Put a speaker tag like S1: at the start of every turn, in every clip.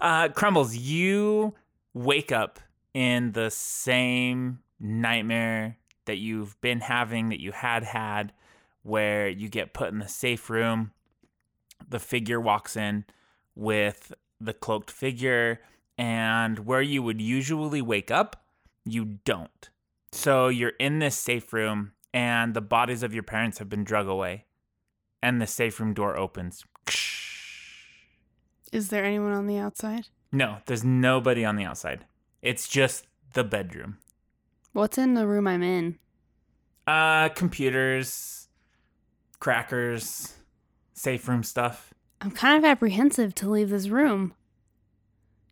S1: Uh, Crumbles, you wake up in the same nightmare that you've been having, that you had had, where you get put in the safe room. The figure walks in with the cloaked figure, and where you would usually wake up, you don't. So you're in this safe room, and the bodies of your parents have been drug away, and the safe room door opens.
S2: Is there anyone on the outside?
S1: No, there's nobody on the outside. It's just the bedroom.
S2: What's in the room I'm in?
S1: Uh, computers, crackers, safe room stuff.
S2: I'm kind of apprehensive to leave this room.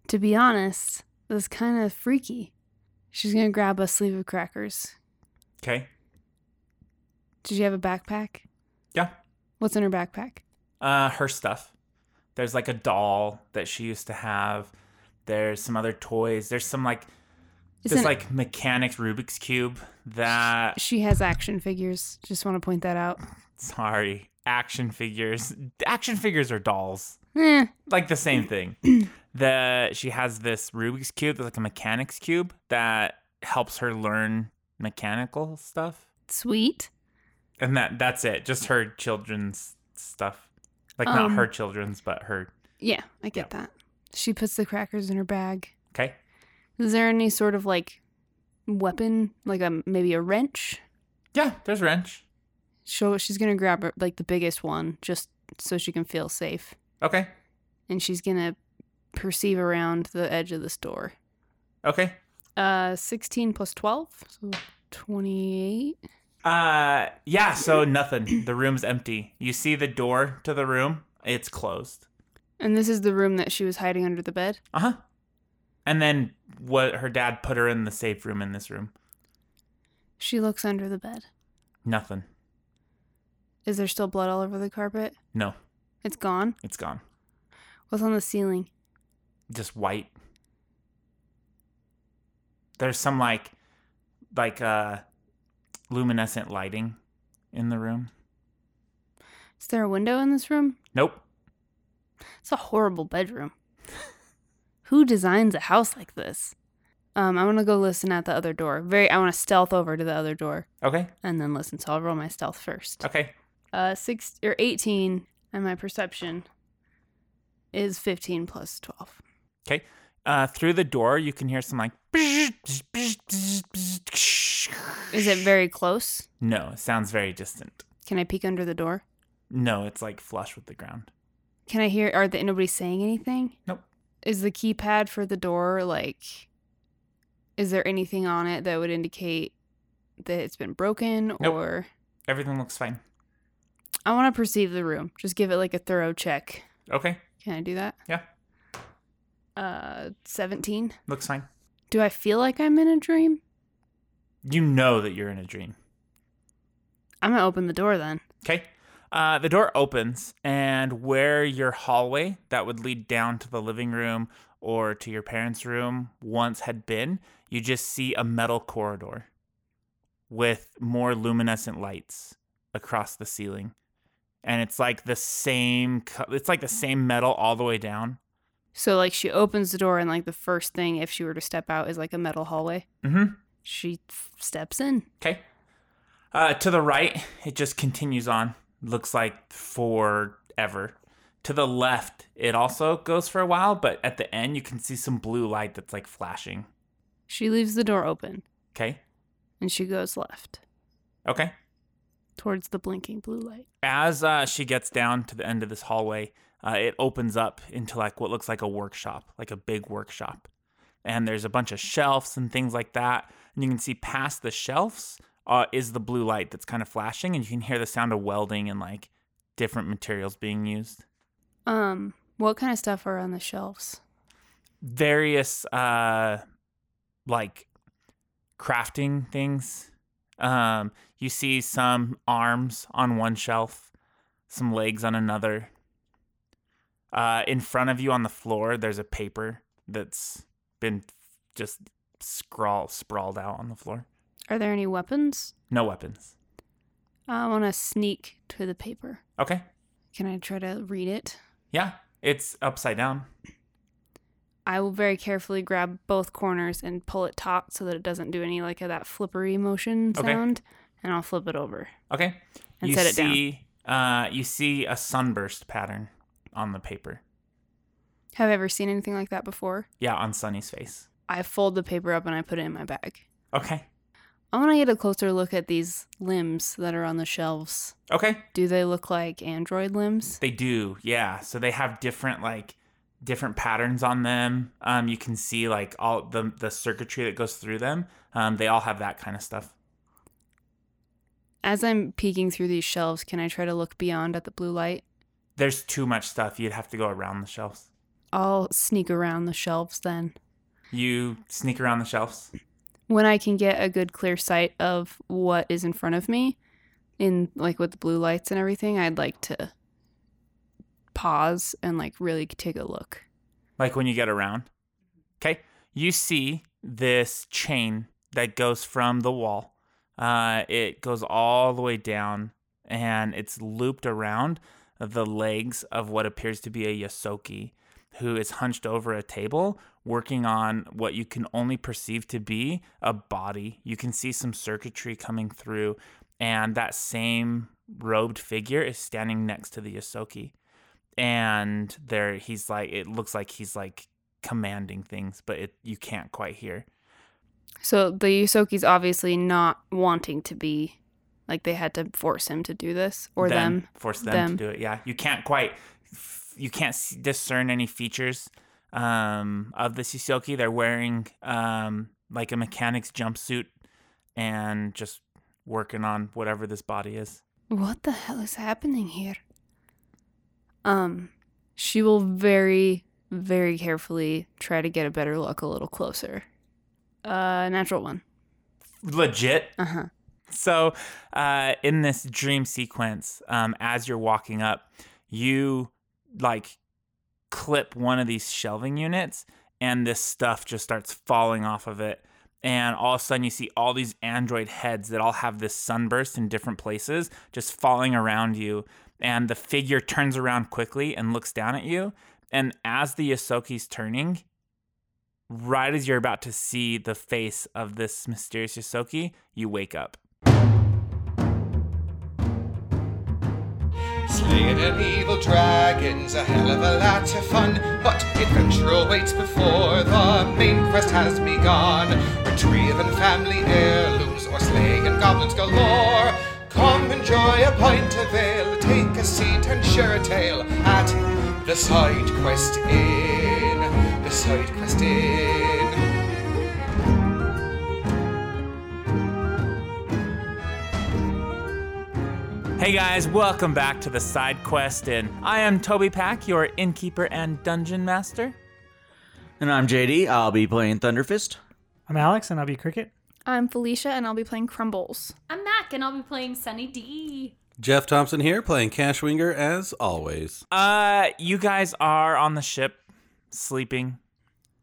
S2: To be honest, this is kind of freaky. She's gonna grab a sleeve of crackers.
S1: Okay.
S2: Did you have a backpack?
S1: Yeah.
S2: What's in her backpack?
S1: Uh, her stuff. There's like a doll that she used to have. There's some other toys. There's some like
S2: It's
S1: this
S2: an-
S1: like mechanics Rubik's cube that
S2: she has action figures. Just want to point that out.
S1: sorry action figures. Action figures are dolls.
S2: Eh,
S1: like the same thing. the she has this Rubik's cube, that's like a mechanics cube that helps her learn mechanical stuff,
S2: sweet.
S1: and that that's it. Just her children's stuff, like not
S2: Um,
S1: her children's, but her.
S2: Yeah, I get that. She puts the crackers in her bag.
S1: Okay,
S2: Is there any sort of like weapon, like a maybe a wrench?
S1: yeah, there's wrench.
S2: She'll she's gonna grab like the biggest one just so she can feel safe,
S1: Okay,
S2: and she's gonna perceive around the edge of this door.
S1: okay.
S2: Uh, sixteen plus twelve, so twenty-eight.
S1: Uh, yeah. So nothing. The room's empty. You see the door to the room. It's closed.
S2: And this is the room that she was hiding under the bed.
S1: Uh huh. And then what? Her dad put her in the safe room. In this room,
S2: She looks under the bed.
S1: nothing.
S2: Is there still blood all over the carpet?
S1: No,
S2: It's gone.
S1: it's gone.
S2: What's on the ceiling?
S1: just white. There's some like like uh luminescent lighting in the room.
S2: Is there a window in this room?
S1: Nope.
S2: It's a horrible bedroom. Who designs a house like this? Um, I want to go listen at the other door. Very, I want to stealth over to the other door
S1: Okay.
S2: and then listen. So I'll roll my stealth first.
S1: Okay.
S2: Uh, six or eighteen, and my perception is fifteen plus twelve.
S1: Okay. Uh through the door you can hear some like Is
S2: Is it very close?
S1: No, it sounds very distant.
S2: Can I peek under the door?
S1: No, it's like flush with the ground.
S2: Can I hear? Are the, nobody saying anything?
S1: Nope.
S2: Is the keypad for the door like? Is there anything on it that would indicate that it's been broken
S1: Nope.
S2: or?
S1: Everything looks fine.
S2: I want to perceive the room. Just give it like a thorough check.
S1: Okay.
S2: Can I do that?
S1: Yeah.
S2: Uh, seventeen.
S1: Looks fine.
S2: Do I feel like I'm in a dream?
S1: You know that you're in a dream.
S2: I'm gonna open the door then.
S1: Okay. Uh, the door opens, and where your hallway that would lead down to the living room or to your parents' room once had been, you just see a metal corridor with more luminescent lights across the ceiling. And it's like the same, co- it's like the same metal all the way down.
S2: So like she opens the door and like the first thing if she were to step out is like a metal hallway.
S1: Mm-hmm.
S2: She f- steps in.
S1: Okay. Uh, to the right, it just continues on. Looks like forever. To the left, it also goes for a while, but at the end, you can see some blue light that's like flashing.
S2: She leaves the door open
S1: Okay.
S2: and she goes left
S1: Okay.
S2: towards the blinking blue light.
S1: As uh, she gets down to the end of this hallway, uh, it opens up into like what looks like a workshop, like a big workshop. And there's a bunch of shelves and things like that. And you can see past the shelves uh, is the blue light that's kind of flashing, and you can hear the sound of welding and like different materials being used.
S2: Um, what kind of stuff are on the shelves?
S1: various uh like crafting things um you see some arms on one shelf some legs on another uh in front of you on the floor there's a paper that's been just scrawl sprawled out on the floor
S2: Are there any weapons?
S1: no weapons
S2: I want to sneak to the paper.
S1: okay
S2: Can I try to read it?
S1: yeah it's upside down
S2: I will very carefully grab both corners and pull it taut so that it doesn't do any like of that flippery motion
S1: Okay.
S2: sound, and I'll flip it over.
S1: Okay.
S2: And
S1: you
S2: set it down.
S1: see, Uh, you see a sunburst pattern on the paper.
S2: Have I ever seen anything like that before?
S1: Yeah, on Sunny's face.
S2: I fold the paper up and I put it in my bag.
S1: Okay.
S2: I want to get a closer look at these limbs that are on the shelves.
S1: Okay.
S2: Do they look like android limbs?
S1: They do. Yeah. So they have different like different patterns on them. Um, you can see like all the the circuitry that goes through them. Um, they all have that kind of stuff.
S2: As I'm peeking through these shelves, can I try to look beyond at the blue light?
S1: There's too much stuff. You'd have to go around the shelves.
S2: I'll sneak around the shelves then.
S1: You sneak around the shelves.
S2: When I can get a good clear sight of what is in front of me, in like with the blue lights and everything, I'd like to pause and like really take a look.
S1: like when you get around. Okay, you see this chain that goes from the wall. Uh, it goes all the way down, and it's looped around the legs of what appears to be a yosoki, who is hunched over a table, working on what you can only perceive to be a body. You can see some circuitry coming through, and that same robed figure is standing next to the yosoki and there he's like it looks like he's like commanding things but it you can't quite hear
S2: So the Yusoki's obviously not wanting to be like they had to force him to do this or them.
S1: force them,
S2: Them.
S1: to do it yeah you can't quite f- you can't s- discern any features um of the Sisoki. they're wearing um like a mechanic's jumpsuit and just working on whatever this body is
S2: What the hell is happening here? Um, she will very, very carefully try to get a better look a little closer. Uh, natural one.
S1: legit
S2: Uh huh.
S1: So, uh, in this dream sequence, um, as you're walking up, you like clip one of these shelving units, and this stuff just starts falling off of it. And all of a sudden, you see all these android heads that all have this sunburst in different places just falling around you. And the figure turns around quickly and looks down at you. And as the Yosoki's turning, right as you're about to see the face of this mysterious Yosoki, you wake up.
S3: Slaying an evil dragon's a hell of a lot of fun, but adventure awaits before the main quest has begun. Retrieving family heirlooms or slaying goblins galore. Come enjoy a pint of ale, take a seat and share a tale at the side quest inn. The side quest inn.
S1: Hey guys, welcome back to the side quest, and I am Toby Pack, your innkeeper and dungeon master.
S4: And I'm JD. I'll be playing Thunderfist.
S5: I'm Alex, and I'll be Cricket.
S2: I'm Felicia, and I'll be playing Crumbles.
S6: I'm Mac, and I'll be playing Sunny D.
S7: Jeff Thompson here, playing Cashwinger as always.
S1: Uh, you guys are on the ship, sleeping,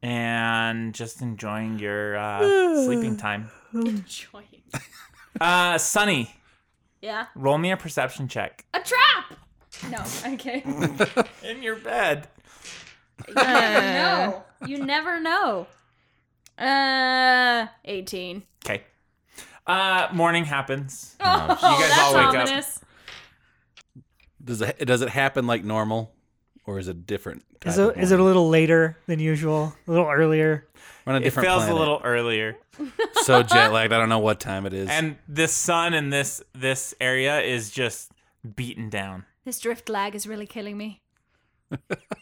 S1: and just enjoying your uh, sleeping time.
S6: Enjoying.
S1: Uh, Sunny,
S6: Yeah.
S1: roll me a perception check
S6: A trap! No, okay.
S1: in your bed.
S6: no, you never know. Uh, 18.
S1: Okay. Uh, morning happens.
S6: Oh,
S1: guys
S6: that's
S1: all wake up.
S6: ominous.
S7: Does it does it happen like normal, or is it different? type
S5: Is it,
S7: of
S5: is it a
S7: morning?
S5: little later than usual? A little earlier?
S7: We're on a
S1: It
S7: different
S1: fails
S7: planet.
S1: a little earlier,
S7: so jet lagged. I don't know what time it is.
S1: and this sun in this this area is just beaten down.
S6: This drift lag is really killing me.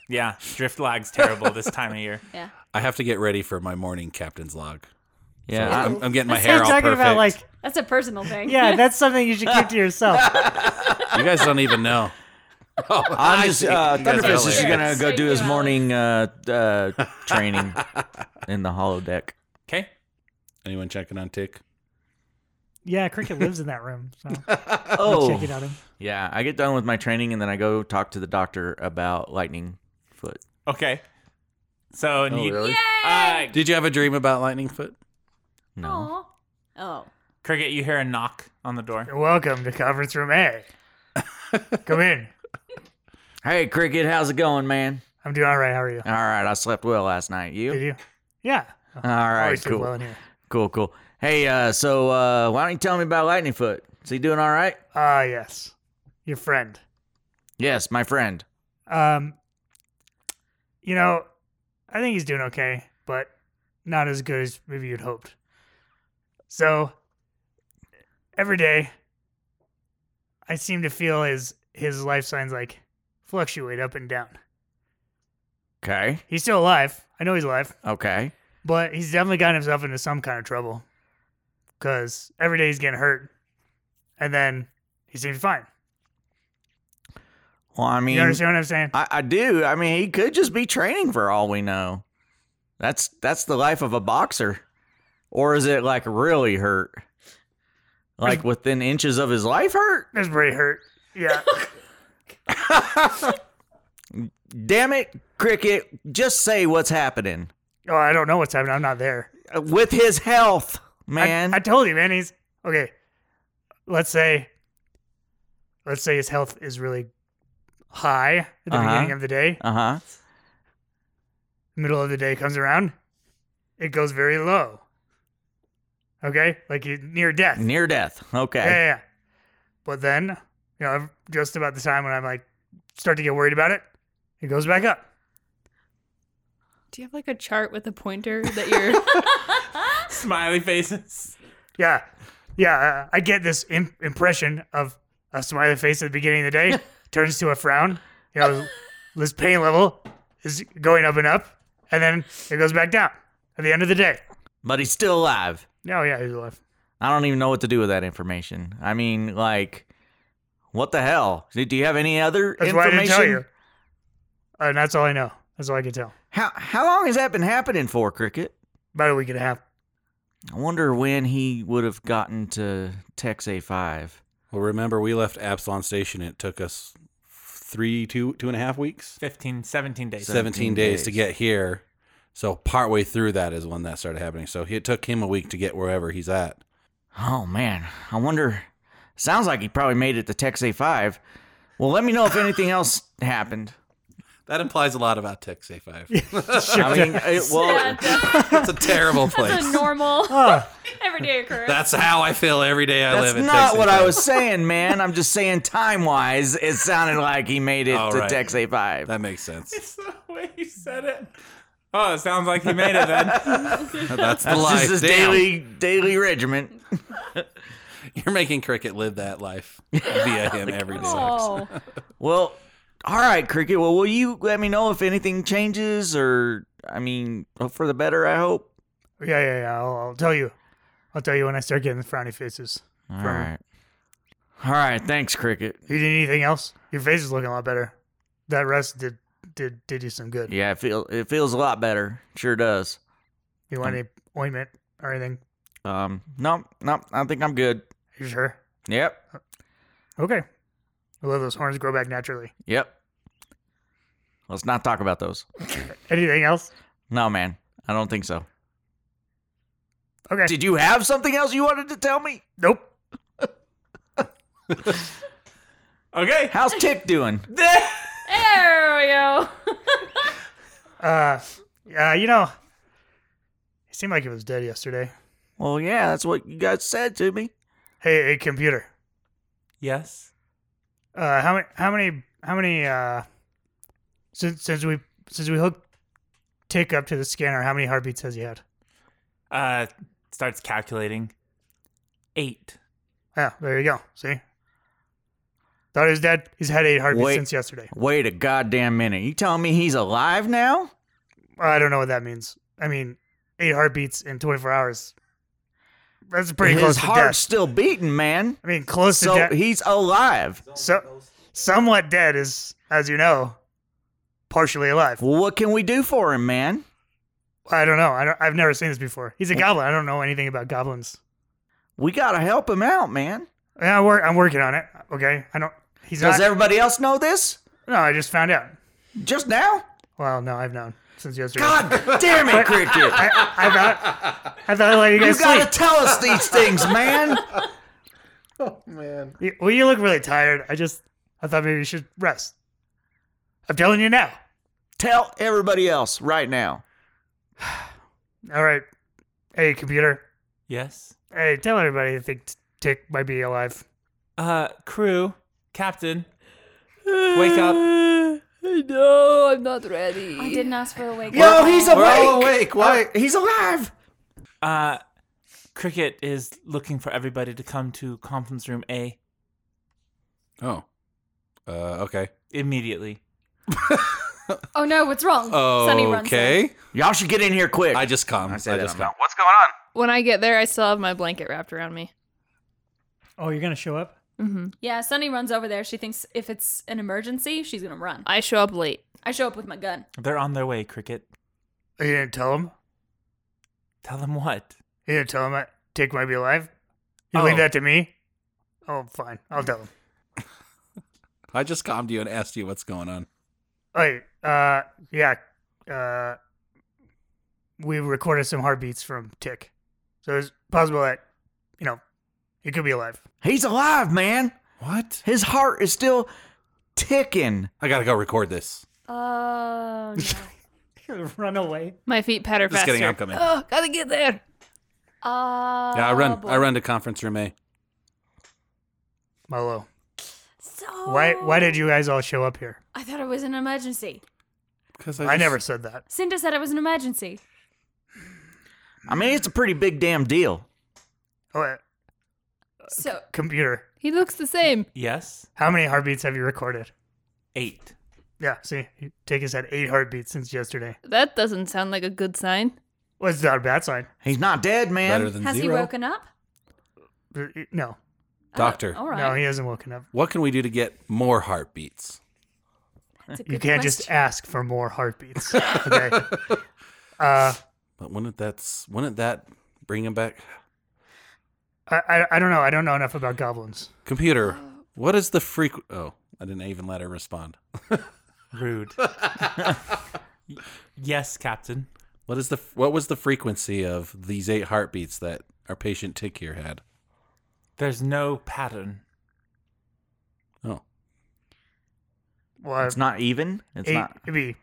S1: Yeah, drift lag's terrible this time of year.
S6: Yeah.
S7: I have to get ready for my morning captain's log.
S4: Yeah.
S7: I'm, I'm getting my
S5: That's
S7: hair
S5: what
S7: all
S5: I'm talking
S7: perfect.
S5: about like,
S6: That's a personal thing.
S5: yeah, that's something you should keep to yourself.
S7: you guys don't even know. Oh,
S4: I'm just
S7: see.
S4: uh,
S7: You guys are
S4: Thunderfist is
S7: hilarious.
S4: gonna go
S6: Yes.
S4: do his
S6: Thank you,
S4: morning uh, uh, training in the hollow deck.
S1: Okay.
S7: Anyone checking on Tick?
S5: yeah, Cricket lives in that room, so
S4: Oh,
S5: check it out. Him.
S4: yeah. I get done with my training and then I go talk to the doctor about lightning foot.
S1: Okay. So and
S7: Oh,
S1: you,
S7: really?
S1: uh,
S7: Did you have a dream about Lightningfoot?
S4: No,
S6: Aw. Oh.
S1: Cricket, you hear a knock on the door.
S5: Welcome to conference room A. Come in.
S4: Hey, Cricket, how's it going, man?
S5: I'm doing all right. How are you?
S4: All right, I slept well last night. You?
S5: Did you? Yeah. All
S4: All right,
S5: Always do
S4: cool,
S5: well in here.
S4: cool, cool. Hey, uh, so uh, why don't you tell me about Lightning Foot? Is he doing all right?
S5: Ah, yes. Your friend.
S4: Yes, my friend.
S5: Um, you know, I think he's doing okay, but not as good as maybe you'd hoped. So every day, I seem to feel his his life signs like fluctuate up and down.
S4: Okay,
S5: He's still alive. I know he's alive,
S4: okay.
S5: but he's definitely gotten himself into some kind of trouble. Cause every day he's getting hurt, and then he seems fine.
S4: Well, I mean,
S5: You understand what I'm saying?
S4: I, I do. I mean, he could just be training for all we know. That's that's the life of a boxer, or is it like really hurt, like within inches of his life hurt?
S5: That's pretty hurt. Yeah.
S4: Damn it, cricket! Just say what's happening
S5: oh, I don't know what's happening. I'm not there.
S4: Uh, with his health,
S5: I-
S4: man.
S5: I, told you, man. He's okay. Let's say, let's say his health is really high at the
S4: Uh-huh.
S5: beginning of the day.
S4: uh huh.
S5: Middle of the day comes around, it goes very low. Okay, like you near death.
S4: Near death.
S5: yeah, yeah,
S4: Okay.
S5: yeah. But then, you know, just about the time when I'm like start to get worried about it, it goes back up.
S8: Do you have like a chart with a pointer that you're
S1: Smiley faces.
S5: Yeah, yeah. uh, I I get this Im- impression of a smiley face at the beginning of the day turns to a frown. You know, this pain level is going up and up, and then it goes back down at the end of the day.
S4: But he's still alive.
S5: No, yeah, he's alive.
S4: I don't even know what to do with that information. I mean, like, what the hell? Do do you have any other
S5: That's why I
S4: information?
S5: didn't tell you. Uh, And that's all I know. That's all I can tell.
S4: How how long has that been happening for, cricket?
S5: About a week and a half.
S4: I wonder when he would have gotten to Tex A5.
S7: Well, remember we left Absalon Station. It took us three, two, two and a half weeks,
S1: 15, 17 days.
S4: Seven-
S7: 17 days, to
S4: days.
S7: get here. So partway through that is when that started happening. So it took him a week to get wherever he's at.
S4: Oh man, I wonder. Sounds like he probably made it to Tex A5. Well, let me know if anything else happened.
S7: That implies a lot about Tex A5.
S4: I mean, it, well,
S7: It's a terrible
S6: That's
S7: place.
S6: a normal,
S5: Ah,
S6: everyday occurrence.
S7: That's how I feel every day I
S4: that's
S7: live in
S4: not
S7: Tex
S4: what I
S7: A5.
S4: was saying, man. I'm just saying time wise, it sounded like he made it
S7: All
S4: to
S7: right.
S4: Tex A5.
S7: That makes sense.
S1: It's the way you said it. Oh, it sounds like he made it then.
S7: That's the
S4: That's
S7: life.
S4: just his
S7: Damn.
S4: daily daily regiment.
S7: You're making Cricket live that life via him every day.
S6: oh,
S4: Well, all right, Cricket. Well, will you let me know if anything changes, or I mean, for the better? I hope.
S5: yeah, yeah, yeah. I'll, I'll tell you. I'll tell you when I start getting the frowny faces.
S4: All
S5: From-
S4: right. All right. Thanks, Cricket.
S5: You did anything else? Your face is looking a lot better. That rest did did did you some good.
S4: Yeah, it feels it feels a lot better. Sure does.
S5: You want any ointment or anything?
S4: Um, no, no, I think I'm good.
S5: You sure?
S4: Yep,
S5: Okay. I let those horns grow back naturally.
S4: yep. Let's not talk about those.
S5: Anything else?
S4: No, man, I don't think so.
S5: Okay.
S4: Did you have something else you wanted to tell me?
S5: nope.
S1: Okay.
S4: How's Tick doing?
S6: there we go.
S5: Uh, uh, you know, it seemed like it was dead yesterday.
S4: Well, yeah, that's what you guys said to me.
S5: Hey, hey computer.
S1: Yes.
S5: Uh, how many? How many? How many? Uh, since since we since we hooked Tick up to the scanner, how many heartbeats has he had?
S1: Uh, starts calculating. Eight.
S5: Yeah, Ah, there you go. See. Thought he was dead. He's had eight heartbeats
S4: Wait.
S5: since yesterday.
S4: Wait a goddamn minute! You telling me he's alive now?
S5: I don't know what that means. I mean, eight heartbeats in 24 hours. That's pretty
S4: His
S5: close to
S4: heart's
S5: death.
S4: still beating, man.
S5: I mean, close to
S4: So
S5: death.
S4: he's alive.
S5: So, somewhat dead is, as you know, partially alive.
S4: Well, what can we do for him, man?
S5: I don't know. I don't, I've never seen this before. He's a goblin. I don't know anything about goblins.
S4: We gotta help him out, man.
S5: Yeah, I work, I'm working on it. Okay, I don't. He's
S4: Does
S5: not.
S4: everybody else know this?
S5: no, I just found out.
S4: Just now?
S5: Well, no, I've known since yesterday.
S4: God damn it, Cricket!
S5: I, I thought I thought I let you
S4: You
S5: guys
S4: gotta
S5: sleep.
S4: tell us these things, man.
S5: You- well, you look really tired. I just I thought maybe you should rest. I'm telling you now.
S4: Tell everybody else right now.
S5: All right. Hey, computer.
S1: Yes.
S5: Hey, tell everybody I think t- Tick might be alive.
S1: Uh, crew, captain, wake up.
S2: No, Oh, I'm not ready.
S6: I didn't ask for a wake up.
S4: Yo, he's awake.
S7: We're all awake. Why?
S4: He's alive.
S1: Uh, Cricket is looking for everybody to come to conference room A
S7: Oh. Uh, okay.
S1: immediately.
S6: Oh no, what's wrong? Sunny runs in.
S7: Okay.
S4: Y'all should get in here quick.
S7: I just come.
S4: I um,
S7: I,
S4: say that
S7: just
S4: I'm
S7: come.
S4: out.
S3: What's going on?
S2: When I get there, I still have my blanket wrapped around me.
S5: Oh, you're gonna show up?
S2: Mm-hmm.
S6: Yeah, Sunny runs over there. She thinks if it's an emergency, she's gonna run.
S2: I show up late.
S6: I show up with my gun.
S1: They're on their way, Cricket.
S5: Oh, You didn't tell him?
S1: Tell them what?
S5: You didn't tell him that Tick might be alive? You
S1: Oh.
S5: leave that to me? Oh, fine. I'll tell him.
S7: I just calmed you and asked you what's going on.
S5: Hey, uh, yeah. Uh, we recorded some heartbeats from Tick. So it's possible that, you know, he could be alive.
S4: He's alive, man.
S7: What?
S4: His heart is still ticking.
S7: I gotta go record this.
S6: Oh no.
S5: Run away.
S2: My feet patter
S7: Just
S2: faster.
S7: kidding, I'm coming.
S2: Oh, gotta get there.
S6: Oh,
S7: Yeah, I run.
S6: boy.
S7: I run to conference room A.
S5: Molo.
S6: So
S5: Why why did you guys all show up here?
S6: I thought it was an emergency.
S7: Because
S5: I never said that.
S6: Cinda said it was an emergency.
S4: I mean, it's a pretty big damn deal.
S5: Oh, uh,
S6: So
S5: computer.
S2: He looks the same.
S1: Yes.
S5: How many heartbeats have you recorded?
S1: Eight.
S5: Yeah, see, Tick has had eight heartbeats since yesterday.
S2: That doesn't sound like a good sign.
S5: Well, it's not a bad sign.
S4: He's not dead, man.
S7: better than
S6: has
S7: zero.
S6: he woken up?
S5: Uh, No,
S7: Doctor,
S6: All right.
S5: no, he hasn't woken up.
S7: what can we do to get more heartbeats?
S6: That's a
S5: You
S6: good
S5: can't just
S6: question.
S5: ask for more heartbeats. Okay. uh,
S7: But wouldn't that's wouldn't that bring him back?
S5: I, I, I don't know. I don't know enough about goblins.
S7: Computer, what is the frequ? Oh, I didn't even let her respond.
S1: Rude. Y- yes, captain.
S7: What is the what was the frequency of these eight heartbeats that our patient Tick here had?
S1: There's no pattern.
S7: Oh,
S5: Well,
S4: It's not even. It's
S5: eight,
S4: not.
S5: it'd be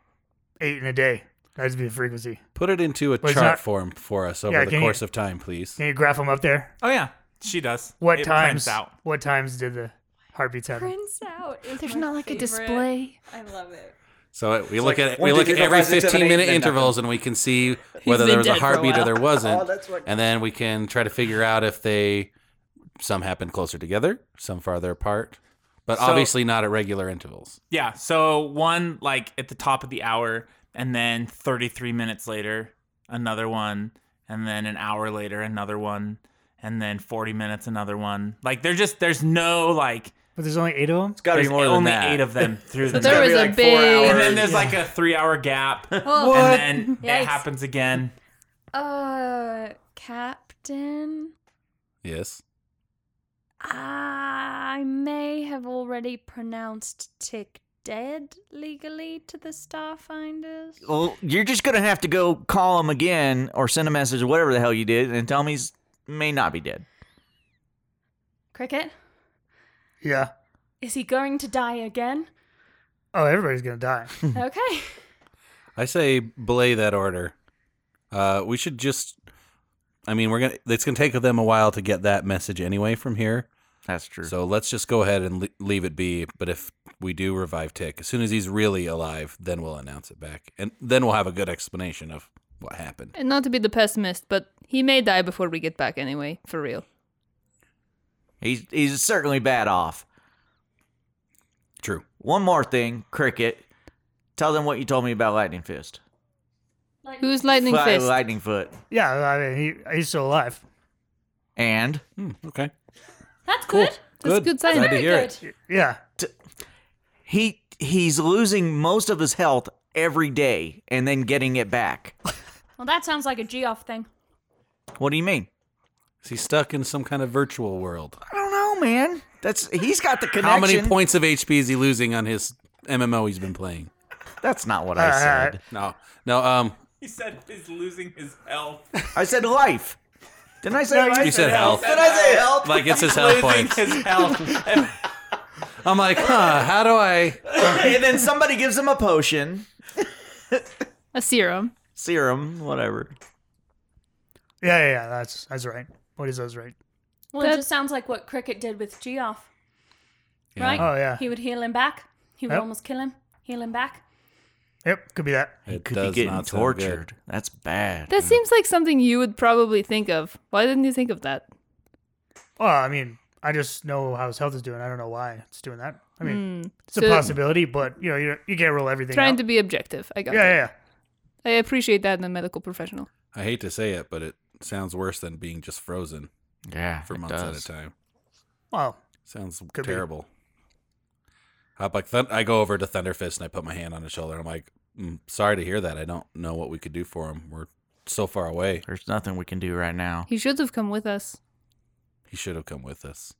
S5: eight in a day. That'd be the frequency.
S7: put it into a
S5: Well, it's
S7: chart
S5: not-
S7: form for us over
S5: Yeah,
S7: the
S5: can you-
S7: course of time, please.
S5: Can you graph them up there?
S1: Oh yeah, she does.
S5: What
S1: it
S5: times?
S1: prints out.
S5: What times did the heartbeats happen?
S6: Prints out. is
S2: There's
S6: my
S2: not like a
S6: favorite.
S2: display.
S6: I love it.
S7: So it- we look
S3: like
S7: at
S3: one
S7: we look at
S3: digit
S7: every
S3: divides into an
S7: fifteen
S3: eight
S7: minute
S3: and nothing.
S7: intervals, and we can see whether
S2: been
S7: there was a
S2: dead for a
S7: heartbeat or
S2: while.
S7: there wasn't,
S3: Oh, that's what-
S7: and then we can try to figure out if they some happened closer together, some farther apart, but
S1: So-
S7: obviously not at regular intervals.
S1: Yeah. So one like at the top of the hour, and then 33 minutes later, another one, and then an hour later, another one, and then 40 minutes, another one. Like they're just there's no like
S5: But there's only eight of them.
S4: It's got to be
S1: there's
S4: more than
S1: only
S4: that.
S1: eight of them through the
S2: But there
S1: night.
S2: was a
S3: like four
S2: big.
S1: and
S3: hours.
S1: then there's like a three hour gap,
S6: Oh,
S1: and then
S6: Yikes.
S1: it happens again.
S6: uh, Captain.
S7: Yes.
S6: I may have already pronounced Tick dead legally to the Starfinders.
S7: Oh.
S4: Well, you're just gonna have to go call him again or send a message, whatever the hell you did, and tell him he's may not be dead.
S6: Cricket,
S5: Yeah.
S6: is he going to die again?
S5: Oh, everybody's gonna die.
S7: Hmm.
S6: okay.
S7: I say belay that order. Uh, we should just. I mean, we're gonna. It's gonna take them a while to get that message anyway from here.
S4: That's true.
S7: So let's just go ahead and le- leave it be. But if we do revive Tick, as soon as he's really alive, then we'll announce it back, and then we'll have a good explanation of what happened.
S2: And not to be the pessimist, but he may die before we get back anyway, for real.
S4: he's he's certainly bad off.
S7: True.
S4: One more thing, Cricket. Tell them what you told me about Lightning Fist.
S2: Who's Lightning
S4: Fi-
S2: Fist?
S4: Lightning Foot.
S5: Yeah, I mean, he, he's still alive.
S4: And
S7: Hmm, okay.
S6: That's good.
S2: That's a good sign.
S7: Glad to
S6: Very
S7: hear
S6: good.
S7: it.
S5: Yeah.
S4: he he's losing most of his health every day and then getting it back.
S6: Well, that sounds like a G off thing.
S4: What do you mean?
S7: Is he stuck in some kind of virtual world?
S4: I don't know, man. That's he's got the connection.
S7: How many points of HP is he losing on his MMO he's been playing?
S4: That's not what
S5: All
S4: I
S5: right, all
S4: said.
S5: right.
S7: No, no. Um,
S1: He said he's losing his health.
S4: I said life. Didn't I say life?
S7: you said health.
S4: Did I say health?
S7: Like it's his health
S1: losing
S7: points.
S1: his health.
S7: I'm like, huh? How do I?
S4: and then somebody gives him a potion.
S2: A serum.
S4: Serum, whatever.
S5: Yeah, yeah, yeah. That's that's right. What is those right?
S6: Well, it
S2: That's-
S6: just sounds like what Cricket did with Geoff,
S7: Yeah. Uh.
S6: right?
S5: Oh yeah.
S6: He would heal him back. He would
S5: Yep.
S6: almost kill him. Heal him back.
S5: Yep, could be that.
S7: It
S4: Could
S7: does
S4: be getting
S7: not sound good.
S4: tortured. That's bad.
S2: That seems like something you would probably think of. Why didn't you think of that?
S5: Well, I mean, I just know how his health is doing. I don't know why it's doing that. I mean,
S2: Hmm.
S5: it's a
S2: So-
S5: possibility, but you know, you, you can't rule everything
S2: Trying
S5: out.
S2: to be objective. I got
S5: yeah,
S2: that.
S5: yeah, yeah.
S2: I appreciate that in a medical professional.
S7: I hate to say it, but it sounds worse than being just frozen
S4: Yeah,
S7: for
S4: it
S7: months at
S4: does.
S7: a time.
S5: Well,
S7: Sounds
S5: Could be.
S7: terrible. Hop like thun- I go over to Thunderfist and I put my hand on his shoulder. I'm like, mm, sorry to hear that. I don't know what we could do for him. We're so far away.
S4: There's nothing we can do right now.
S2: He should have come with us.
S7: He should have come with us.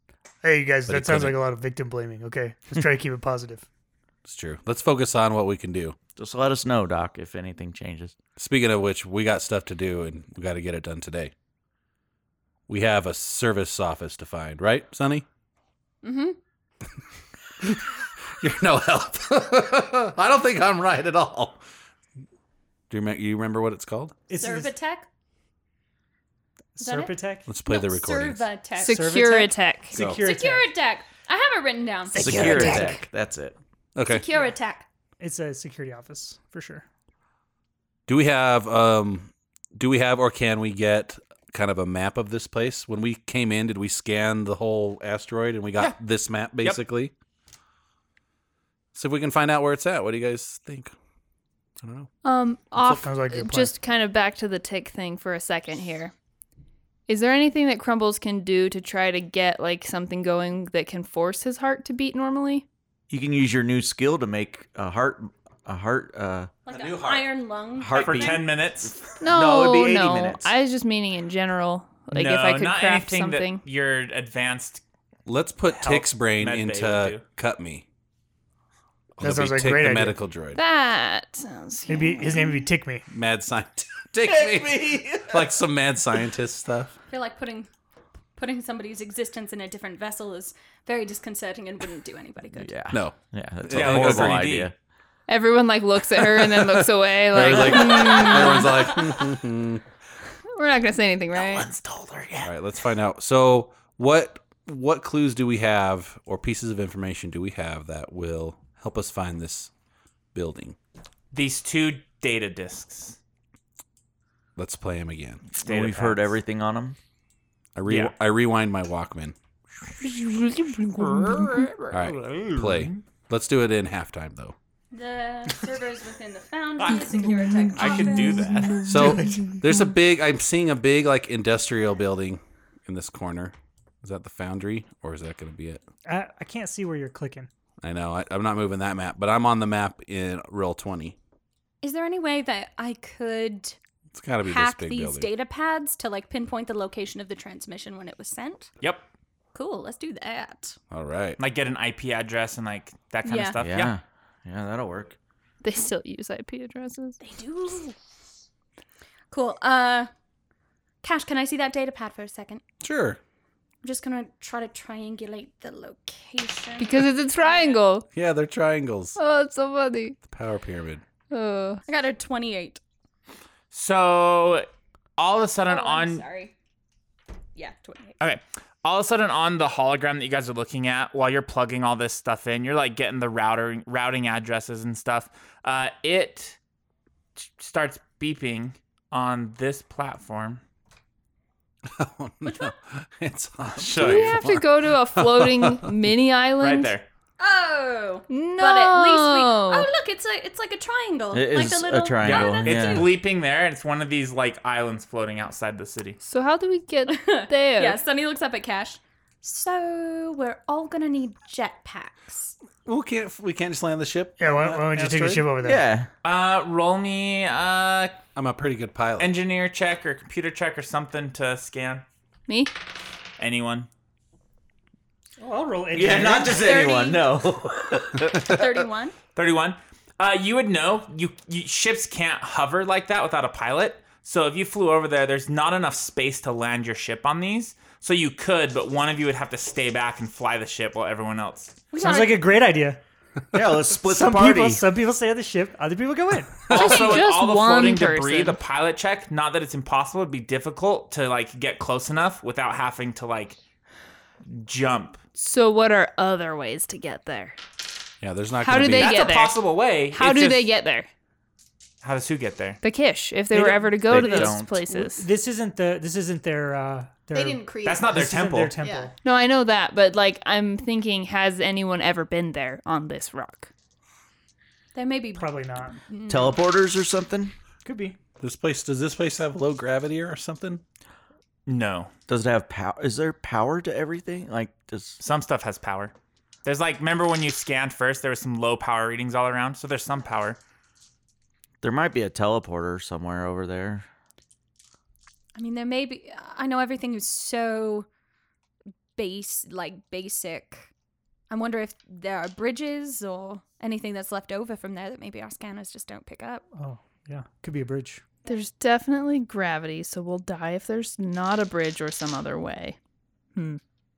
S5: hey, you guys,
S7: But
S5: that
S7: it
S5: sounds like
S7: couldn't.
S5: a lot of victim blaming. Okay, let's try to keep it positive.
S7: It's true. Let's focus on what we can do.
S4: Just let us know, Doc, if anything changes.
S7: Speaking of which, we got stuff to do and we got to get it done today. We have a service office to find, right, Sonny?
S6: Mm-hmm.
S7: You're no help. I don't think I'm right at all. Do you, rem- you remember what it's called?
S9: It's
S6: Servatech? Is that it?
S9: Serpatech.
S7: Let's play
S6: No,
S7: the recording.
S6: Servatech.
S2: Securitech.
S7: Go.
S9: Securitech.
S6: Securitech. I have it written down.
S4: Security. That's it.
S7: Okay.
S6: Securitech.
S9: It's a security office for sure.
S7: Do we have um do we have or can we get kind of a map of this place? When we came in, did we scan the whole asteroid and we got this map basically? So if we can find out where it's at, what do you guys think? I don't know.
S2: Um, off.
S5: sounds like a good plan.
S2: just kind of back to the tick thing for a second here. Is there anything that Crumbles can do to try to get like something going that can force his heart to beat normally?
S4: You can use your new skill to make a heart a heart uh
S6: Like
S1: new
S6: an
S1: heart.
S6: iron lung.
S1: for
S4: heartbeat.
S1: 10 minutes.
S2: No,
S4: No, it'd be 80
S2: no.
S4: minutes.
S2: I was just meaning in general, like
S1: no,
S2: if I could
S1: not
S2: craft
S1: anything
S2: something.
S1: That your advanced.
S7: Let's put
S1: Help
S7: Tick's brain
S1: Medbay would
S7: into
S1: do.
S7: Cut Me.
S5: That
S7: It'll be
S5: sounds like a
S7: Tick
S5: great
S7: the
S5: idea.
S7: medical droid.
S2: That sounds.
S5: It'd be his name would be Tick Me.
S7: mad scientist. Tick me. like some mad scientist stuff.
S6: I feel like putting putting somebody's existence in a different vessel is very disconcerting and wouldn't do anybody good.
S4: Yeah.
S7: No.
S4: Yeah, that's
S1: Yeah,
S4: a
S1: like a
S4: horrible
S1: 3D.
S4: idea.
S2: Everyone like looks at her and then looks away. Like,
S7: Everyone's
S2: "Hmm,
S7: like, everyone's like
S2: we're not gonna say anything, right?
S7: All right, let's find out. So, what what clues do we have, or pieces of information do we have that will help us find this building?
S1: These two data discs.
S7: Let's play him again.
S1: Data
S4: We've heard
S1: packs.
S4: everything on him.
S7: I re-
S1: Yeah.
S7: I rewind my Walkman. All right, play. Let's do it in halftime though.
S6: The servers within the foundry, Securitech.
S1: I could do
S6: office.
S1: that.
S7: So there's a big. I'm seeing a big like industrial building in this corner. Is that the foundry, or is that going to be it?
S9: I, I can't see where you're clicking.
S7: I know I, I'm not moving that map, but I'm on the map in roll twenty.
S6: Is there any way that I could
S7: It's got to be
S6: hack
S7: this big
S6: these
S7: building.
S6: data pads to like pinpoint the location of the transmission when it was sent?
S1: Yep.
S6: Cool, let's do that.
S7: All right.
S1: Like get an IP address and like that kind of
S6: Yeah.
S1: stuff.
S4: yeah. yeah. that'll work.
S2: They still use IP addresses.
S6: They do. Cool. Uh Cash, can I see that data pad for a second?
S7: Sure.
S6: I'm just gonna try to triangulate the location.
S2: Because it's a triangle.
S7: Yeah, they're triangles.
S2: Oh, it's so funny.
S7: The power pyramid.
S10: Uh,
S2: Oh.
S6: I got a twenty-eight.
S1: So all of a sudden
S6: Oh,
S1: on
S6: I'm sorry. Yeah, 28.
S1: Okay. All of a sudden, on the hologram that you guys are looking at, while you're plugging all this stuff in, you're like getting the routing routing addresses and stuff. Uh, it t- starts beeping on this platform.
S7: Oh no, it's on.
S1: Sure.
S2: Do we have to go to a floating mini
S1: Oh, Right
S2: island?
S1: there.
S6: Oh.
S2: No.
S6: But at least we Oh, look, it's a it's like a triangle.
S4: It
S6: like
S4: is a
S6: the little,
S4: triangle,
S6: Yeah,
S1: It's
S4: Yeah.
S1: bleeping there, and it's one of these like islands floating outside the city.
S2: So how do we get
S6: that's-
S2: there?
S6: Yeah, Sunny looks up at Cash. So we're all gonna need jetpacks.
S7: we can't. We can't just land the ship.
S5: Yeah, why, why don't you take a
S7: Asteroid?
S5: ship over there?
S4: Yeah.
S1: Uh, roll me uh
S7: I'm a pretty good pilot.
S1: engineer check or computer check or something to scan
S2: Me?
S1: anyone.
S9: Oh, I'll roll it.
S4: Yeah, not just anyone. No.
S6: Thirty-one.
S1: 31. Uh, you would know you, you ships can't hover like that without a pilot. So if you flew over there, there's not enough space to land your ship on these. So you could, but one of you would have to stay back and fly the ship while everyone else.
S6: We
S9: Sounds
S6: gotta-
S9: like a great idea.
S4: Yeah, let's split
S5: Some
S4: the party.
S5: people, some people stay on the ship. Other people go in.
S1: Also, in
S10: just
S1: all the
S10: one
S1: floating debris,
S10: person.
S1: the pilot check. Not that it's impossible; it'd be difficult to like get close enough without having to like jump.
S10: So, what are other ways to get there?
S7: Yeah, there's not
S10: How
S7: going to
S10: do
S7: be.
S10: they
S1: That's
S10: get
S1: a
S10: there.
S1: possible way.
S10: How
S1: It's
S10: do
S1: just-
S10: they get there?
S1: How does who get there?
S10: The Kish, if they,
S5: They
S10: were
S5: don't-
S10: ever to go to
S1: they
S10: those
S1: don't.
S10: places.
S5: This isn't the. This isn't their. Uh, their
S11: They didn't create.
S1: That's not their
S5: this isn't
S1: temple.
S5: Their temple.
S11: Yeah.
S10: No, I know that, but like I'm thinking, has anyone ever been there on this rock?
S6: There may be
S5: Probably not.
S4: Teleporters or something?
S5: Could be.
S7: This place does this place have low gravity or something?
S1: No,
S4: Does it have power? Is there power to everything? Like does
S1: some stuff has power. There's like, remember when you scanned first? There was some low power readings all around, so there's some power.
S4: there might be a teleporter somewhere over there?
S6: I mean, there may be. I know everything is so base, like basic. I wonder if there are bridges or anything that's left over from there that maybe our scanners just don't pick up.
S5: Oh yeah. Could be a bridge.
S10: There's definitely gravity, so we'll die if there's not a bridge or some other way. Hmm.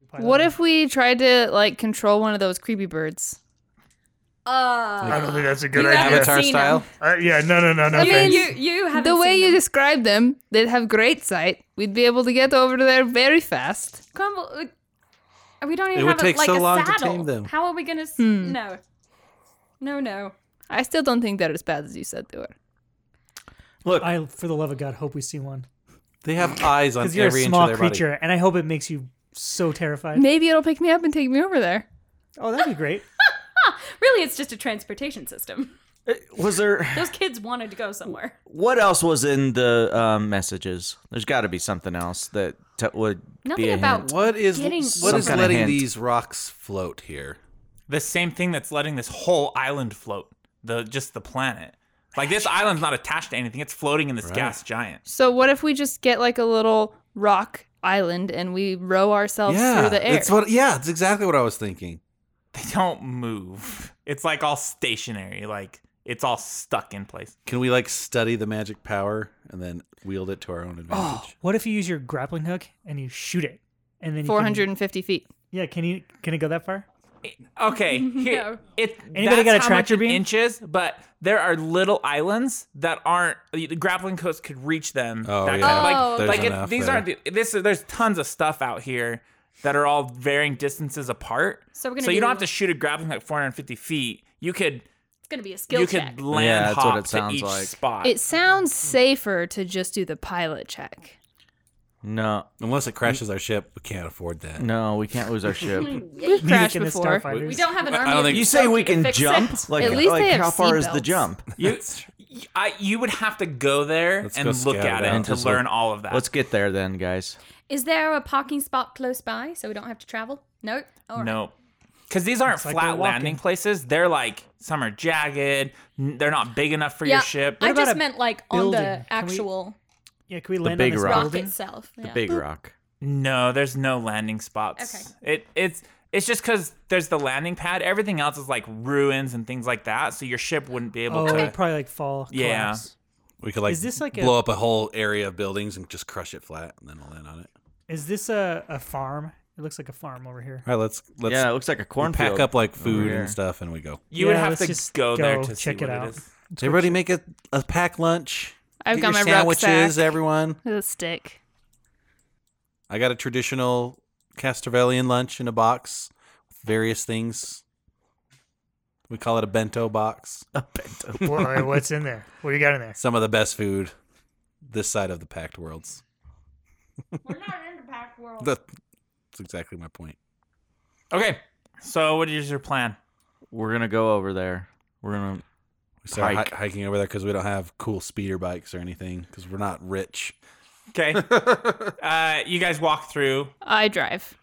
S5: Probably
S10: what
S5: not.
S10: if we tried to like control one of those creepy birds?
S5: I don't
S6: Uh,
S5: think that's a good
S6: You
S5: idea.
S6: haven't Avatar seen style?
S5: Uh, yeah. No. No. No. No.
S6: I mean,
S5: thanks.
S6: you you have
S10: the way you described them, they'd have great sight. We'd be able to get over there very fast.
S6: Come, uh, we don't
S7: It
S6: even
S7: would
S6: have a,
S7: take
S6: like a
S7: so long to
S6: saddle.
S7: tame them.
S6: How are we gonna? S- No, no, no.
S10: I still don't think they're as bad as you said they were.
S7: Look,
S5: I, for the love of God, hope we see one.
S7: they have eyes on
S5: Because you're a
S7: every inch of
S5: small
S7: their
S5: creature,
S7: body.
S5: and I hope it makes you so terrified.
S10: Maybe it'll pick me up and take me over there.
S5: Oh, that'd be great.
S6: Really, it's just a transportation system.
S4: Eh, Was there?
S6: Those kids wanted to go somewhere.
S4: What else was in the um, messages? There's got to be something else that t- would
S6: Nothing
S4: be a
S6: about-
S4: hint.
S7: What is
S6: Getting
S7: what
S4: Some
S7: is
S4: kinda
S7: letting
S4: hint.
S7: these rocks float here?
S1: The same thing that's letting this whole island float. The just the planet. Like this island's not attached to anything. It's floating in this gas giant.
S10: So what if we just get like a little rock island and we row ourselves
S7: Yeah,
S10: through the air?
S7: it's what. Yeah, it's exactly what I was thinking.
S1: They don't move. It's like all stationary. Like it's all stuck in place.
S7: Can we like study the magic power and then wield it to our own advantage?
S5: What if you use your grappling hook and you shoot it, and then you can-
S10: 450 feet.
S5: Yeah, can you can it go that far?
S1: Okay, here, it. that's
S5: Anybody got a
S1: how
S5: tractor
S1: much
S5: beam?
S1: in Inches, but there are little islands that aren't. The grappling hooks could reach them.
S7: Oh,
S1: that
S7: yeah.
S1: kind of- like-
S6: Oh,
S7: There's
S1: like, it,
S7: enough
S1: these
S7: there.
S1: aren't. the- This is- there's tons of stuff out here that are all varying distances apart.
S6: So we're gonna
S1: So you
S6: do-
S1: don't have to shoot a grappling hook 450 feet. You could.
S6: It's gonna be a skill
S1: you
S6: check.
S1: could land
S4: Yeah, that's what
S1: hop
S4: it sounds
S1: to each
S4: like.
S1: spot.
S10: It sounds safer to just do the pilot check.
S4: No,
S7: Unless it crashes our ship, we can't afford that.
S4: no, we can't lose our ship.
S10: We've
S5: Neither
S10: crashed
S5: can the
S10: before.
S5: Starfighters.
S6: we don't have an
S7: I
S6: army.
S7: don't
S6: of
S7: think-
S4: You say we
S6: people to
S4: can
S6: fix
S4: jump?
S6: it.
S4: Like,
S10: At least
S4: like
S10: they have
S4: how far is the
S10: seatbelts.
S4: jump?
S1: you, I, you would have to go there
S7: Let's
S1: and
S7: go
S1: look at
S7: scout it
S1: it
S7: out.
S1: to
S4: Just look-
S1: learn all of that.
S4: Let's get there then, guys.
S6: Is there a parking spot close by so we don't have to travel? Nope. All right.
S1: No. Because these aren't
S5: It's like
S1: flat
S5: they're
S1: landing
S5: walking.
S1: places. They're like, some are jagged. n- They're not big enough for
S6: Yeah,
S1: your ship.
S6: I
S5: about
S6: just
S5: a
S6: meant like on
S5: building?
S6: the
S5: Can we-
S6: actual
S5: Yeah, can we land
S4: big
S5: on this
S4: rock.
S6: rock
S5: building?
S6: itself.
S4: The
S6: yeah.
S4: big rock.
S1: no, there's no landing spots. Okay. It, it's. It's just because there's the landing pad. Everything else is like ruins and things like that. So your ship wouldn't be able
S5: Oh,
S1: to.
S5: it'd probably like fall.
S1: Yeah.
S5: collapse.
S7: We could like,
S5: Is this like a-
S7: blow up a whole area of buildings and just crush it flat, and then we'll land on it.
S5: Is this a, a farm? It looks like a farm over here.
S7: All right, let's let's
S4: yeah, it looks like a
S7: we
S4: cornfield.
S7: pack up like
S4: over
S7: food
S4: here.
S7: and stuff, and we go.
S1: You
S5: Yeah,
S1: would have
S5: let's
S1: to
S5: just
S1: go, there
S5: go
S1: to
S5: check
S1: see
S5: it
S1: what
S5: out.
S1: it is.
S7: Does everybody make a, a pack lunch?
S10: I've
S7: Get
S10: got
S7: your
S10: my
S7: sandwiches.
S10: rucksack.
S7: Everyone,
S10: With a stick.
S7: I got a traditional Castavellian lunch in a box with various things. We call it a bento box.
S5: Wha- what's in there? What do you got in there?
S7: Some of the best food this side of the packed worlds.
S6: We're not in the pack world.
S7: That- That's exactly my point.
S1: Okay. So, what is your plan?
S4: We're gonna go over there. We're gonna.
S7: We started
S4: Hike.
S7: hi- hiking over there because we don't have cool speeder bikes or anything because we're not rich.
S1: Okay. uh, you guys walk through.
S10: I drive.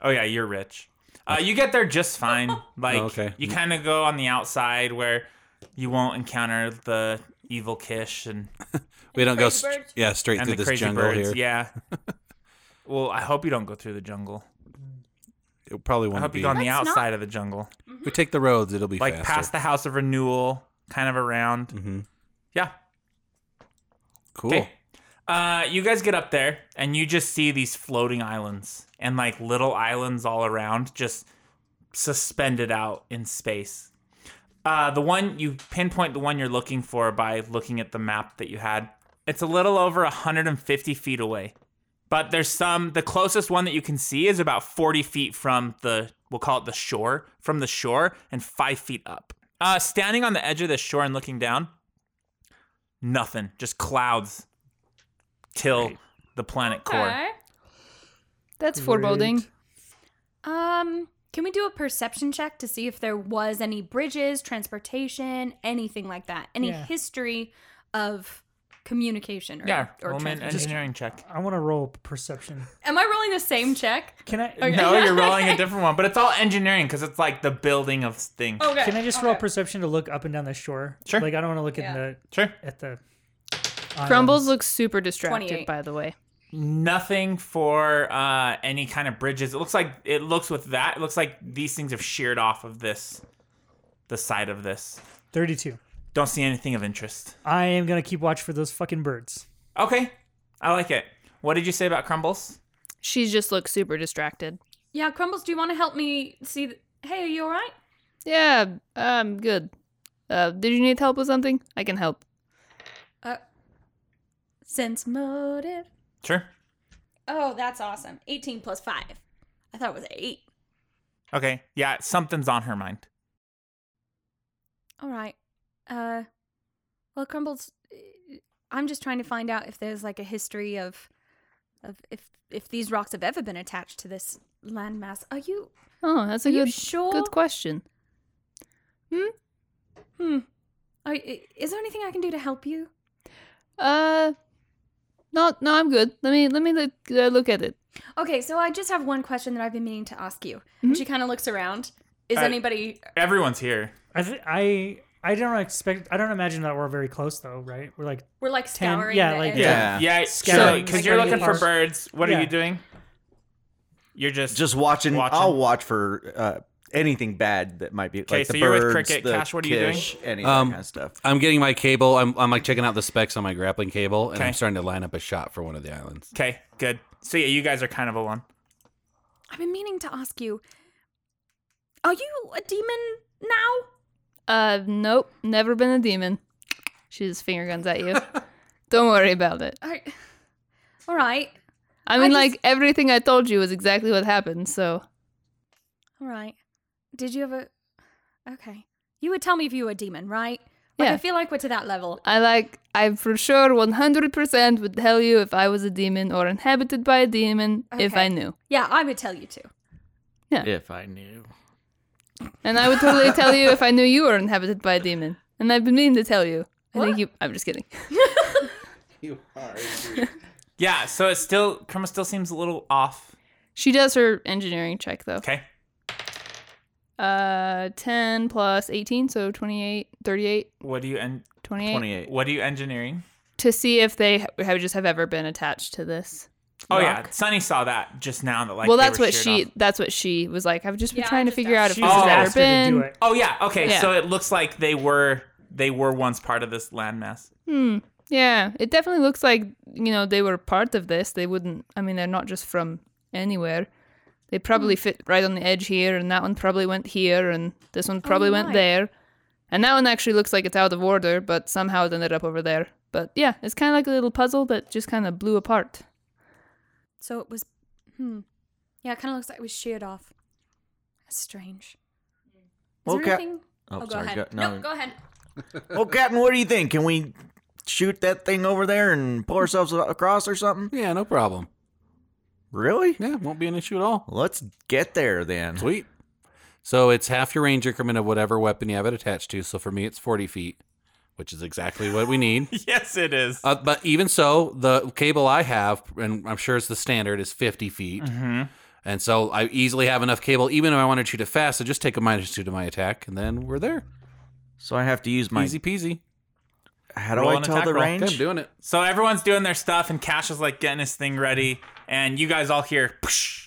S1: Oh yeah, you're rich. Uh, you get there just fine. Like
S7: Oh, okay.
S1: you kind of go on the outside where you won't encounter the evil Kish and
S7: We don't go
S6: crazy
S7: st-
S6: birds.
S7: yeah straight
S1: and
S7: through
S1: the
S7: this
S1: crazy
S7: jungle
S1: birds.
S7: here.
S1: Yeah. well, I hope you don't go through the jungle.
S7: It
S1: I
S7: probably won't
S1: hope
S7: be.
S1: you go on the
S6: Let's not-
S1: outside of the jungle,
S7: we take the roads; it'll be
S1: like
S7: faster.
S1: past the House of Renewal, kind of around.
S7: Mhm.
S1: Yeah.
S7: Cool.
S1: Okay. Uh, you guys get up there and you just see these floating islands and like little islands all around, just suspended out in space. Uh, the one you pinpoint the one you're looking for by looking at the map that you had. It's a little over 150 feet away, but there's some. The closest one that you can see is about 40 feet from the we'll call it the shore, from the shore, and five feet up. Uh, standing on the edge of the shore and looking down, nothing, just clouds, till the planet core.
S6: Okay.
S10: That's foreboding.
S6: Um, can we do a perception check to see if there was any bridges, transportation, anything like that? Any
S5: Yeah.
S6: history of communication or,
S1: Yeah,
S6: or
S1: roll me an
S6: transportation?
S1: engineering check.
S5: I want to roll perception.
S6: Am I rolling the same check?
S5: Can I?
S1: No, you're rolling a different one, but it's all engineering because it's like the building of things.
S6: Okay.
S5: Can I just roll perception to look up and down the shore?
S1: Sure.
S5: Like I don't want to look
S6: Yeah.
S5: at
S1: Sure.
S5: the at the.
S10: Crumbles looks super distracted,
S6: 28.
S10: by the way.
S1: Nothing for uh, any kind of bridges. It looks like it looks with that. It looks like these things have sheared off of this, the side of this.
S5: Thirty-two.
S1: Don't see anything of interest.
S5: I am gonna keep watch for those fucking birds.
S1: Okay, I like it. What did you say about crumbles?
S10: She just looks super distracted.
S6: Yeah, Crumbles, do you want to help me see? Th- hey, are you all right?
S10: Yeah, I'm good. Uh, did you need help with something? I can help.
S6: Sense motive.
S1: Sure.
S6: Oh, that's awesome. 18 plus 5. I thought it was 8.
S1: Okay. Yeah, something's on her mind.
S6: All right. Uh, well, Crumbles, uh, I'm just trying to find out if there's like a history of, of if if these rocks have ever been attached to this landmass. Are you?
S10: Oh, that's a
S6: Are you
S10: good,
S6: sure?
S10: good question.
S6: Hmm. Are, i- is there anything I can do to help you?
S10: Uh, no, no, I'm good. Let me let me look, uh, look at it.
S6: Okay, so I just have one question that I've been meaning to ask you. And she kind of looks around. Is
S1: Uh,
S6: anybody?
S1: Everyone's here.
S5: I th- I I don't expect. I don't imagine that we're very close though, right? We're like
S6: We're like
S5: ten-
S6: scouring.
S5: yeah,
S6: the
S5: like-
S6: area.
S4: Yeah.
S1: Yeah. So,
S5: Scattering,
S1: because
S5: like,
S1: you're
S5: radio
S1: looking for
S5: bars.
S1: birds. What are
S5: Yeah.
S1: you doing? You're just
S4: Just watching.
S1: Watching.
S4: I'll watch for uh, anything bad that might be.
S1: 'Kay,
S4: like
S1: so
S4: the
S1: you're with
S4: birds,
S1: Cricket.
S4: the
S1: Cash, what are you doing?
S4: kish, Any of
S7: Um,
S4: that kind of stuff.
S7: I'm getting my cable. I'm, I'm like checking out the specs on my grappling cable, and
S1: Okay.
S7: I'm starting to line up a shot for one of the islands.
S1: okay. Good. So yeah, you guys are kind of alone.
S6: I've been meaning to ask you. Are you a demon now?
S10: Uh, nope, never been a demon. She just finger guns at you. Don't worry about it.
S6: All right. All right.
S10: I mean,
S6: just-
S10: like everything I told you was exactly what happened. So
S6: All right. Did you ever? Okay. You would tell me if you were a demon, right? Like,
S10: Yeah.
S6: I feel like we're to that level.
S10: I like I for sure 100% would tell you if I was a demon or inhabited by a demon if
S6: Okay.
S10: I knew.
S6: Yeah, I would tell you too.
S4: If I knew.
S10: And I would totally tell you if I knew you were inhabited by a demon. And I've been meaning to tell you. I think you. I'm just kidding.
S1: Yeah. So it's still Kerma still seems a little off.
S10: She does her engineering check though.
S1: Okay.
S10: Uh, 10 plus 18, so 28, 38,
S1: What do you en-
S10: 28.
S4: 28.
S1: What are you engineering?
S10: To see if they ha- have just have ever been attached to this.
S1: Oh yeah, Sunny saw that just now. That like.
S10: well,
S1: they
S10: that's
S1: were
S10: what
S1: sheared
S10: she.
S1: off.
S10: That's what she was like. I've just been
S6: Yeah,
S10: trying to
S6: just
S10: figure out if
S5: she's
S10: this
S1: Oh.
S10: has ever
S5: asked her to do
S10: been.
S5: it.
S1: Oh yeah. Okay.
S10: Yeah.
S1: So it looks like they were they were once part of this landmass.
S10: Hmm. Yeah, it definitely looks like you know they were part of this. They wouldn't. I mean, they're not just from anywhere. They probably fit right on the edge here, and that one probably went here, and this one probably went
S6: right.
S10: there, and that one actually looks like it's out of order, but somehow it ended up over there. But yeah, it's kind of like a little puzzle that just kind of blew apart.
S6: So it was. Hmm. Yeah, it kind of looks like it was sheared off. That's strange. Is
S4: Okay.
S6: there anything?
S4: Oh,
S6: go
S4: sorry,
S6: ahead.
S4: go- no.
S6: no, go ahead.
S4: Well, Captain, what do you think? Can we shoot that thing over there and pull ourselves a- across or something?
S7: Yeah, no problem.
S4: Really?
S7: Yeah, won't be an issue at all.
S4: Let's get there then.
S7: Sweet. So it's half your range increment of whatever weapon you have it attached to. So for me, it's 40 feet, which is exactly what we need.
S1: Yes, it is.
S7: Uh, but even so, the cable I have, and I'm sure it's the standard, is 50 feet.
S1: Mhm.
S7: And so I easily have enough cable. Even if I wanted to shoot it fast, I just take a minus two to my attack, and then we're there.
S4: So I have to use my.
S7: Easy peasy.
S4: How do
S1: Roll
S4: I
S1: an
S4: tell
S1: attack
S4: the
S1: roll.
S7: Okay, I'm
S4: range?
S7: doing it.
S1: So everyone's doing their stuff, and Cash is like getting his thing ready, and you guys all hear. Psh,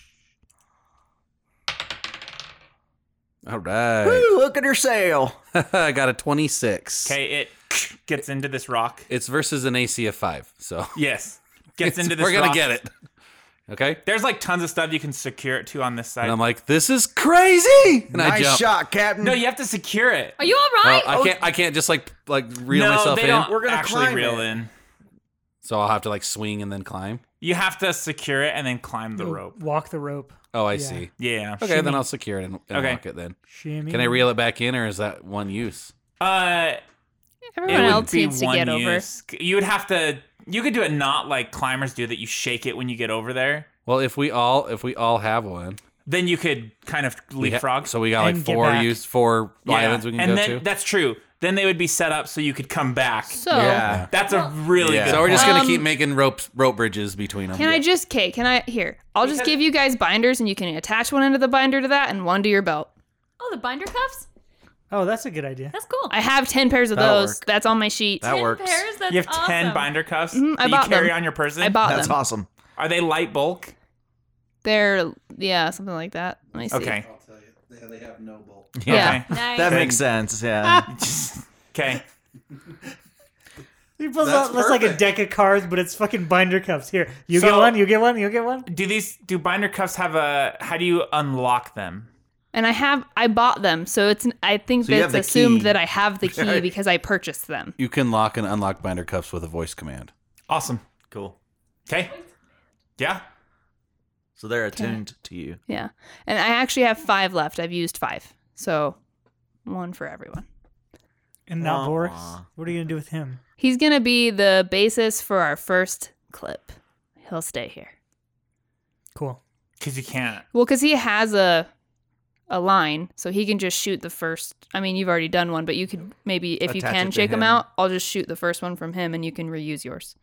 S7: All right.
S4: Woo, look at her sail.
S7: I got a 26.
S1: okay, it gets into this rock.
S7: It's versus an AC of five. So
S1: Yes, gets
S7: it's-
S1: into this.
S7: We're going
S1: rock.
S7: to get it. Okay.
S1: There's like tons of stuff you can secure it to on this
S7: And
S1: side.
S7: I'm like, this is crazy. And I
S4: nice
S7: jump.
S4: shot, Captain.
S1: no, you have to secure it.
S6: Are you all
S7: Well,
S6: right?
S7: I can't. I can't just like like reel
S1: no,
S7: myself
S1: they
S7: in.
S1: don't
S4: We're gonna
S1: actually
S4: climb
S1: reel
S4: it.
S1: in.
S7: So I'll have to like swing and then climb.
S1: You have to secure it and then climb the
S10: Mm.
S5: You'll
S1: rope.
S5: Walk the rope.
S7: Oh, I
S5: Yeah.
S7: see.
S1: Yeah.
S7: Okay, then I'll secure it and, and
S1: Okay.
S7: lock it. Then
S5: Shimmy.
S7: can I reel it back in, or is that one use?
S1: Uh, it
S10: Everyone
S1: would
S10: else
S1: be
S10: needs to
S1: one
S10: get
S1: use. You would have to. You could do it not like climbers do that. You shake it when you get over there.
S7: Well, if we all if we all have one,
S1: Then you could kind of
S7: we ha-
S1: leapfrog.
S7: so we got like
S5: And get
S7: four
S5: back.
S7: use four
S1: Yeah,
S7: islands we can
S1: and
S7: go
S1: then,
S7: to.
S1: That's true. Then they would be set up so you could come back.
S10: over. So
S4: yeah.
S1: That's a really
S7: Yeah.
S1: good.
S7: So we're just
S1: point.
S7: gonna
S10: Um,
S7: keep making rope rope bridges between them.
S10: can I just okay, can I here. I'll just give you guys binders and you can attach one end of the binder to that and one to your belt.
S6: oh, the binder cuffs?
S5: Oh, that's a good idea.
S6: That's cool.
S10: I have ten pairs of
S4: That'll
S10: those.
S4: work.
S10: That's on my sheet.
S4: That works.
S6: Pairs? That's
S1: You have
S6: awesome.
S1: ten binder cuffs
S10: Mhm, I
S1: that
S10: bought
S1: you carry
S10: them.
S1: on your person.
S10: I bought
S4: That's
S10: them.
S4: awesome.
S1: Are they light bulk?
S10: They're yeah, something like that. Let me see.
S1: Okay.
S10: Yeah.
S6: Nice.
S4: That makes sense. Yeah.
S1: Ah. Okay.
S5: He pulls out that's like a deck of cards, but it's fucking binder cups. Here, you
S1: So-
S5: get one. You get one. You get one.
S1: Do these do binder cuffs have a? How do you unlock them?
S10: And I have I bought them, so it's I think
S4: So you
S10: that
S4: have
S10: it's
S4: the
S10: assumed
S4: key.
S10: that I have the key because I purchased them.
S7: you can lock and unlock binder cuffs with a voice command.
S1: Awesome. Cool. Okay. Yeah.
S4: So they're attuned to you.
S10: Yeah. And I actually have five left. I've used five. So one for everyone.
S5: And now
S4: Wah,
S5: Boris,
S4: wah.
S5: what are you gonna do with him?
S10: He's gonna be the basis for our first clip. He'll stay here.
S5: Cool.
S1: Because you can't.
S10: Well, because he has a a line, so he can just shoot the first. I mean, you've already done one, but you could maybe if you
S4: Attach it
S10: can
S4: to
S10: shake him.
S4: him.
S10: out, I'll just shoot the first one from him, and you can reuse yours.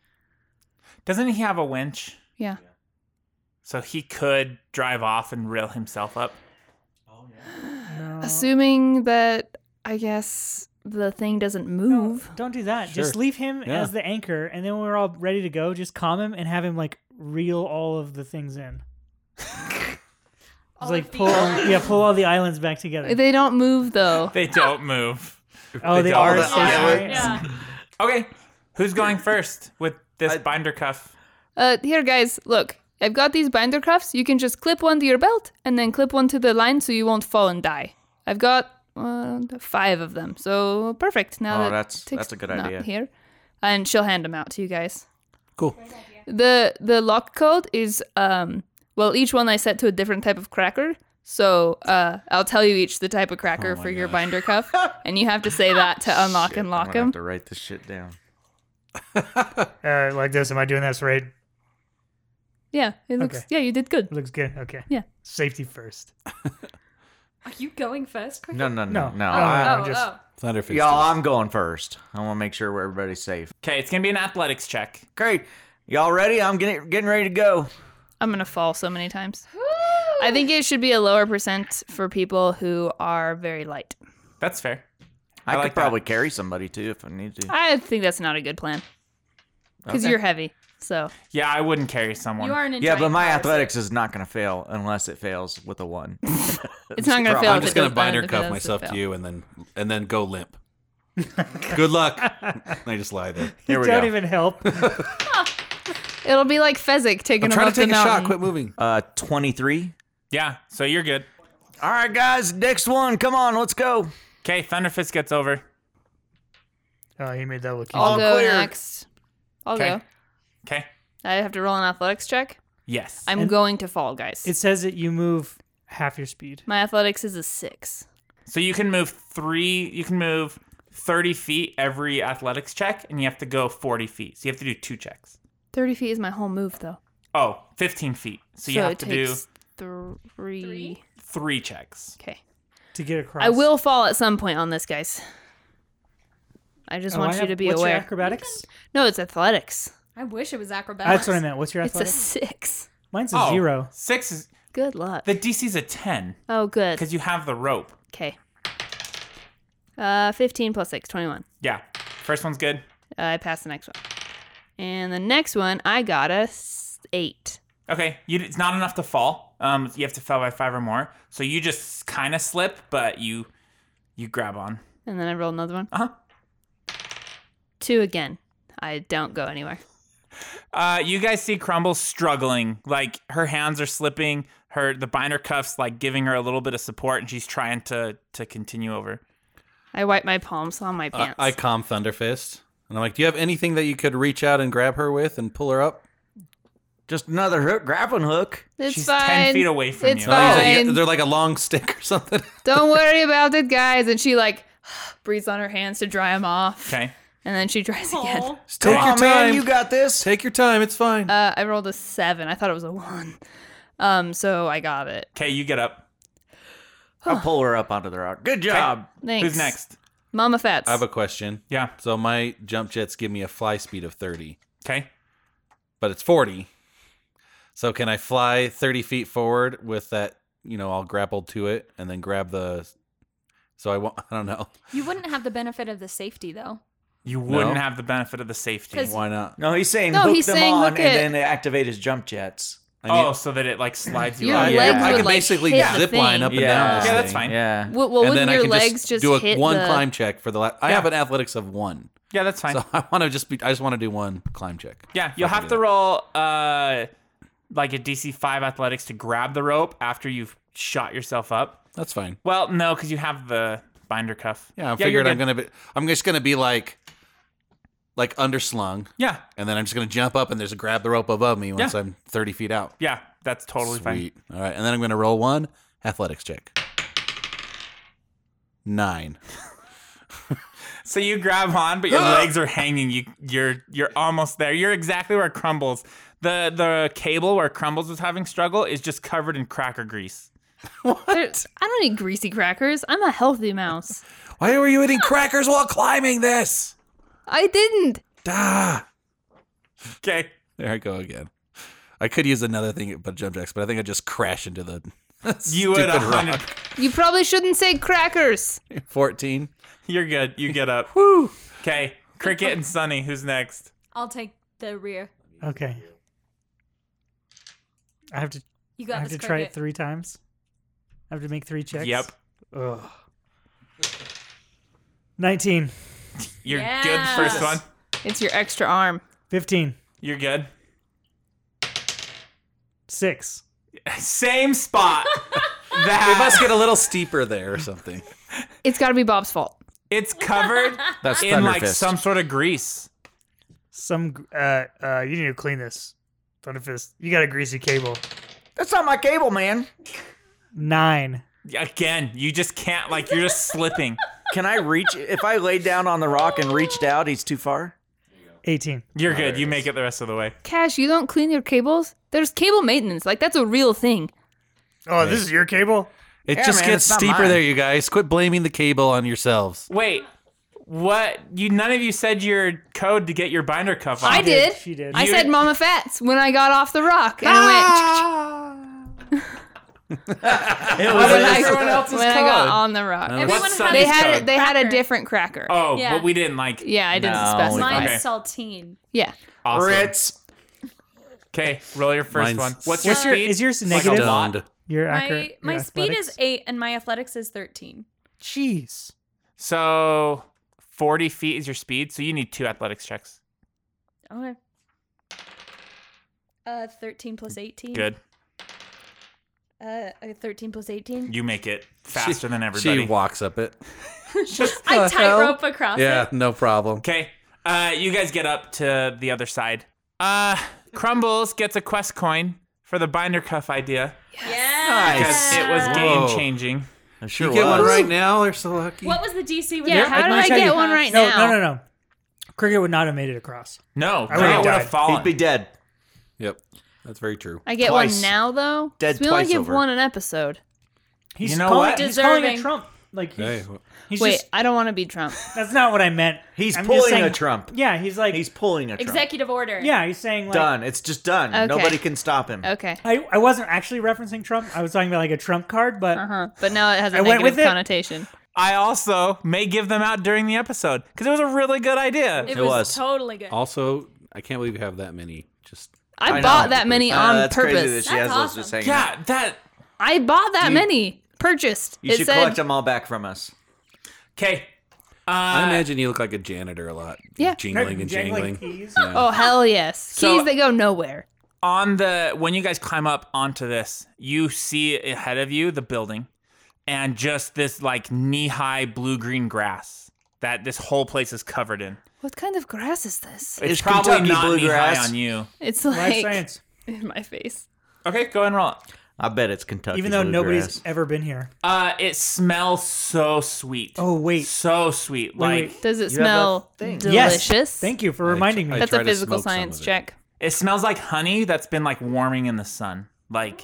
S1: Doesn't he have a winch?
S10: Yeah.
S1: So he could drive off and reel himself up.
S5: No.
S10: Assuming that I guess the thing doesn't
S5: No,
S10: move.
S5: don't do that. Just
S7: Sure.
S5: leave him
S7: Yeah.
S5: as the anchor, and then when we're all ready to go, just calm him and have him like reel all of the things in. It's like pull, yeah, pull all the islands back together.
S10: They don't move though.
S1: They don't move.
S5: oh,
S1: they
S5: they,
S1: don't-
S5: are.
S1: All
S5: so
S1: the
S5: sorry.
S6: Yeah.
S1: Okay. Who's going first with this binder cuff?
S10: Uh, here, guys, look. I've got these binder cuffs. You can just clip one to your belt and then clip one to the line so you won't fall and die. I've got uh, five of them, so perfect. Now
S4: Oh,
S10: that
S4: that's-
S10: Tix
S4: that's a good
S10: not
S4: idea.
S10: Here, and she'll hand them out to you guys.
S7: Cool.
S10: The the lock code is um well each one I set to a different type of cracker. So uh, I'll tell you each the type of
S4: Oh
S10: cracker for your binder cuff, and you have to say that to unlock and
S4: I'm
S10: lock
S4: gonna have
S10: them.
S4: to write this shit down.
S2: Uh, like this. Am I doing this right?
S10: Yeah, it looks.
S5: Okay.
S10: Yeah, you did good.
S2: Looks good. Okay.
S10: Yeah.
S2: Safety first.
S6: Are you going first, Cricket?
S4: No, no, no, no.
S5: No. Oh,
S4: I,
S6: Oh,
S5: just-
S6: oh.
S7: Thunder fist.
S4: y'all, I'm going first. I want to make sure we're- everybody's safe.
S1: Okay, it's gonna be an athletics check.
S4: Great. Y'all ready? I'm getting getting ready to go.
S10: I'm gonna fall so many times. I think it should be a lower percent for people who are very light.
S1: That's fair.
S4: I,
S1: I
S4: could
S1: like that.
S4: probably carry somebody too if I need to.
S10: I think that's not a good plan because you're heavy. So
S1: Yeah, I wouldn't carry someone.
S6: You are an
S4: yeah, but
S6: giant
S4: my
S6: power
S4: athletics is not going to fail unless it fails with a one.
S10: it's not gonna fail.
S7: I'm
S10: if
S7: just
S10: it
S7: gonna
S10: does bad
S7: binder
S10: if it
S7: cuff
S10: does
S7: myself
S10: fail.
S7: to you and then and then go limp. Good luck. I just lie there.
S4: Here we
S5: don't
S4: go.
S5: even help.
S10: It'll be like Fezzik taking
S7: I'm
S10: him
S7: trying
S10: up
S7: to take a
S10: the
S7: shot.
S10: mountain.
S7: Quit moving.
S4: Uh, twenty-three.
S1: Yeah, so you're good.
S4: All right, guys, next one. Come on, let's go.
S1: Okay, Thunderfist gets over.
S2: Oh, he made that look.
S10: I'll
S4: All
S10: go
S4: clear.
S10: next. I'll
S1: Okay.
S10: go.
S1: Okay.
S10: I have to roll an athletics check.
S1: Yes.
S10: I'm going to fall, guys.
S5: It says that you move half your speed.
S10: My athletics is a six.
S1: so you can move three. You can move thirty feet every athletics check, and you have to go forty feet. So you have to do two checks.
S10: Thirty feet is my whole move, though.
S1: Oh, 15 feet. So you have
S10: it
S1: to
S10: takes
S1: do
S10: three.
S1: three checks.
S10: Okay.
S5: to get across.
S10: I will fall at some point on this, guys. I just
S5: Oh,
S10: want
S5: I
S10: you
S5: have-
S10: to be
S5: what's
S10: aware.
S5: Your acrobatics. Uh,
S10: No, it's athletics.
S6: I wish it was acrobatics.
S5: That's what I meant. What's your
S10: It's a
S5: athletics?
S10: six.
S5: Mine's a
S1: Oh,
S5: zero.
S1: Six is
S10: Good luck.
S1: the DC's a 10
S10: Oh, good.
S1: because you have the rope.
S10: Okay. Uh, 15 plus 6, 21.
S1: Yeah. First one's good.
S10: Uh, I passed the next one. And the next one, I got a s- 8.
S1: Okay. You, it's not enough to fall. Um, you have to fall by five or more. So you just kind of slip, but you you grab on.
S10: And
S1: Uh-huh.
S10: then I rolled another one.
S1: Uh huh.
S10: 2 again. I don't go anywhere.
S1: Uh, you guys see Crumble struggling, like her hands are slipping, her the binder cuffs like giving her a little bit of support, and she's trying to to continue over.
S10: I wipe my palms on my
S1: Uh,
S7: I,
S10: pants.
S7: I calm Thunderfist, and I'm like, "Do you have anything that you could reach out and grab her with and pull her up?"
S4: Just another hook, grappling hook.
S10: it's
S1: she's
S10: fine.
S1: ten feet away from
S10: It's
S1: you.
S7: And I use it-
S10: Fine.
S7: yeah, they're like a long stick or something.
S10: Don't worry about it, guys. And she like breathes on her hands to dry them off,
S1: Okay.
S10: and then she dries again.
S7: Just
S4: Come
S7: take your
S4: on,
S7: time.
S4: man, you got this.
S7: take your time. It's fine.
S10: Uh, I rolled a seven. I thought it was a one. Um, so I got it.
S1: Okay, you get up.
S4: I'll pull her up onto the rock. Good job.
S10: Thanks.
S1: Who's next?
S10: Mama Fats.
S7: I have a question.
S1: Yeah.
S7: So my jump jets give me a fly speed of 30,
S1: Okay.
S7: but it's 40. So can I fly 30 feet forward with that? You know, I'll grapple to it and then grab the. So I won't. I don't know.
S6: You wouldn't have the benefit of the safety though.
S1: You wouldn't
S7: No.
S1: have the benefit of the safety.
S6: 'Cause-
S7: Why not?
S4: No, he's saying
S10: No,
S4: hook
S10: he's
S4: them
S10: saying
S4: on
S10: hook
S4: and
S10: it.
S4: then they activate his jump jets.
S1: Oh, so that it like slides you
S10: Your
S1: up.
S7: I-
S10: legs
S7: I
S10: would,
S7: can
S10: like,
S7: basically
S10: hit the
S7: zip line
S10: thing.
S7: up and
S4: Yeah.
S7: down. this
S1: Yeah, that's
S7: thing.
S1: fine.
S4: Yeah.
S10: Well, well
S7: and
S10: wouldn't
S7: then I
S10: your
S7: can
S10: legs
S7: just,
S10: just
S7: do a
S10: hit
S7: one
S10: the-
S7: climb check for the. La- I
S1: Yeah.
S7: have an athletics of one,
S1: Yeah, that's fine.
S7: so I want to just be. I just want to do one climb check.
S1: yeah, you'll have to roll uh like a DC five athletics to grab the rope after you've shot yourself up.
S7: That's fine.
S1: Well, no, because you have the binder cuff.
S7: Yeah, I
S1: you're
S7: figured I'm
S1: good.
S7: gonna be. I'm just gonna be like, like underslung,
S1: Yeah,
S7: and then I'm just gonna jump up and there's a grab the rope above me once
S1: Yeah.
S7: I'm 30 feet out.
S1: yeah, that's totally fine.
S7: Sweet. All right, and then I'm gonna roll one athletics check. Nine.
S1: So you grab on, but your legs are hanging. You you're you're almost there. You're exactly where Crumbles. The the cable where Crumbles was having struggle is just covered in cracker grease.
S10: There- I don't eat greasy crackers. I'm a healthy mouse.
S7: Why were you eating crackers while climbing this?
S10: I didn't.
S7: Duh.
S1: Okay.
S7: There I go again. I could use another thing but jump jacks, but I think I just crash into the.
S1: You would
S7: stupid
S1: 100
S7: rock.
S10: You probably shouldn't say crackers.
S7: 14.
S1: You're good. You get up. Okay. Cricket and Sunny, who's next?
S6: I'll take the rear.
S5: Okay. I have to.
S6: You
S5: I
S6: got
S5: have
S6: this
S5: to try it
S6: cricket.
S5: three times. I have to make three checks.
S1: Yep.
S5: Ugh. Nineteen.
S1: You're
S6: Yes.
S1: good first one.
S10: It's your extra arm.
S5: 15.
S1: You're good.
S5: 6.
S1: Same spot. that
S7: It must get a little steeper there or something.
S10: It's got to be Bob's fault.
S1: it's covered
S4: That's
S1: in like
S4: Thunderfist.
S1: some sort of grease.
S5: Some gr- uh uh you need to clean this. Thunder fist. You got a greasy cable.
S4: That's not my cable, man.
S5: 9.
S1: Again, you just can't like you're just slipping.
S4: Can I reach? if I laid down on the rock and reached out, he's too far.
S5: 18.
S1: You're good. You make it the rest of the way.
S10: Cash, you don't clean your cables? There's cable maintenance. Like, that's a real thing.
S5: Oh, this is your cable?
S7: It
S4: Yeah,
S7: just
S4: man,
S7: gets
S4: it's not
S7: steeper
S4: mine.
S7: there, you guys. Quit blaming the cable on yourselves.
S1: Wait, what? You none of you said your code to get your binder cuff on.
S10: I did. Ah!
S5: She did.
S10: I
S1: You-
S10: said Mama Fats when I got off the rock. And I
S4: It
S10: went. when I-
S1: everyone else's
S10: when I got
S1: code?
S10: on the rock.
S7: Everyone
S1: What's
S6: had
S1: Sunny's
S10: They had
S1: code?
S10: a, they had a
S6: Cracker.
S10: different cracker.
S1: oh,
S6: Yeah.
S1: but we didn't like.
S10: Yeah, I didn't
S4: No,
S10: specify.
S6: Mine
S1: Okay.
S6: is saltine.
S10: Yeah.
S1: Awesome.
S4: Ritz.
S1: Okay, roll your first
S7: Mine's
S1: one. What's your
S6: so-
S1: speed?
S5: Is yours
S1: Like a
S5: negative?
S1: lot.
S7: Stoned.
S5: Your
S6: My
S5: accurate.
S6: my
S5: your
S6: speed is
S5: athletics?
S6: eight and my athletics is thirteen.
S5: Jeez.
S1: So forty feet is your speed. So you need two athletics checks.
S6: Okay. Uh, thirteen plus eighteen.
S1: Good.
S6: Uh, uh, thirteen plus eighteen.
S1: You make it faster than
S7: She
S1: everybody.
S7: walks up it.
S6: I
S7: the hell?
S6: tightrope across
S7: yeah,
S6: it.
S7: no problem.
S1: okay. Uh, you guys get up to the other side. Uh, Crumbles gets a quest coin for the binder cuff idea
S6: Yeah.
S1: because it was
S7: Whoa.
S1: game changing.
S4: I sure
S7: Get one
S4: was.
S7: right now. They're so lucky.
S6: What was the DC? with
S10: Yeah,
S6: that?
S10: how did
S5: let me
S10: I
S5: tell
S10: get
S5: you.
S10: one right
S5: No,
S10: now?
S5: no, no, no. Cricket would not have made it across.
S1: No,
S5: would've
S1: Cricket would
S5: died.
S1: have fallen.
S4: He'd be dead.
S7: Yep, that's very true.
S10: I get
S4: Twice.
S10: one now, though?
S4: Dead
S10: we only
S4: twice
S10: give
S4: over.
S10: one an episode.
S1: you know
S5: calling-
S1: what?
S5: He's calling it
S6: Deserving.
S5: Trump. Like he's,
S7: Hey, well,
S5: he's
S10: Wait,
S5: just
S10: I don't want to be Trump.
S5: that's not what I meant.
S4: He's
S5: I'm just
S4: pulling
S5: saying-
S4: a Trump.
S5: Yeah, he's like
S4: He's pulling a Trump.
S6: Executive order.
S5: Yeah, he's saying like
S4: Done. It's just done.
S10: Okay.
S4: Nobody can stop him.
S10: Okay.
S5: I, I wasn't actually referencing Trump. I was talking about like a Trump card, but
S10: Uh huh. But now it has a
S5: I went
S10: negative
S5: with it.
S10: connotation.
S1: I also may give them out during the episode because it was a really good idea.
S6: It,
S4: It
S6: was,
S4: was.
S6: totally
S7: Oh.
S6: good.
S7: also, I can't believe you have that many. Just
S10: I,
S4: I
S10: bought
S4: know.
S10: that many
S4: I know,
S10: on
S4: Uh, that's
S10: purpose.
S4: Crazy that she
S6: That's
S4: has those
S6: awesome.
S4: just hanging out.
S1: yeah, that.
S10: I bought that many. Purchased.
S4: You
S10: it
S4: should
S10: said
S4: collect them all back from us.
S1: Okay.
S7: I imagine you look like a janitor a lot.
S10: Yeah.
S7: Jingling and jangling.
S5: keys.
S7: Yeah.
S10: Oh hell yes!
S1: So-
S10: Keys that go nowhere.
S1: on the when you guys climb up onto this, you see ahead of you the building and just this like knee-high blue-green grass that this whole place is covered in.
S10: What kind of grass is this?
S1: It's
S4: Is
S1: probably
S4: Kentucky
S1: not knee-high
S4: bluegrass?
S1: on you.
S10: It's
S5: Life
S10: like
S5: science.
S10: in my face.
S1: Okay, go ahead and roll it.
S4: I bet it's Kentucky.
S5: Even though
S4: bluegrass.
S5: nobody's ever been here.
S1: Uh, it smells so sweet.
S5: Oh wait.
S1: so sweet.
S5: Wait,
S1: Like
S5: wait.
S10: Does it
S4: You have a
S10: smell
S4: thing.
S10: delicious?
S5: Yes. Thank you for reminding me.
S7: I
S10: That's
S7: try
S10: a
S7: to
S10: physical
S7: smoke some
S10: science
S7: of it.
S10: check.
S1: it smells like honey that's been like warming in the sun. Like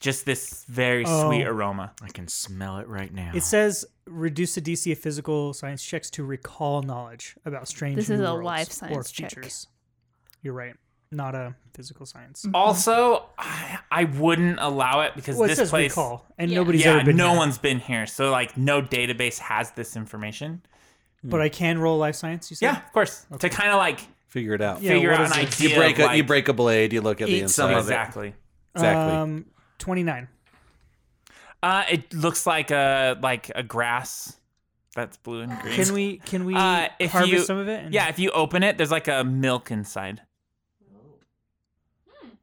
S1: just this very
S5: Oh.
S1: sweet aroma.
S4: I can smell it right now.
S5: It says reduce the DC of physical science checks to recall knowledge about strange
S10: This
S5: new
S10: is a
S5: worlds
S10: life
S5: or
S10: science check.
S5: features. You're right. Not a physical science.
S1: Also, I, I wouldn't allow it because
S5: Well, it
S1: this
S5: says
S1: place
S5: recall, and
S6: Yeah.
S5: nobody's
S1: yeah,
S5: ever been
S1: no
S5: here.
S1: one's been here, so like no database has this information.
S5: But I can roll life science. You said.
S1: Yeah, of course. To kind of like
S7: Figure it out.
S5: Yeah,
S1: figure
S5: what
S1: out an
S5: is it?
S1: idea.
S7: You break
S1: of,
S7: a
S1: like,
S7: you break a blade. You look at the
S4: Eat some
S7: inside.
S4: of it.
S1: exactly.
S7: Exactly.
S5: Um, twenty nine.
S1: Uh, it looks like a like a grass that's blue and green.
S5: Can we can we
S1: Uh, if
S5: harvest
S1: you-
S5: some of it? And
S1: Yeah, if you open it, there's like a milk inside.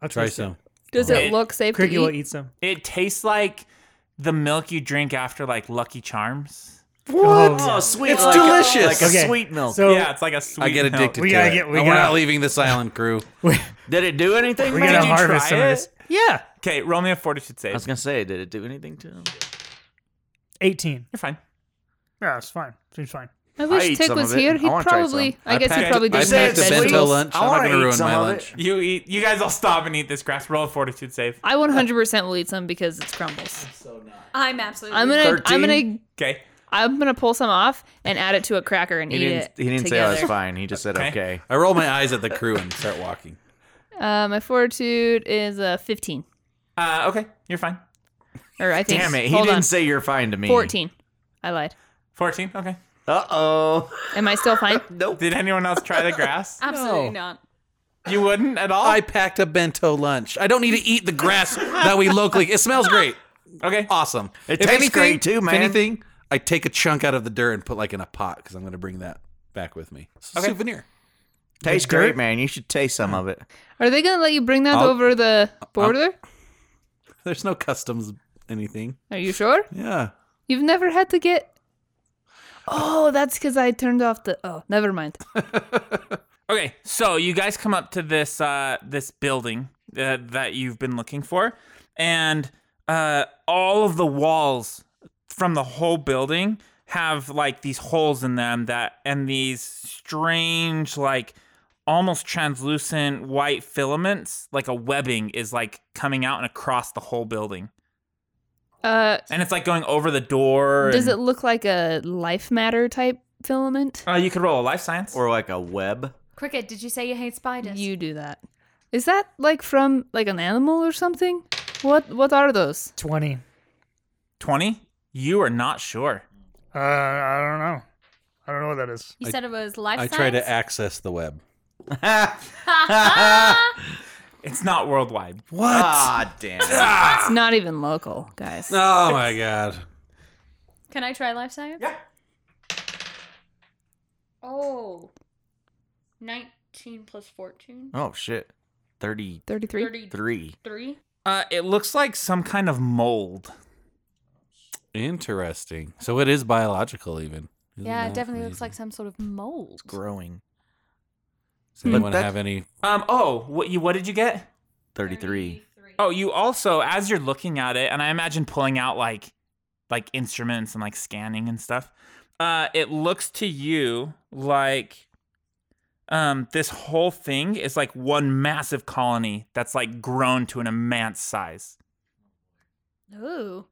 S5: I'll
S7: Try
S5: taste it.
S7: some.
S10: Does
S1: Oh.
S10: it look safe
S5: Craigie
S10: to
S5: will
S10: eat?
S5: eat some.
S1: It tastes like the milk you drink after like Lucky Charms.
S5: What?
S4: Oh, sweet!
S7: It's
S4: like A,
S7: delicious.
S4: like a
S5: Okay.
S4: sweet milk.
S5: So
S1: yeah, it's like a sweet.
S7: I get
S1: milk.
S7: addicted
S5: We
S7: to
S5: gotta
S7: it.
S5: get- we
S7: I- We're
S5: gotta-
S7: not leaving this island, crew.
S4: Did it do anything?
S5: we
S4: man?
S5: gotta
S1: you
S5: harvest
S1: try
S5: some of
S1: it?
S5: this. Yeah,
S1: Okay, roll me a fortitude save.
S4: I was gonna say, did it do anything to him?
S5: eighteen.
S1: You're fine.
S5: Yeah, it's fine. Seems fine.
S10: I
S4: I
S10: wish
S4: eat
S10: Tick
S4: some
S10: was
S4: of it.
S10: here.
S4: I
S10: He'd
S4: wanna try
S10: probably.
S4: some.
S10: I,
S1: I
S10: guess he
S1: packed-
S10: probably
S1: I
S10: did
S4: packed
S10: make
S4: a
S10: vegetables.
S7: bento lunch.
S4: I
S7: I'm not
S4: wanna
S7: gonna
S4: eat
S7: ruin
S4: some
S7: my
S4: of
S7: lunch.
S4: it.
S1: You eat. You guys all stop and eat this grass. Roll a fortitude save.
S10: I 100% will eat some because it's crumbles.
S6: I'm absolutely.
S10: I'm gonna, I'm
S4: 13?
S10: gonna,
S1: Okay.
S10: I'm gonna pull some off and add it to a cracker and
S4: He
S10: eat
S4: didn't.
S10: it.
S4: He didn't say I
S10: together.
S4: was fine. He just said
S1: Okay.
S4: okay.
S7: I roll my eyes at the crew and start walking.
S10: Uh, my fortitude is uh, 15.
S1: Uh, okay, you're fine.
S10: Or I think.
S4: Damn it! He
S10: hold
S4: didn't
S10: on.
S4: say you're fine to me.
S10: 14. I lied.
S1: 14. Okay.
S4: Uh oh.
S10: Am I still fine?
S4: Nope.
S1: Did anyone else try the grass?
S6: absolutely not.
S1: You wouldn't at
S4: Oh.
S1: all.
S7: I packed a bento lunch. I don't need to eat the grass that we locally. It smells great.
S1: okay.
S7: Awesome.
S4: It tastes great too,
S7: if
S4: man.
S7: anything, I take a chunk out of the dirt and put like in a pot because I'm going to bring that back with me. It's a
S1: Okay.
S7: souvenir.
S4: Tastes
S5: dirt?
S4: great, man. You should taste some of it.
S10: Are they gonna let you bring that
S7: I'll-
S10: over the border?
S7: There's no customs anything.
S10: Are you sure?
S7: Yeah.
S10: You've never had to get. Oh, that's because I turned off the. Oh, never mind.
S1: Okay, so you guys come up to this uh, this building uh, that you've been looking for, and uh, all of the walls from the whole building have like these holes in them that and these strange like almost translucent white filaments like a webbing is like coming out and across the whole building
S10: Uh,
S1: and it's like going over the door
S10: does it
S1: and-
S10: look like a life matter type filament?
S1: uh, you could roll a life science
S4: Or like a web.
S6: Cricket, did you say you hate spiders?
S10: You do that. Is that like from like an animal or something? What what are those?
S5: Twenty.
S1: 20 you are not sure
S2: Uh, I don't know. I don't know what that is.
S6: You said it was life
S7: I
S6: science.
S7: try to access the web.
S1: it's not worldwide
S7: What?
S4: Ah, damn. it.
S10: It's not even local, guys.
S7: Oh my god.
S6: Can I try life science?
S1: Yeah.
S6: Oh. 19 plus 14.
S4: oh shit. Thirty-three.
S10: 33.
S1: Uh, it looks like some kind of mold.
S7: Interesting. So it is biological, even. Isn't
S6: Yeah, it
S7: that
S6: definitely looks like some
S7: amazing?
S6: sort of mold.
S4: Growing.
S7: Does anyone
S4: that-
S7: have any?
S1: Um. Oh, what you? What did you get?
S4: Thirty-three.
S1: Oh, you also, as you're looking at it, and I imagine pulling out like, like instruments and like scanning and stuff. Uh, it looks to you like, um, this whole thing is like one massive colony that's like grown to an immense size.
S6: Ooh.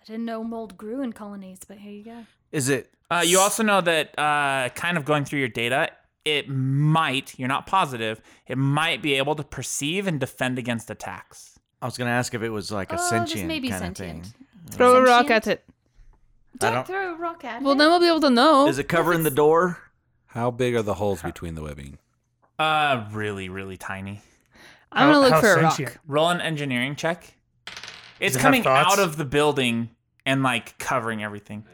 S6: I didn't know mold grew in colonies, but here you go.
S4: Is it?
S1: Uh, you also know that, uh, kind of going through your data, it might. You're not positive. It might be able to perceive and defend against attacks.
S4: I was gonna ask if it was like a
S6: Oh, this
S4: sentient
S6: may be
S4: kind
S6: sentient.
S4: of thing.
S10: Throw a rock
S6: Sentient?
S10: at it.
S4: I
S6: Don't,
S4: don't-
S6: throw a rock at
S10: Well,
S6: it.
S10: then we'll be able to know.
S4: Oh, Is it covering the door?
S7: How big are the holes between the webbing?
S1: Uh, really, really tiny.
S10: I'm
S2: How-
S10: gonna
S2: how
S10: look for a rock.
S2: sentient?
S1: Roll an engineering check. It's
S2: Does it have
S1: coming
S2: thoughts?
S1: out of the building and like covering everything.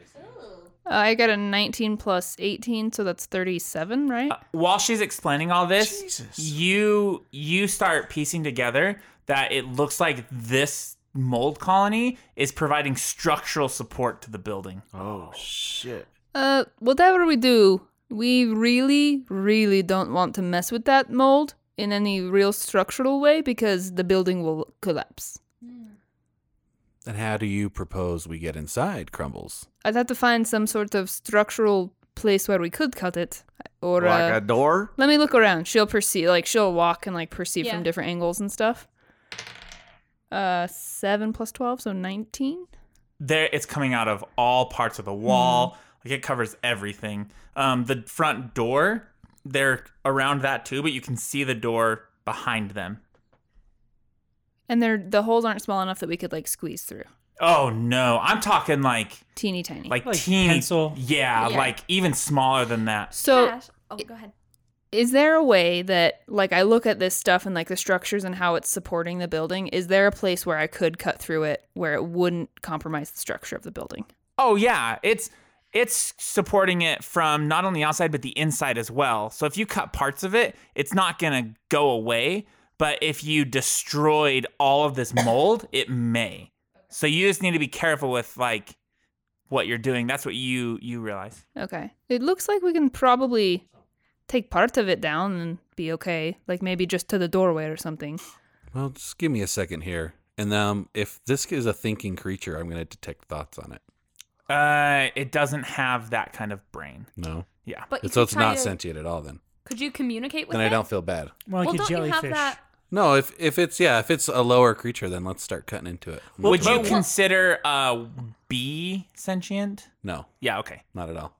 S10: Uh, I got a 19 plus 18, so that's 37,
S2: Uh,
S10: right?
S1: While she's explaining all this, you you start piecing together that it looks like this mold colony is providing structural support to the building.
S4: Oh shit.
S10: Uh, whatever we do, we really, really don't want to mess with that mold in any real structural way because the building will collapse.
S7: And how do you propose we get inside, Crumbles?
S10: I'd have to find some sort of structural place where we could cut it, or
S4: Like
S10: uh,
S4: a door?
S10: let me look around. She'll perceive, like she'll walk and like perceive
S6: Yeah.
S10: from different angles and stuff. Uh, seven plus twelve, so nineteen.
S1: There it's coming out of all parts of the wall. Like it covers everything. Um the front door, they're around that too, but you can see the door behind them.
S10: And they're the holes aren't small enough that we could like squeeze through.
S1: Oh no, I'm talking like
S10: Teeny tiny.
S1: like,
S5: Like
S1: teeny
S5: pencil.
S1: Yeah,
S6: Yeah.
S1: like even smaller than that.
S10: so
S6: Cash- oh, go ahead.
S10: is there a way that like I look at this stuff and like the structures and how it's supporting the building? Is there a place where I could cut through it where it wouldn't compromise the structure of the building?
S1: Oh yeah, it's it's supporting it from not only outside but the inside as well. So if you cut parts of it, it's not gonna go away. But if you destroyed all of this mold, it may. So you just need to be careful with like what you're doing. That's what you you realize.
S10: Okay. It looks like we can probably take part of it down and be okay. Like maybe just to the doorway or something.
S7: Well, just give me a second here. And um, if this is a thinking creature, I'm going to detect thoughts on it.
S1: Uh, it doesn't have that kind of brain.
S7: No,
S1: Yeah.
S6: But you
S7: so
S6: could
S7: it's
S6: try
S7: not
S6: to-
S7: sentient at all. Then,
S6: Could you communicate with
S7: then
S6: it?
S7: I don't feel bad.
S5: More like
S6: Well,
S5: a
S6: don't you
S5: jellyfish.
S6: have that?
S7: No, if if it's yeah, if it's a lower creature, then let's start cutting into it. I'm
S1: Would
S7: not
S1: you
S7: doing it.
S1: consider uh bee sentient?
S7: No,
S1: Yeah. Okay.
S7: not at all.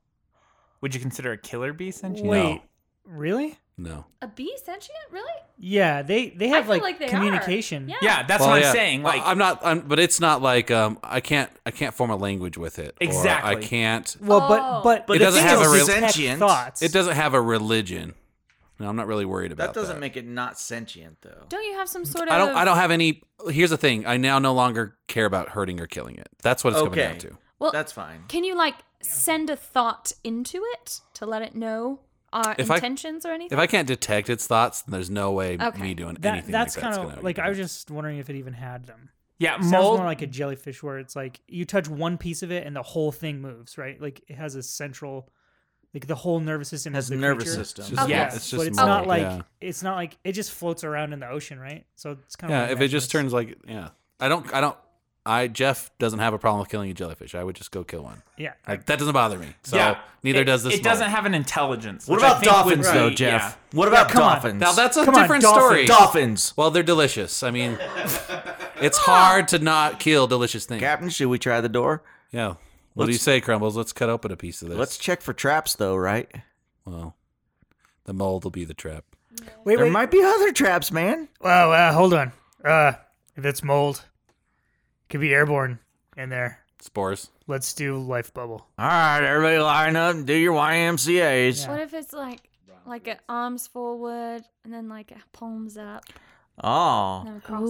S1: Would you consider a killer bee sentient?
S5: Wait, really?
S7: No.
S6: A bee sentient? Really?
S5: Yeah, they they
S6: I
S5: have
S6: feel
S5: like,
S6: like they are.
S5: communication.
S6: Yeah.
S1: Yeah, that's
S7: Well,
S1: what
S7: yeah.
S1: I'm saying.
S7: Well,
S1: Like,
S7: I'm not, I'm, but it's not like um, I can't, I can't form a language with it. or
S1: Exactly.
S7: I can't.
S5: Well,
S6: Oh.
S5: but but
S4: But
S7: it
S5: the
S7: doesn't
S5: thing
S7: have
S5: is
S7: a real-
S5: detect
S4: Sentient.
S5: thoughts.
S7: It doesn't have a religion. No, I'm not really worried about
S4: That
S7: that.
S4: doesn't make it not sentient though.
S6: Don't you have some sort of?
S7: I don't. I don't have any. Here's the thing. I now no longer care about hurting or killing it. That's what it's
S4: Okay.
S7: coming down to.
S6: Well,
S4: That's fine.
S6: Can you like send a thought into it to let it know our
S7: If I-
S6: intentions or anything?
S7: If I can't detect its thoughts, then there's no way
S6: Okay.
S7: me doing
S5: That,
S7: anything.
S5: that's
S7: like
S5: kind
S7: gonna-
S5: of like I was just wondering if it even had them.
S1: yeah,
S5: Sounds
S1: mold.
S5: more like a jellyfish, where it's like you touch one piece of it and the whole thing moves, right? Like it has a central, like the whole nervous system
S4: Has
S5: of the
S4: nervous
S5: creature.
S4: system.
S7: It's just-
S1: Okay.
S5: Yeah,
S1: Yes,
S7: it's
S5: but
S7: just
S5: it's
S7: mold,
S5: not like
S7: yeah.
S5: it's not like it just floats around in the ocean, right? So it's kind of
S7: Yeah, if it just turns like yeah, I don't. I don't. I Jeff doesn't have a problem with killing a jellyfish. I would just go kill one.
S5: yeah,
S7: Like that doesn't bother me. So
S1: yeah,
S7: neither
S1: it,
S7: does this.
S1: It doesn't have an intelligence.
S4: What
S1: which I
S4: about
S1: think would
S4: dolphins though,
S1: be-
S4: Jeff?
S1: yeah.
S4: What about
S5: come on.
S4: dolphins?
S7: Now that's a
S5: Come on,
S7: different
S5: dolphin,
S7: story.
S4: dolphins.
S7: Well, they're delicious. I mean, it's hard to not kill delicious things.
S4: Captain, should we try the door?
S7: Yeah. What do you
S4: Let's-
S7: say, Crumbles? Let's cut open a piece of this.
S4: Let's check for traps though, right?
S7: Well, the mold will be the trap.
S5: wait,
S4: there
S5: wait.
S4: might be other traps, man.
S5: Well, uh, hold on. Uh, if it's mold, could be airborne in there.
S7: Spores.
S5: Let's do life bubble.
S4: All right, everybody line up and do your YMCA's.
S6: what if it's like like a arms forward and then like a palms up and
S4: Oh,
S6: then across?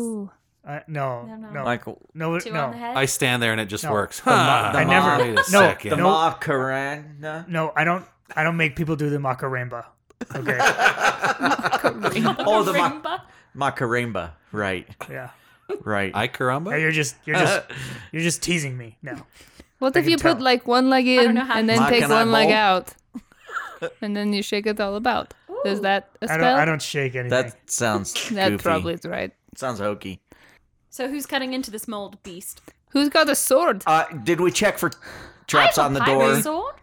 S5: Uh, no,
S6: No,
S5: no,
S6: no.
S5: no,
S4: like
S5: no,
S6: Two
S5: no.
S6: on the head.
S7: I stand there and it just
S5: No.
S7: works.
S4: mo- the
S5: I
S4: mo-
S5: never.
S7: Wait a
S5: no,
S7: second.
S4: the
S5: no,
S4: Macarena.
S5: no. I don't. I don't make people do the macarena. Okay.
S4: Oh, the ma-
S6: Marimba?
S4: Macarena. Right,
S5: yeah.
S4: right.
S7: I
S5: No,
S7: caramba.
S5: you're just. You're just. you're just teasing me. No.
S10: What
S5: I
S10: if
S5: can
S10: you put
S5: tell.
S10: like one leg in
S6: know how
S10: and
S6: to-
S10: then
S4: Lock
S10: take
S4: and eye
S10: one leg
S4: bolt.
S10: out, and then you shake it all about? Is
S6: Ooh.
S10: that a
S5: I
S10: spell?
S5: don't. I don't shake anything.
S4: that sounds
S10: that
S4: goofy.
S10: probably is right.
S4: sounds hokey.
S6: So who's cutting into this mold beast?
S10: Who's got a sword?
S4: Uh, did we check for traps
S6: I
S4: on
S6: have
S4: the
S6: a pirate
S4: door?
S6: Sword.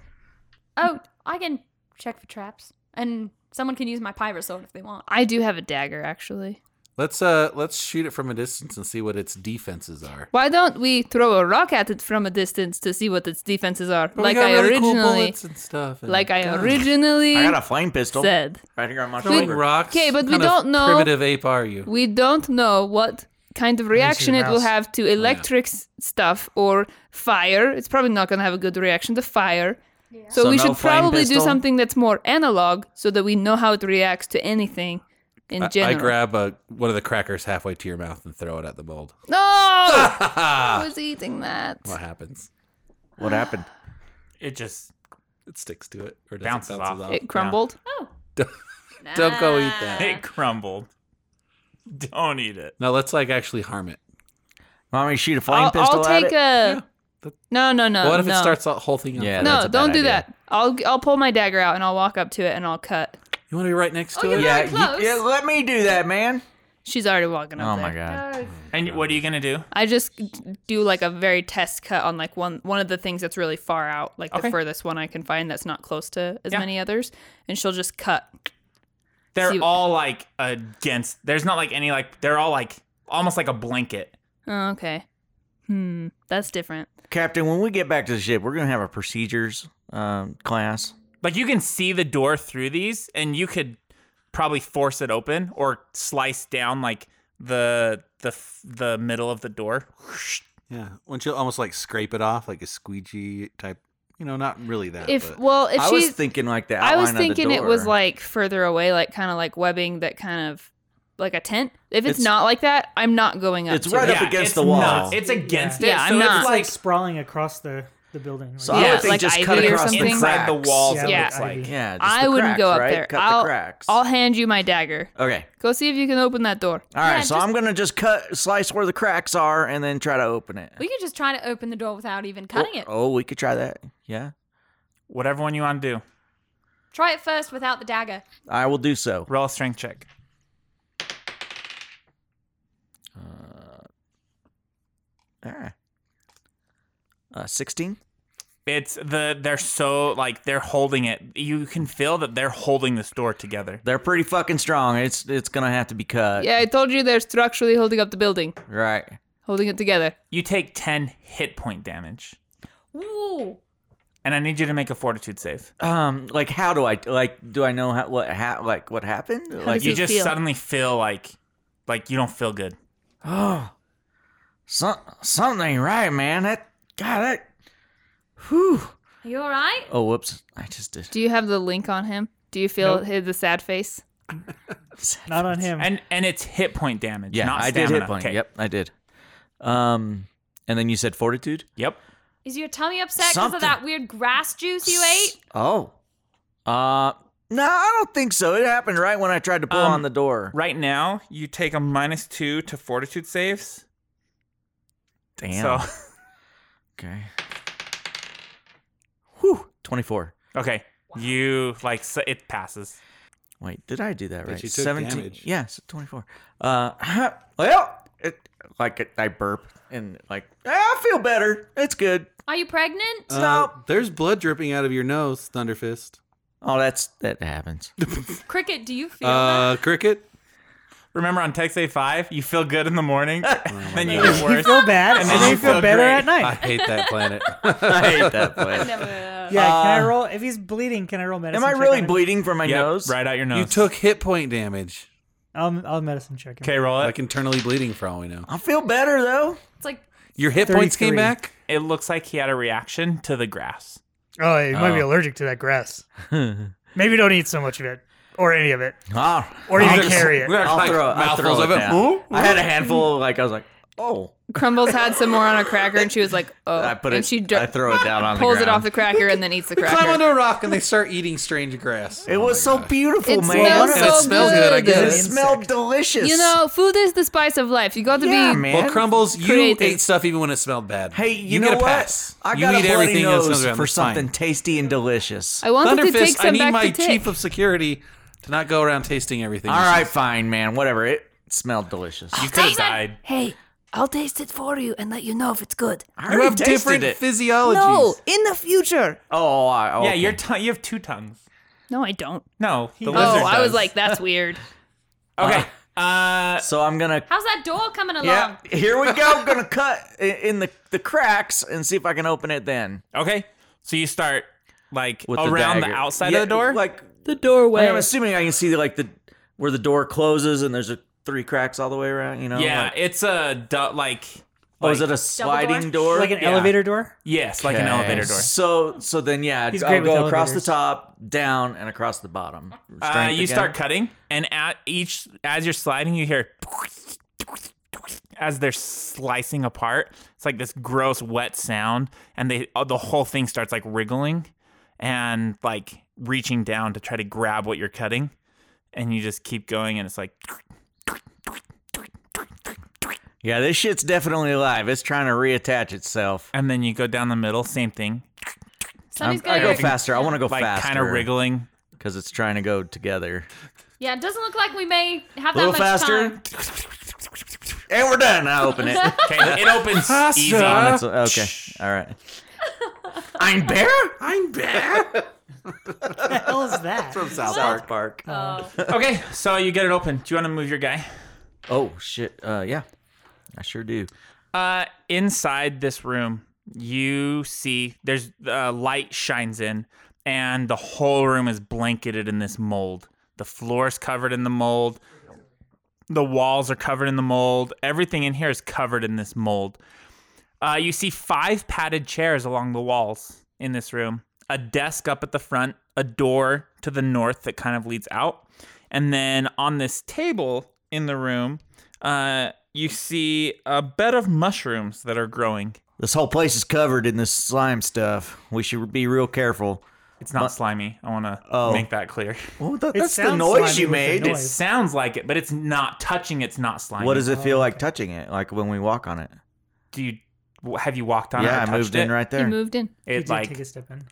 S6: Oh, I can check for traps, and someone can use my pirate sword if they want.
S10: I do have a dagger, actually.
S7: Let's uh let's shoot it from a distance and see what its defenses are.
S10: Why don't we throw a rock at it from a distance to see what its defenses are?
S7: But we
S10: like
S7: got
S10: I
S7: really cool
S10: originally,
S7: bullets and stuff. and-
S10: like I
S7: God.
S10: originally
S4: I got a flame pistol
S10: said.
S4: right here on my
S7: throwing
S4: shoulder.
S7: rocks.
S10: Okay, but we
S7: Kind of
S10: don't know-
S7: Primitive ape, are you?
S10: We don't know what kind of reaction it will
S5: mouse.
S10: have to electric s stuff or fire. It's probably not going to have a good reaction to fire. So,
S4: So
S10: we
S4: no
S10: should
S4: flame
S10: probably do
S4: pistol?
S10: something that's more analog so that we know how it reacts to anything in
S7: I, I
S10: general.
S7: grab a, one of the crackers halfway to your mouth and throw it at the mold.
S10: no!
S7: what
S10: I was eating that.
S7: happens?
S4: What happened?
S1: It just
S7: It sticks to it or does
S1: Bounces
S7: it
S1: off.
S10: It crumbled.
S6: Oh.
S7: Don't go eat that.
S1: it crumbled. Don't eat it.
S7: No, let's like actually harm it.
S4: Mommy, shoot a flame
S10: I'll,
S4: pistol
S10: I'll take
S4: at it.
S10: a.
S7: That-
S10: No, no, no.
S7: what if
S10: no.
S7: it starts the whole thing? on
S4: Yeah, that's
S7: fire?
S10: No,
S4: a bad
S10: Oh, don't do
S4: idea.
S10: that. I'll I'll pull my dagger out and I'll walk up to it and I'll cut.
S7: you want to be right next to
S6: Oh,
S7: it.
S6: you're
S4: Yeah,
S6: Very close.
S4: you- yeah, let me do that, man.
S10: She's already walking up
S4: Oh
S10: there.
S4: my god.
S1: And what are you gonna do?
S10: I just do like a very test cut on like one one of the things that's really far out, like
S1: Okay.
S10: the furthest one I can find that's not close to as
S1: Yeah.
S10: many others, and she'll just cut.
S1: They're
S10: See-
S1: all like against. There's not like any like. They're all like almost like a blanket.
S10: Oh, okay. Hmm, that's different.
S4: Captain, when we get back to the ship, we're gonna have a procedures um, class.
S1: Like you can see the door through these, and you could probably force it open or slice down like the the f- the middle of the door.
S7: Yeah, wouldn't you almost like scrape it off like a squeegee type? You know, not really that.
S10: If
S7: but-
S10: well, if
S4: I
S10: she's
S4: was thinking like the
S10: I was
S4: outline of the
S10: thinking it was
S4: door.
S10: like further away, like kind of like webbing that kind of like a tent. If it's,
S4: It's-
S10: not like that, I'm not going up.
S4: It's
S10: to
S4: right
S10: it.
S4: up against
S1: it's
S4: the wall.
S1: not- it's against it.
S10: Yeah, I'm
S1: so
S10: not.
S1: It's
S5: It's like
S1: like
S5: sprawling across the, the building. Like,
S4: So I
S10: Yeah,
S4: would think
S10: like
S4: just cut
S10: ivy or
S4: across the
S10: something.
S1: inside the
S4: cracks.
S1: walls.
S5: Yeah,
S1: it
S5: like
S1: looks
S5: ivy.
S1: like.
S4: Yeah, just
S10: I
S4: the
S10: wouldn't
S4: cracks,
S10: go up
S4: right?
S10: there.
S4: Cut
S10: I'll,
S4: the cracks.
S10: I'll hand you my dagger.
S4: okay.
S10: Go see if you can open that door.
S4: All right,
S6: Yeah,
S4: so
S6: just-
S4: I'm gonna just cut slice where the cracks are and then try to open it.
S6: We could just try to open the door without even cutting it.
S4: Oh, we could try that. Yeah,
S1: Whatever one you want to do.
S6: Try it first without the dagger.
S4: I will do so.
S1: Roll a strength check.
S4: All right. Uh, sixteen.
S1: It's the they're so like they're holding it. You can feel that they're holding this door together.
S4: They're pretty fucking strong. It's it's gonna have to be cut.
S10: Yeah, I told you they're structurally holding up the building,
S4: Right.
S10: holding it together.
S1: You take ten hit point damage,
S6: Ooh.
S1: and I need you to make a fortitude save.
S4: Um. Like, how do I like? Do I know how, what ha- like what happened? like,
S10: does
S1: You
S10: it
S1: just
S10: feel?
S1: suddenly feel like like you don't feel good.
S4: oh, some something ain't right, man. That God, that. Whew.
S6: Are you all right?
S4: Oh, whoops! I just did.
S10: Do you have the link on him? Do you feel hi- the sad face?
S5: not on him.
S1: And and it's hit point damage.
S4: Um, Yeah,
S1: not
S4: I did hit
S1: stamina.
S4: point.
S1: Okay.
S4: Yep, I did. Um, and then you said fortitude.
S1: Yep.
S6: Is your tummy upset because
S4: Something-
S6: of that weird grass juice you ate?
S4: Oh. Uh, no, I don't think so. It happened right when I tried to pull
S1: Um,
S4: on the door.
S1: Right now, you take a minus two to fortitude saves.
S4: Damn.
S1: So
S4: Okay. Whew. Twenty-four.
S1: okay, you like so it passes.
S4: Wait, did I do that
S7: But
S4: right?
S7: you took damage.
S4: Yeah, so twenty-four. Uh, well, it, like I burp and like "Ah, I feel better. It's good.
S6: Are you pregnant?
S7: Uh,
S4: Stop.
S7: There's blood dripping out of your nose, Thunderfist.
S4: Oh, that's that happens.
S6: Cricket, do you feel that?
S7: Uh, cricket.
S1: Remember on Text A five, you feel good in the morning, then you
S7: Oh, God.
S1: get
S5: you
S1: worse.
S5: feel bad, and
S1: then
S5: then
S1: you
S5: you feel
S1: feel
S5: better
S1: great.
S5: at
S7: I
S5: night.
S7: hate that planet.
S4: I hate that place.
S5: yeah, can I
S4: Uh,
S5: roll? If he's bleeding, can I roll medicine?
S4: Am I
S5: check
S4: really
S5: on him?
S4: bleeding from my
S1: Yep,
S4: nose?
S1: right out your nose.
S7: you took hit point damage.
S5: I'll, I'll medicine check him.
S1: okay. Roll it.
S7: Like internally bleeding for all we know.
S4: I feel better though.
S6: it's like
S7: Your hit points came
S5: 33.
S7: back.
S1: It looks like he had a reaction to the grass.
S5: Oh, he might be
S4: Oh.
S5: allergic to that grass. Maybe don't eat so much of it, or any of it,
S4: Ah,
S5: or
S7: I'll
S5: even
S7: just-
S5: carry it.
S7: Like
S4: I'll throw, I'll
S7: mouthfuls
S4: throw it
S7: of it.
S4: down. I had a handful. Like I was like, oh,
S10: Crumbles had some more on a cracker and she was like, "Oh,"
S4: I put
S10: and
S4: it.
S10: she dr-
S4: I throw it down on
S10: pulls
S4: the
S10: it off
S4: ground.
S10: the cracker and then eats the
S7: Climb
S10: cracker.
S7: onto a rock and they start eating strange grass. Oh
S4: It was so beautiful,
S10: It
S4: man.
S10: smells
S7: And it
S10: so
S7: smells
S10: good.
S7: good, I
S4: it
S7: guess.
S4: smelled delicious.
S10: You know, food is the spice of life. You got to
S4: yeah,
S10: be.
S4: man.
S7: Well, Crumbles, you
S10: Creative.
S7: ate stuff even when it smelled bad.
S4: Hey, you, know
S7: get a
S4: what?
S7: pass.
S4: I
S7: you
S4: got
S7: eat
S4: a bloody
S7: everything that smells
S4: nose
S7: bad.
S4: for
S7: It's fine.
S4: something tasty and delicious.
S10: I wanted to take
S7: Thunderfist, I
S10: some
S7: need
S10: back
S7: my
S10: to Tick.
S7: chief of security to not go around tasting everything.
S4: All right, fine, man. Whatever. It smelled delicious.
S1: You could have died.
S10: hey, I'll taste it for you and let you know if it's good.
S4: I
S7: You
S4: already
S7: have
S4: tasted
S7: different
S4: it.
S7: physiologies.
S10: in the future.
S4: oh, I,
S1: Yeah,
S4: okay.
S1: your tongue. You have two tongues.
S10: No, I don't.
S1: No, the
S10: oh,
S1: lizard
S10: I was
S1: does.
S10: like, that's weird.
S1: okay. Uh,
S4: So I'm gonna.
S6: how's that door coming along?
S4: Yeah, here we go. I'm gonna cut i- in the the cracks and see if I can open it. Then
S1: okay. So you start like
S4: with
S1: around the,
S4: dagger.
S1: outside
S4: Yeah,
S1: of the door.
S4: like
S10: The doorway.
S4: Like, I'm assuming I can see like the where the door closes and there's a three cracks all the way around. You know?
S1: yeah,
S4: Like,
S1: it's a du- like
S4: oh, is
S1: like-
S4: it a sliding door?
S5: Like an
S1: Yeah.
S5: elevator door.
S1: yes, like an
S4: Okay.
S1: elevator door.
S4: So so then yeah,
S5: He's
S4: I'll
S5: great with
S4: go across the
S5: elevators.
S4: top, down, and across the bottom.
S1: Uh,
S4: Strength
S1: you
S4: again.
S1: start cutting, and at each as you're sliding, you hear as they're slicing apart, it's like this gross wet sound, and they uh, the whole thing starts like wriggling and like reaching down to try to grab what you're cutting, and you just keep going, and it's like
S4: Yeah, this shit's definitely alive. It's trying to reattach itself.
S1: and then you go down the middle, same thing,
S6: Somebody's
S4: I'm- I
S6: gonna-
S4: go faster. I want to go
S1: like
S4: faster.
S1: kind of wriggling.
S4: because it's trying to go together.
S6: Yeah, it doesn't look like we may have
S4: A little
S6: that much
S4: faster.
S6: time.
S4: And we're done. I open it.
S1: Okay, it opens easy.
S4: On its- okay. All right. I'm bear. I'm bear.
S5: the hell is that?
S4: From South Park Park.
S6: Oh.
S1: Okay, so you get it open. Do you want to move your guy?
S4: Oh shit. Uh, yeah. I sure do.
S1: Uh, inside this room, you see there's uh, light shines in, and the whole room is blanketed in this mold. The floor is covered in the mold. The walls are covered in the mold. Everything in here is covered in this mold. Uh, you see five padded chairs along the walls in this room, a desk up at the front, a door to the north that kind of leads out. And then on this table in the room, uh, you see a bed of mushrooms that are growing.
S4: This whole place is covered in this slime stuff. We should be real careful.
S1: It's not slimy. I want to
S4: Oh.
S1: make that clear.
S4: Well, that,
S5: It
S4: that's the
S5: sounds
S4: noise
S5: slimy
S4: you
S5: with the
S4: made.
S1: It
S5: noise.
S1: sounds like it, but it's not touching. It's not slimy.
S4: What does it
S5: Oh,
S4: feel like touching it? Like when we walk on it?
S1: Do you w- have you walked on it? or
S4: yeah, I
S1: touched
S4: moved in
S1: it?
S4: right
S10: You
S4: there.
S10: moved in.
S5: You
S1: It
S5: did
S1: like
S5: take a step in.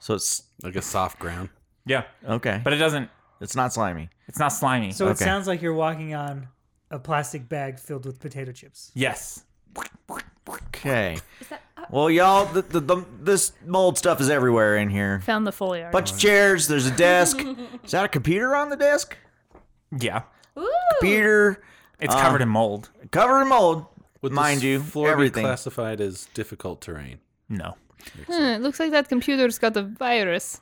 S4: So it's
S7: like a soft ground.
S1: yeah,
S4: okay,
S1: but it doesn't.
S4: it's not slimy.
S1: It's not slimy. Uh,
S5: So it
S4: Okay.
S5: sounds like you're walking on a plastic bag filled with potato chips.
S1: yes,
S4: Okay.
S6: Is that, uh,
S4: Well, y'all, the, the, the, this mold stuff is everywhere in here.
S10: Found the foliage.
S4: Bunch of chairs. There's a desk. is that a computer on the desk?
S1: yeah,
S6: ooh.
S4: Computer
S1: it's
S4: Um,
S1: covered in mold.
S4: covered in mold.
S7: Would
S4: Mind
S7: this
S4: you,
S7: floor
S4: everything.
S7: be classified as difficult terrain.
S1: No,
S10: Huh, it looks like that computer's got a virus.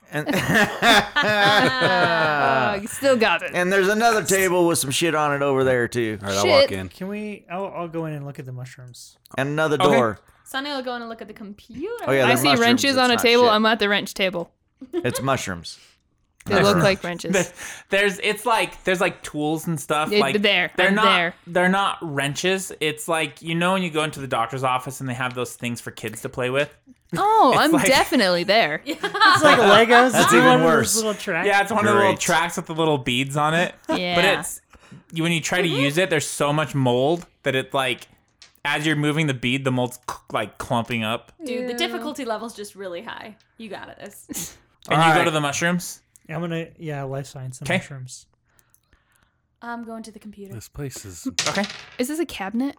S10: Ugh, still got it.
S4: Uh, And there's another table with some shit on it over there too,
S7: All right, I'll walk
S10: Shit.
S7: in.
S5: Can we? I'll, I'll go in and look at the mushrooms.
S4: and another door.
S6: Sonny will go in and look at the computer.
S4: Oh, yeah,
S10: I
S4: they're
S10: see
S4: mushrooms,
S10: wrenches
S4: it's
S10: on a
S4: not
S10: table.
S4: shit.
S10: I'm at the wrench table.
S4: It's mushrooms.
S10: They look like wrenches.
S1: there's it's like there's like tools and stuff.
S10: It-
S1: like
S10: there,
S1: they're
S10: I'm
S1: not
S10: there.
S1: they're not wrenches. It's like you know when you go into the doctor's office and they have those things for kids to play with.
S10: Oh, I'm
S1: like-
S10: definitely there.
S5: It's like Legos. That's
S4: even worse.
S5: Little track.
S1: Yeah, it's one of the little
S4: Great.
S1: tracks with the little beads on it. But
S10: Yeah.
S1: it's you- when you try to use it, there's so much mold that it like as you're moving the bead, the mold's cl- like clumping up.
S6: Dude, the difficulty level's just really high. You got it. This.
S1: And you
S4: Alright.
S1: go to the mushrooms.
S5: I'm gonna. Yeah, life science and
S1: 'Kay.
S5: mushrooms.
S6: I'm going to the computer.
S7: This place is
S1: Okay.
S10: Is this a cabinet?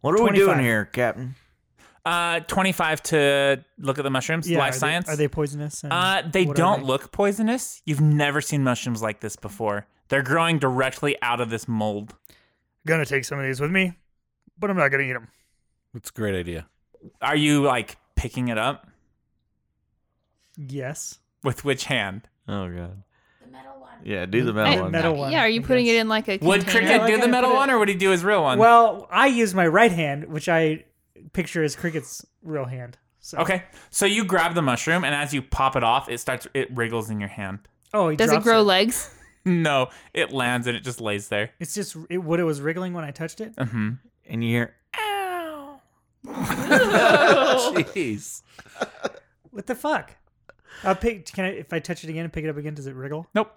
S4: What are we doing
S5: 25.
S4: here, Captain?
S1: Uh, 25 to look at the mushrooms.
S5: Yeah,
S1: life
S5: are they-
S1: science.
S5: Are they poisonous? and
S1: Uh, they
S5: what are
S1: don't look poisonous. You've never seen mushrooms like this before. They're growing directly out of this mold.
S2: Gonna take some of these with me, but I'm not gonna eat them.
S7: it's a great idea.
S1: Are you like picking it up
S5: Yes.
S1: with which hand?
S4: Oh god. Yeah, do the metal
S10: I-
S4: one.
S5: metal one.
S10: yeah, are you
S5: I
S10: putting it
S5: guess.
S10: in like a
S1: Would
S10: container?
S1: Cricket
S5: like
S1: do
S5: I
S1: the
S5: put
S1: metal
S5: it-
S1: one or would he do his real one?
S5: Well, I use my right hand, which I picture as Cricket's real hand. So.
S1: okay. So you grab the mushroom and as you pop it off, it starts it wriggles in your hand.
S5: Oh, he
S10: Does it
S5: drops
S10: grow legs?
S1: No, it lands and it just lays there.
S5: It's just it, what it was wriggling when I touched it.
S1: Mm-hmm.
S4: And you hear
S7: Jeez.
S5: What the fuck? I'll pick. Can I? If I touch it again and pick it up again, does it wriggle?
S1: Nope.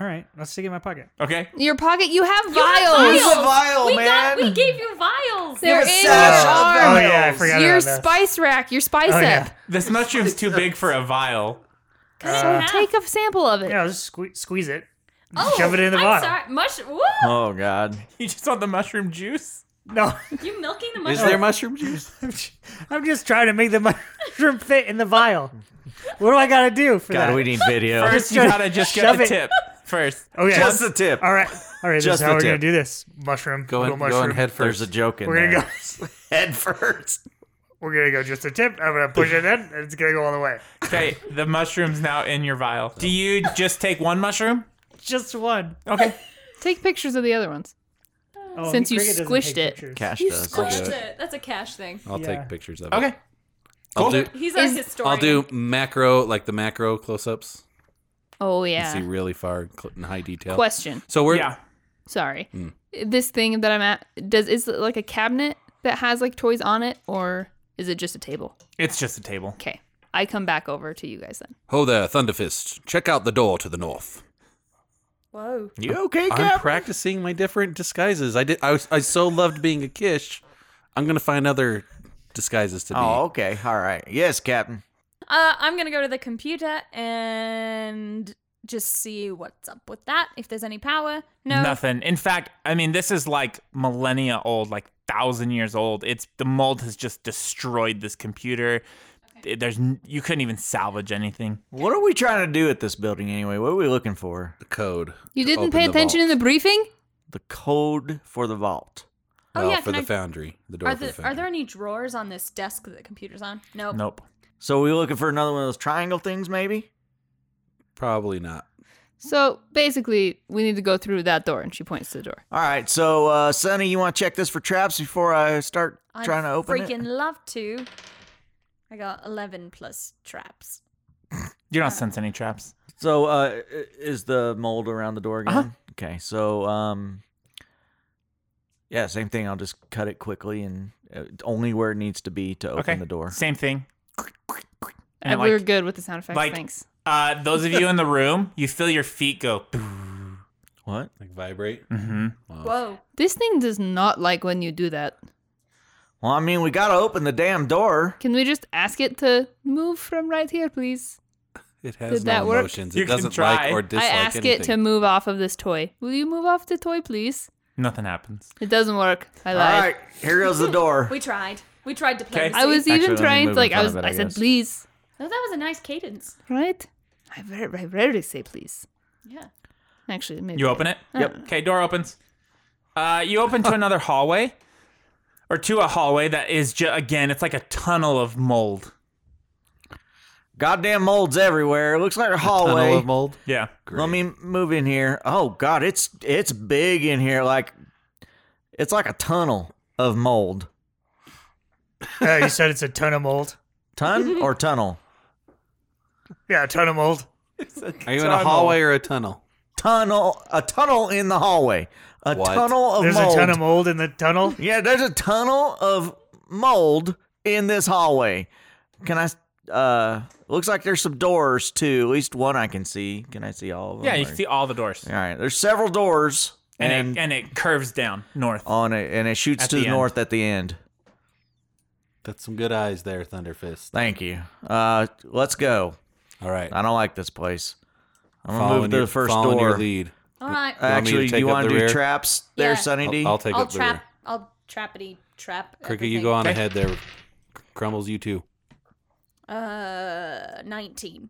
S5: All right, I'll stick it in my pocket.
S1: Okay.
S10: Your pocket, you have vials.
S6: vials.
S4: It's a vial,
S6: we
S4: man.
S6: got. We gave you vials.
S10: They're
S4: Give
S10: in
S4: us
S10: your
S4: sash of
S10: arm.
S5: Oh yeah, I forgot
S10: Your
S5: about that.
S10: spice rack, your spice
S5: Oh, yeah.
S10: up.
S1: This mushroom's too big for a vial.
S6: Cut it in half.
S10: Take a sample of it.
S5: yeah, I'll just sque- squeeze it.
S6: oh,
S5: shove it in the
S6: I'm
S5: bottle.
S6: Sorry. Mush- woo!
S4: Oh god.
S1: You just want the mushroom juice?
S5: No,
S6: You milking the
S7: Is
S6: mushroom?
S7: there mushroom juice?
S5: I'm ju- I'm just trying to make the mushroom fit in the vial. What do I gotta do for
S4: God,
S5: that?
S4: we need video.
S1: First, you
S5: trying
S1: gotta just get
S5: shove
S1: the
S5: it.
S1: tip first.
S5: oh yeah,
S4: Just the tip.
S5: all right, all right. This
S4: Just
S5: is how
S4: the
S5: we're gonna
S4: tip.
S5: do this. Mushroom.
S7: Go
S5: little
S7: in, go
S5: mushroom.
S7: in head first.
S4: There's a joke in
S5: We're gonna
S4: there.
S5: go.
S4: Head first.
S5: We're gonna go just a tip. I'm gonna push it in, and it's gonna go all the way.
S1: Okay, the mushroom's now in your vial. Do you just take one mushroom?
S5: Just one.
S1: Okay.
S10: Take pictures of the other ones.
S5: Oh,
S10: Since you
S5: Cricket doesn't
S10: squished
S5: take
S10: it.
S5: pictures.
S4: Cash
S6: You
S4: does.
S6: squished
S7: do
S6: it. That's a cash thing.
S7: I'll
S5: Yeah.
S7: take pictures of it.
S1: Okay. Cool.
S7: I'll do
S6: He's our
S10: Is-
S6: historian.
S7: I'll do macro like the macro close ups.
S10: Oh
S7: You
S10: yeah.
S7: see really far cl- in high detail.
S10: Question.
S7: So we're
S1: Yeah.
S10: Sorry.
S7: Mm.
S10: This thing that I'm at does is it like a cabinet that has like toys on it or is it just a table?
S1: It's just a table.
S10: Okay. I come back over to you guys then.
S7: Ho there, Thunderfist. Check out the door to the north.
S6: Whoa.
S4: You okay,
S7: I'm
S4: Cap?
S7: practicing my different disguises. I did. I, was, I so loved being a Kish. I'm gonna find other disguises to be.
S4: oh, okay. All right. Yes, Captain.
S6: Uh, I'm gonna go to the computer and just see what's up with that. If there's any power, no.
S1: Nothing. In fact, I mean, this is like millennia old, like thousand years old. It's the mold has just destroyed this computer. It- There's n- you couldn't even salvage anything.
S4: What are we trying to do at this building anyway? What are we looking for?
S7: The code.
S10: You
S7: to
S10: didn't
S7: open
S10: pay
S7: the
S10: attention
S7: vault.
S10: in the briefing?
S4: The code for the vault.
S6: Oh,
S7: Well,
S6: yeah, can
S7: for the
S6: I-
S7: foundry. The door
S6: Are
S7: for the
S6: there
S7: foundry.
S6: are there any drawers on this desk that the computer's on? No.
S1: Nope.
S4: So we looking for another one of those triangle things, maybe?
S7: Probably not.
S10: So basically we need to go through that door and she points to the door.
S4: All right. So, uh, Sonny, you want to check this for traps before I start
S6: I'd
S4: trying to open
S6: freaking
S4: it?
S6: love to. I got eleven plus traps.
S1: You don't sense any traps.
S4: So, uh, i- is the mold around the door again?
S1: Uh-huh.
S4: Okay. So, um, yeah, same thing. I'll just cut it quickly and uh, only where it needs to be to open
S1: okay.
S4: the door.
S1: Same thing.
S10: And
S1: And
S10: we were
S1: like,
S10: good with the sound effects.
S1: like-
S10: Thanks.
S1: uh, those of you in the room, you feel your feet go.
S4: What?
S7: Like vibrate.
S1: Mm-hmm.
S7: Oh.
S6: Whoa.
S10: This thing does not like when you do that.
S4: Well, I mean, we got to open the damn door.
S10: Can we just ask it to move from right here, please?
S7: It has
S10: Did
S7: no
S10: that work?
S7: emotions.
S1: You
S7: it
S1: can
S7: doesn't
S1: try.
S7: like or
S1: I
S7: dislike
S10: I ask
S7: anything.
S10: it to move off of this toy. Will you move off the toy, please?
S1: Nothing happens.
S10: It doesn't work. I
S4: All
S10: lied.
S4: right. Here goes the door.
S6: We tried. We tried to play.
S1: Okay.
S10: I was
S4: Actually,
S10: even
S4: let me
S10: trying to
S4: move
S10: like
S4: in
S10: I
S4: front
S10: was
S4: of it,
S10: I,
S4: I
S10: said
S4: guess.
S10: please,
S6: No, that was a nice cadence.
S10: right? I very I rarely say please.
S6: Yeah.
S10: Actually, maybe
S1: You open it?
S10: Yep.
S1: Okay, door opens. Uh, you open to another hallway or to a hallway that is, ju- again, it's like a tunnel of mold.
S4: Goddamn molds everywhere. It looks like a hallway.
S7: Tunnel of mold.
S1: Yeah.
S7: Great.
S4: Let me move in here. Oh god, it's it's big in here. Like it's like a tunnel of mold.
S2: Uh, you said it's a ton of mold.
S4: Ton or tunnel?
S2: Yeah, a ton of mold.
S7: Are you in a hallway or a tunnel?
S4: Tunnel. A tunnel in the hallway. A
S7: What?
S4: tunnel of
S2: There's
S4: mold.
S2: a ton of mold in the tunnel.
S4: yeah, there's a tunnel of mold in this hallway. Can I? Uh, looks like there's some doors too. At least one I can see. Can I see all of them?
S1: Yeah, you
S4: Or-
S1: can see all the doors.
S4: All right. There's several doors,
S1: And,
S4: and and,
S1: it, and it curves down north.
S4: on it, and it shoots
S1: At
S4: to
S1: the
S4: the,
S1: end.
S4: north at the end.
S7: That's some good eyes there, Thunderfist.
S4: Thank you. Uh, let's go.
S7: All right.
S4: I don't like this place. I'm gonna
S7: Following
S4: move to
S7: your-
S4: the first
S7: following
S4: door.
S7: Your lead.
S6: All right.
S7: me to
S4: Actually,
S7: take
S4: you
S7: up
S4: want
S7: the
S4: to do
S7: rear?
S4: traps there,
S6: Yeah.
S4: Sunny D?
S7: I'll, I'll take
S6: I'll
S7: up the
S6: trap.
S7: rear.
S6: I'll trappity trap.
S7: Cricket, you
S6: everything.
S7: go on
S1: Okay.
S7: ahead there. Crumbles, you too.
S6: Uh, nineteen.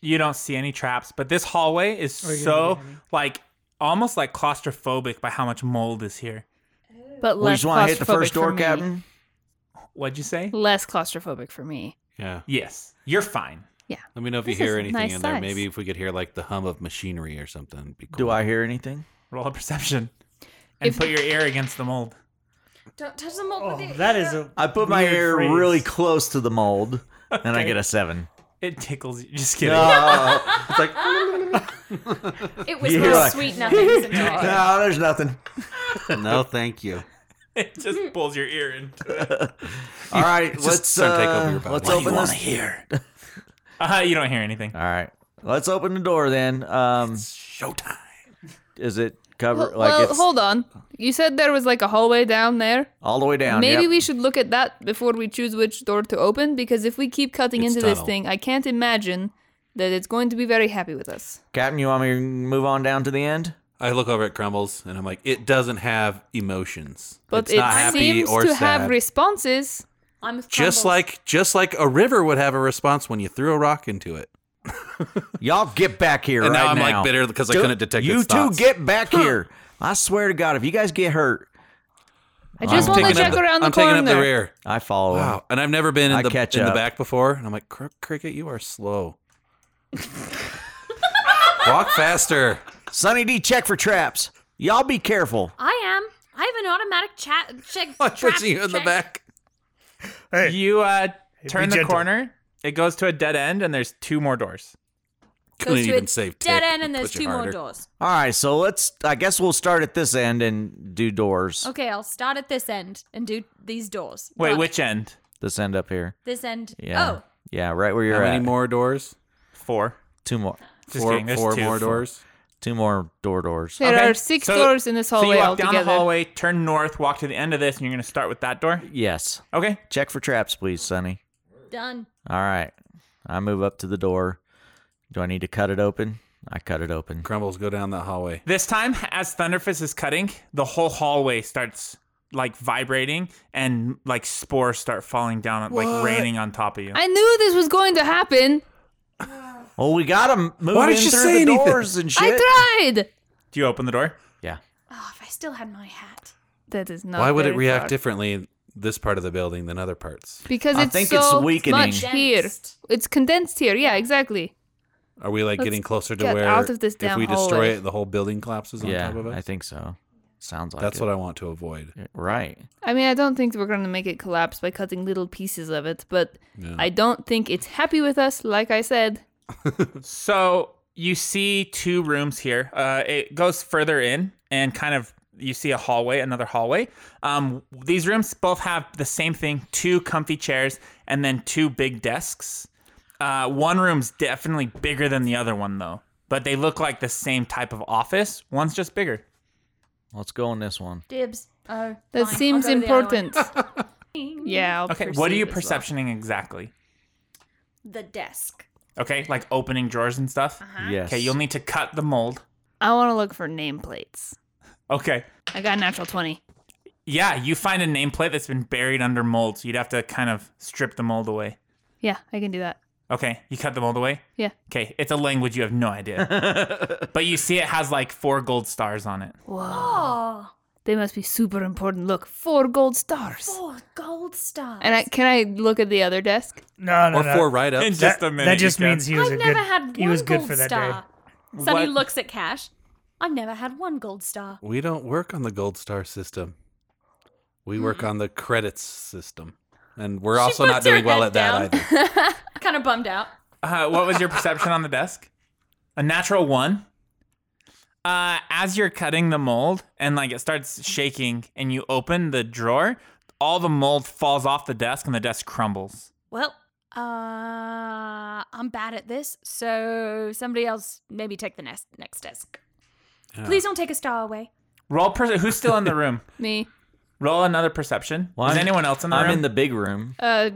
S1: You don't see any traps, but this hallway is so, like, almost like claustrophobic by how much mold is here.
S10: But
S4: we
S10: less
S4: just want to hit the
S10: claustrophobic
S4: first door,
S10: for me.
S4: Captain.
S1: What'd you say?
S10: Less claustrophobic for me.
S7: Yeah.
S1: Yes. You're fine.
S7: Let me know if
S10: This
S7: you
S10: is
S7: hear
S10: a
S7: anything
S10: nice
S7: in there.
S10: size.
S7: Maybe if we could hear like the hum of machinery or something. it'd Be cool.
S4: Do I hear anything?
S1: Roll a perception and
S10: If-
S1: put your ear against the mold.
S6: Don't touch the mold
S2: Oh,
S6: with your
S2: that
S6: ear.
S2: is a.
S4: I put my
S2: Weird
S4: ear
S2: phrase.
S4: really close to the mold, and I get a seven.
S1: It tickles you. Just kidding.
S4: Oh,
S7: It's like
S6: It was
S4: Yeah.
S6: no
S4: Like-
S6: sweet nothings at all.
S4: no, there's nothing.
S7: no, thank you.
S1: It just pulls your ear into it.
S4: All right,
S7: Just
S4: let's
S7: don't take over
S4: uh,
S7: your body.
S4: let's
S7: What do
S4: open this.
S1: hear? Uh, you don't hear anything.
S4: All right, let's open the door then. Um,
S7: Showtime.
S4: is it covered?
S10: Well,
S4: like
S10: well,
S4: it's
S10: hold on. You said there was like a hallway down there.
S4: all the way down.
S10: Maybe
S4: yep.
S10: we should look at that before we choose which door to open because if we keep cutting
S7: It's
S10: into this
S7: tunnel.
S10: thing, I can't imagine that it's going to be very happy with us.
S4: Captain, you want me to move on down to the end?
S7: I look over at Crumbles and I'm like, it doesn't have emotions.
S10: But
S7: it's not
S10: it
S7: happy
S10: seems
S7: or
S10: to
S7: sad.
S10: have responses.
S6: I'm with
S7: just
S6: crumbles.
S7: like just like a river would have a response when you threw a rock into it.
S4: Y'all get back here
S7: And
S4: right
S7: now I'm
S4: now.
S7: like bitter because I
S4: Dude,
S7: couldn't detect
S4: You
S7: its
S4: two
S7: thoughts.
S4: get back here. I swear to God, if you guys get hurt,
S10: I just
S7: I'm
S10: want to
S7: taking up
S10: check around the
S7: I'm
S10: corner.
S7: taking up the rear.
S4: I follow. him.
S7: Wow. And I've never been in
S4: I
S7: the
S4: catch
S7: in the
S4: up.
S7: back before. And I'm like, "Cr- Cricket, you are slow. Walk faster.
S4: Sonny D, check for traps. Y'all be careful.
S6: I am. I have an automatic chat check.
S7: I
S6: trap
S7: put you in the
S6: check.
S7: back.
S2: Hey,
S1: You uh, turn the
S2: gentle.
S1: corner. It goes to a dead end, and there's two more doors.
S7: couldn't
S6: goes to
S7: even
S6: a
S7: save
S6: dead
S7: tick.
S6: end, and there's
S7: Push it
S6: two more
S7: harder.
S6: doors.
S4: All right, so let's. I guess we'll start at this end and do doors.
S6: Okay, I'll start at this end and do these doors.
S1: Wait,
S6: Done.
S1: which end?
S4: This end up here.
S6: This end.
S4: Yeah.
S6: Oh,
S4: Yeah, right where you're
S7: How
S4: at.
S7: many more doors?
S1: Four.
S4: Two more.
S1: Just
S7: four
S1: kidding, there's
S7: four
S1: two.
S7: more doors.
S4: Two more door doors.
S10: There
S1: Okay,
S10: are six
S1: so-
S10: doors in this
S1: So
S10: hallway
S1: you walk down
S10: altogether.
S1: the hallway, turn north, walk to the end of this, and you're gonna start with that door.
S4: Yes.
S1: Okay.
S4: Check for traps, please, Sonny.
S6: done.
S4: All right. I move up to the door. Do I need to cut it open? I cut it open.
S7: Crumbles go down that hallway.
S1: This time, as Thunderfist is cutting, the whole hallway starts like vibrating, and like spores start falling down, like
S7: What?
S1: raining on top of you.
S10: I knew this was going to happen.
S4: Well, Oh, we gotta m- move
S7: Why
S4: in
S7: didn't
S4: through
S7: you
S4: the
S7: say anything?
S4: doors and shit.
S10: I tried.
S1: Do you open the door?
S4: yeah.
S6: Oh, if I still had my hat.
S10: That is not.
S7: Why would it
S10: very
S7: react
S10: smart.
S7: differently in this part of the building than other parts?
S10: Because
S4: I
S10: it's
S4: think it's
S10: so
S4: weakening.
S10: much here.
S6: Condensed.
S10: It's condensed here. Yeah, exactly.
S7: Are we like
S10: Let's
S7: getting closer to
S10: get
S7: where
S10: out of this
S7: if
S10: damn
S7: we destroy
S10: hallway.
S7: it, the whole building collapses on
S4: Yeah.
S7: top of us?
S4: I think so. Sounds like
S7: That's
S4: it.
S7: what I want to avoid.
S4: I. Right.
S10: I mean, I don't think we're going to make it collapse by cutting little pieces of it, but
S7: Yeah.
S10: I don't think it's happy with us. Like I said,
S1: So you see two rooms here. Uh, it goes further in and kind of you see a hallway, another hallway. Um, these rooms both have the same thing: two comfy chairs and then two big desks. Uh, one room's definitely bigger than the other one, though. But they look like the same type of office. One's just bigger.
S4: Let's go on this one.
S6: Dibs. Oh,
S10: that
S6: fine. I'll
S10: seems
S6: go to the other one.
S10: important. yeah. I'll
S1: Okay, what are
S10: perceive
S1: you
S10: as well.
S1: perceptioning exactly?
S6: The desk.
S1: Okay, like opening drawers and stuff.
S10: Uh-huh.
S6: Uh-huh.
S4: Yes.
S1: Okay, you'll need to cut the mold.
S10: I want to look for nameplates.
S1: Okay.
S10: I got a natural 20.
S1: Yeah, you find a nameplate that's been buried under mold, so you'd have to kind of strip the mold away.
S10: Yeah, I can do that.
S1: Okay, you cut them all the way?
S10: Yeah.
S1: Okay, it's a language you have no idea. but you see it has like four gold stars on it.
S10: Whoa.
S6: Oh,
S10: They must be super important. Look, four gold stars.
S6: four gold stars.
S10: And I, can I look at the other desk?
S2: No, no,
S7: Or
S2: no.
S7: four right ups.
S1: just
S2: that,
S1: a minute,
S2: that just
S1: you can-
S2: means he was
S6: I've
S2: a
S6: never
S2: good.
S6: had one
S2: he was good
S6: gold
S2: for that day.
S6: star. Sonny
S1: What-
S6: looks at Cash. I've never had one gold star.
S7: We don't work on the gold star system. We work on the credits system. And we're also not
S6: puts her
S7: doing well
S6: head
S7: at that
S6: down.
S7: either.
S6: Kind of bummed out.
S1: Uh, what was your perception on the desk? A natural one. Uh, as you're cutting the mold and like it starts shaking and you open the drawer, all the mold falls off the desk and the desk crumbles.
S6: Well, uh, I'm bad at this, so somebody else maybe take the next next desk.
S2: Ah.
S6: Please don't take a star away.
S1: Roll per- who's still in the room?
S10: Me.
S1: Roll another perception.
S4: Well,
S1: Is
S4: I'm-
S1: anyone else in the
S4: I'm
S1: room?
S4: in the big room.
S10: Uh,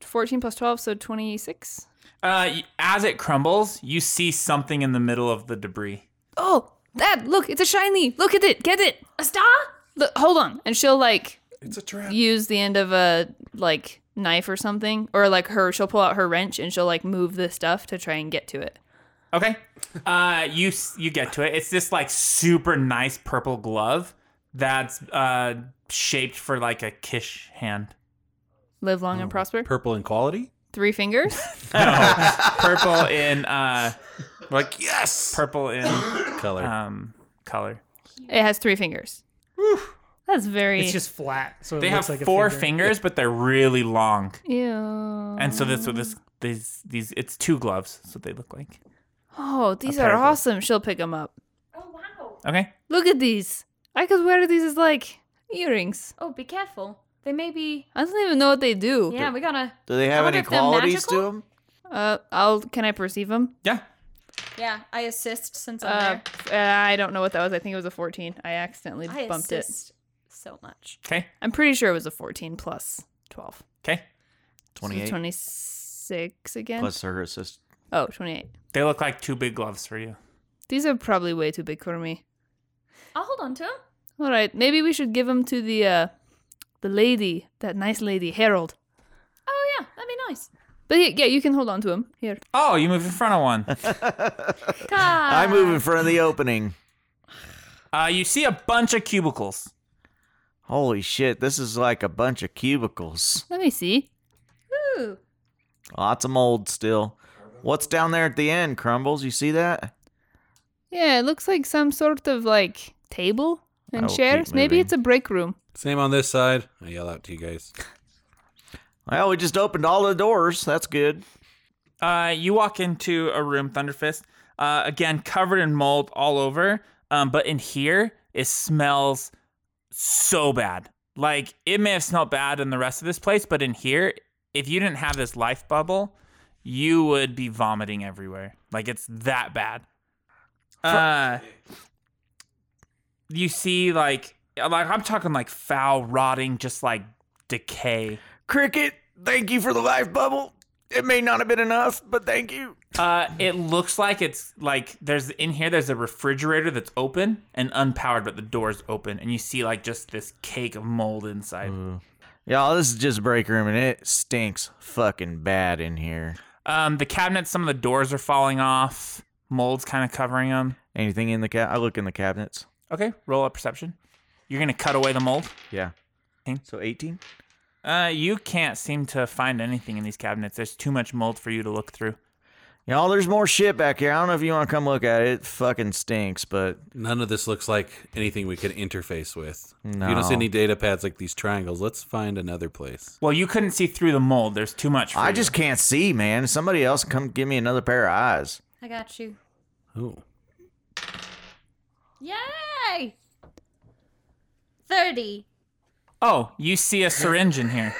S10: 14 plus 12, so 26.
S1: uh, y- as it crumbles, you see something in the middle of the debris.
S10: Oh, that, look, it's a shiny. Look at it. Get it.
S6: A star?
S10: Look, hold on. And she'll like
S7: It's a trap.
S10: use the end of a like knife or something or like her she'll pull out her wrench and she'll like move the stuff to try and get to it.
S1: Okay. Uh, you s- you get to it. It's this like super nice purple glove that's uh shaped for like a kish hand.
S10: Live long
S7: Oh.
S2: Oh,
S10: and prosper.
S7: Purple in quality?
S10: Three fingers.
S1: Purple in uh
S7: Like, yes!
S1: purple in
S7: color.
S1: um color.
S10: it has three fingers. That's very
S2: It's just flat, so it
S1: They
S2: looks
S1: have
S2: like a
S1: four
S2: finger.
S1: fingers, but they're really long.
S10: ew.
S1: And so this
S2: Oh.
S1: this these these it's two gloves. That's what they look like.
S10: Oh, these are
S1: pair of gloves.
S10: awesome. She'll pick them up.
S6: Oh wow.
S1: Okay.
S10: Look at these. I could wear these as like earrings.
S6: Oh, be careful. They may be.
S10: I don't even know what they do.
S6: Yeah, we gotta.
S4: Do they
S6: I
S4: have
S6: wonder
S4: any
S6: if they're
S4: qualities to
S6: magical?
S4: them?
S10: Uh, I'll can I perceive them?
S1: Yeah.
S6: Yeah, I assist since I'm
S10: Uh,
S6: there.
S10: I don't know what that was. I think it was a 14. I accidentally
S6: I
S10: bumped it.
S6: assist so much.
S1: Okay.
S10: I'm pretty sure it was a 14 plus 12.
S1: Okay.
S10: So
S4: 28
S10: 26 again?
S4: plus her assist.
S10: oh, 28.
S1: They look like two big gloves for you.
S10: These are probably way too big for me.
S6: I'll hold on to him.
S10: All right, maybe we should give them to the uh the lady, that nice lady Harold.
S6: Oh yeah, that'd be nice.
S10: But yeah, yeah, you can hold on to him. Here.
S1: Oh, you move in front of one.
S6: Uh,
S4: I move in front of the opening.
S1: Uh, you see a bunch of cubicles.
S4: Holy shit, this is like a bunch of cubicles.
S10: Let me see.
S6: Ooh.
S4: Lots of mold still. What's down there at the end, Crumbles? You see that?
S10: Yeah, it looks like some sort of like table
S4: I
S10: and
S4: will keep
S10: chairs. Maybe
S4: moving.
S10: it's a break room.
S7: Same on this side. I yell out to you guys.
S4: Well, we just opened all the doors. That's good.
S1: Uh, you walk into a room, Thunderfist. Uh, again, covered in mold all over. Um, but in here, it smells so bad. Like it may have smelled bad in the rest of this place, but in here, if you didn't have this life bubble, you would be vomiting everywhere. Like it's that bad. Uh, you see, like, like I'm talking like foul, rotting, just like decay.
S4: Cricket, thank you for the life bubble. It may not have been enough, but thank you.
S1: Uh, it looks like it's like there's in here there's a refrigerator that's open and unpowered, but the door's open, and you see like just this cake of mold inside.
S4: Mm. Y'all, this is just break room and it stinks fucking bad in here.
S1: Um, the cabinets, some of the doors are falling off, mold's kind of covering them.
S4: Anything in the cab? I look in the cabinets.
S1: Okay, roll up perception. You're gonna cut away the mold.
S4: Yeah.
S1: Okay.
S4: So 18?
S1: Uh, you can't seem to find anything in these cabinets. There's too much mold for you to look through.
S4: Y'all, there's more shit back here. I don't know if you want to come look at it. It fucking stinks, but
S7: None of this looks like anything we can interface with. If you
S4: No.
S7: don't see any data pads like these triangles, let's find another place.
S1: Well, you couldn't see through the mold. There's too much. For
S4: I
S1: you.
S4: just can't see, man. Somebody else come give me another pair of eyes.
S6: I got you.
S7: Oh.
S6: Yay! 30.
S1: Oh, you see a syringe in here.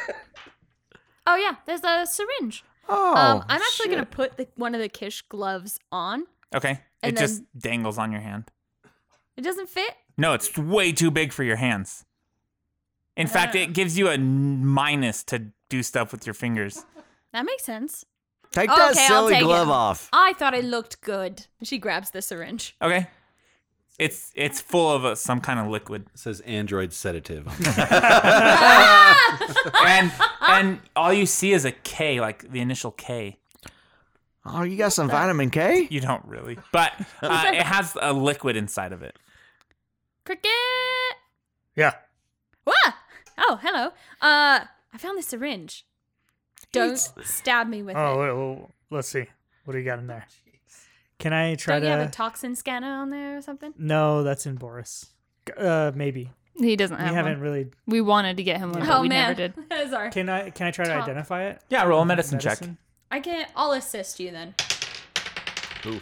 S6: Oh, yeah, there's a syringe.
S4: Oh,
S6: um, I'm actually going
S4: shit.
S6: to put the, one of the Kish gloves on.
S1: Okay. it
S6: And
S1: just dangles on your hand.
S6: It doesn't fit.
S1: No, it's way too big for your hands. In fact, it gives you a n- minus to do stuff with your fingers.
S6: That makes sense.
S4: take
S6: Oh,
S4: that
S6: okay, I'll
S4: silly
S6: take it.
S4: glove off.
S6: I thought it looked good. She grabs the syringe.
S1: Okay. It's it's full of uh some kind of liquid.
S7: It says android sedative.
S1: And and all you see is a K, like the initial K.
S4: Oh, you got some vitamin K?
S1: You don't really. But uh, it has a liquid inside of it.
S6: Cricket!
S2: Yeah.
S6: Wah! Oh, hello. Uh, I found this syringe. Don't stab me with
S2: Oh,
S6: it.
S2: wait, well, let's see. What do you got in there? Can I try
S6: Don't you have
S2: to?
S6: a toxin scanner on there or something?
S2: no, that's in Boris. Uh, maybe
S10: He doesn't
S2: we
S10: have
S2: haven't
S10: one.
S2: really.
S10: we wanted to get him one, but
S6: oh
S10: we
S6: man,
S10: never did.
S6: that is our.
S2: Can I? Can I try to
S6: Top.
S2: identify it?
S1: Yeah, roll a medicine, check.
S2: Medicine?
S6: I can. I'll assist you then.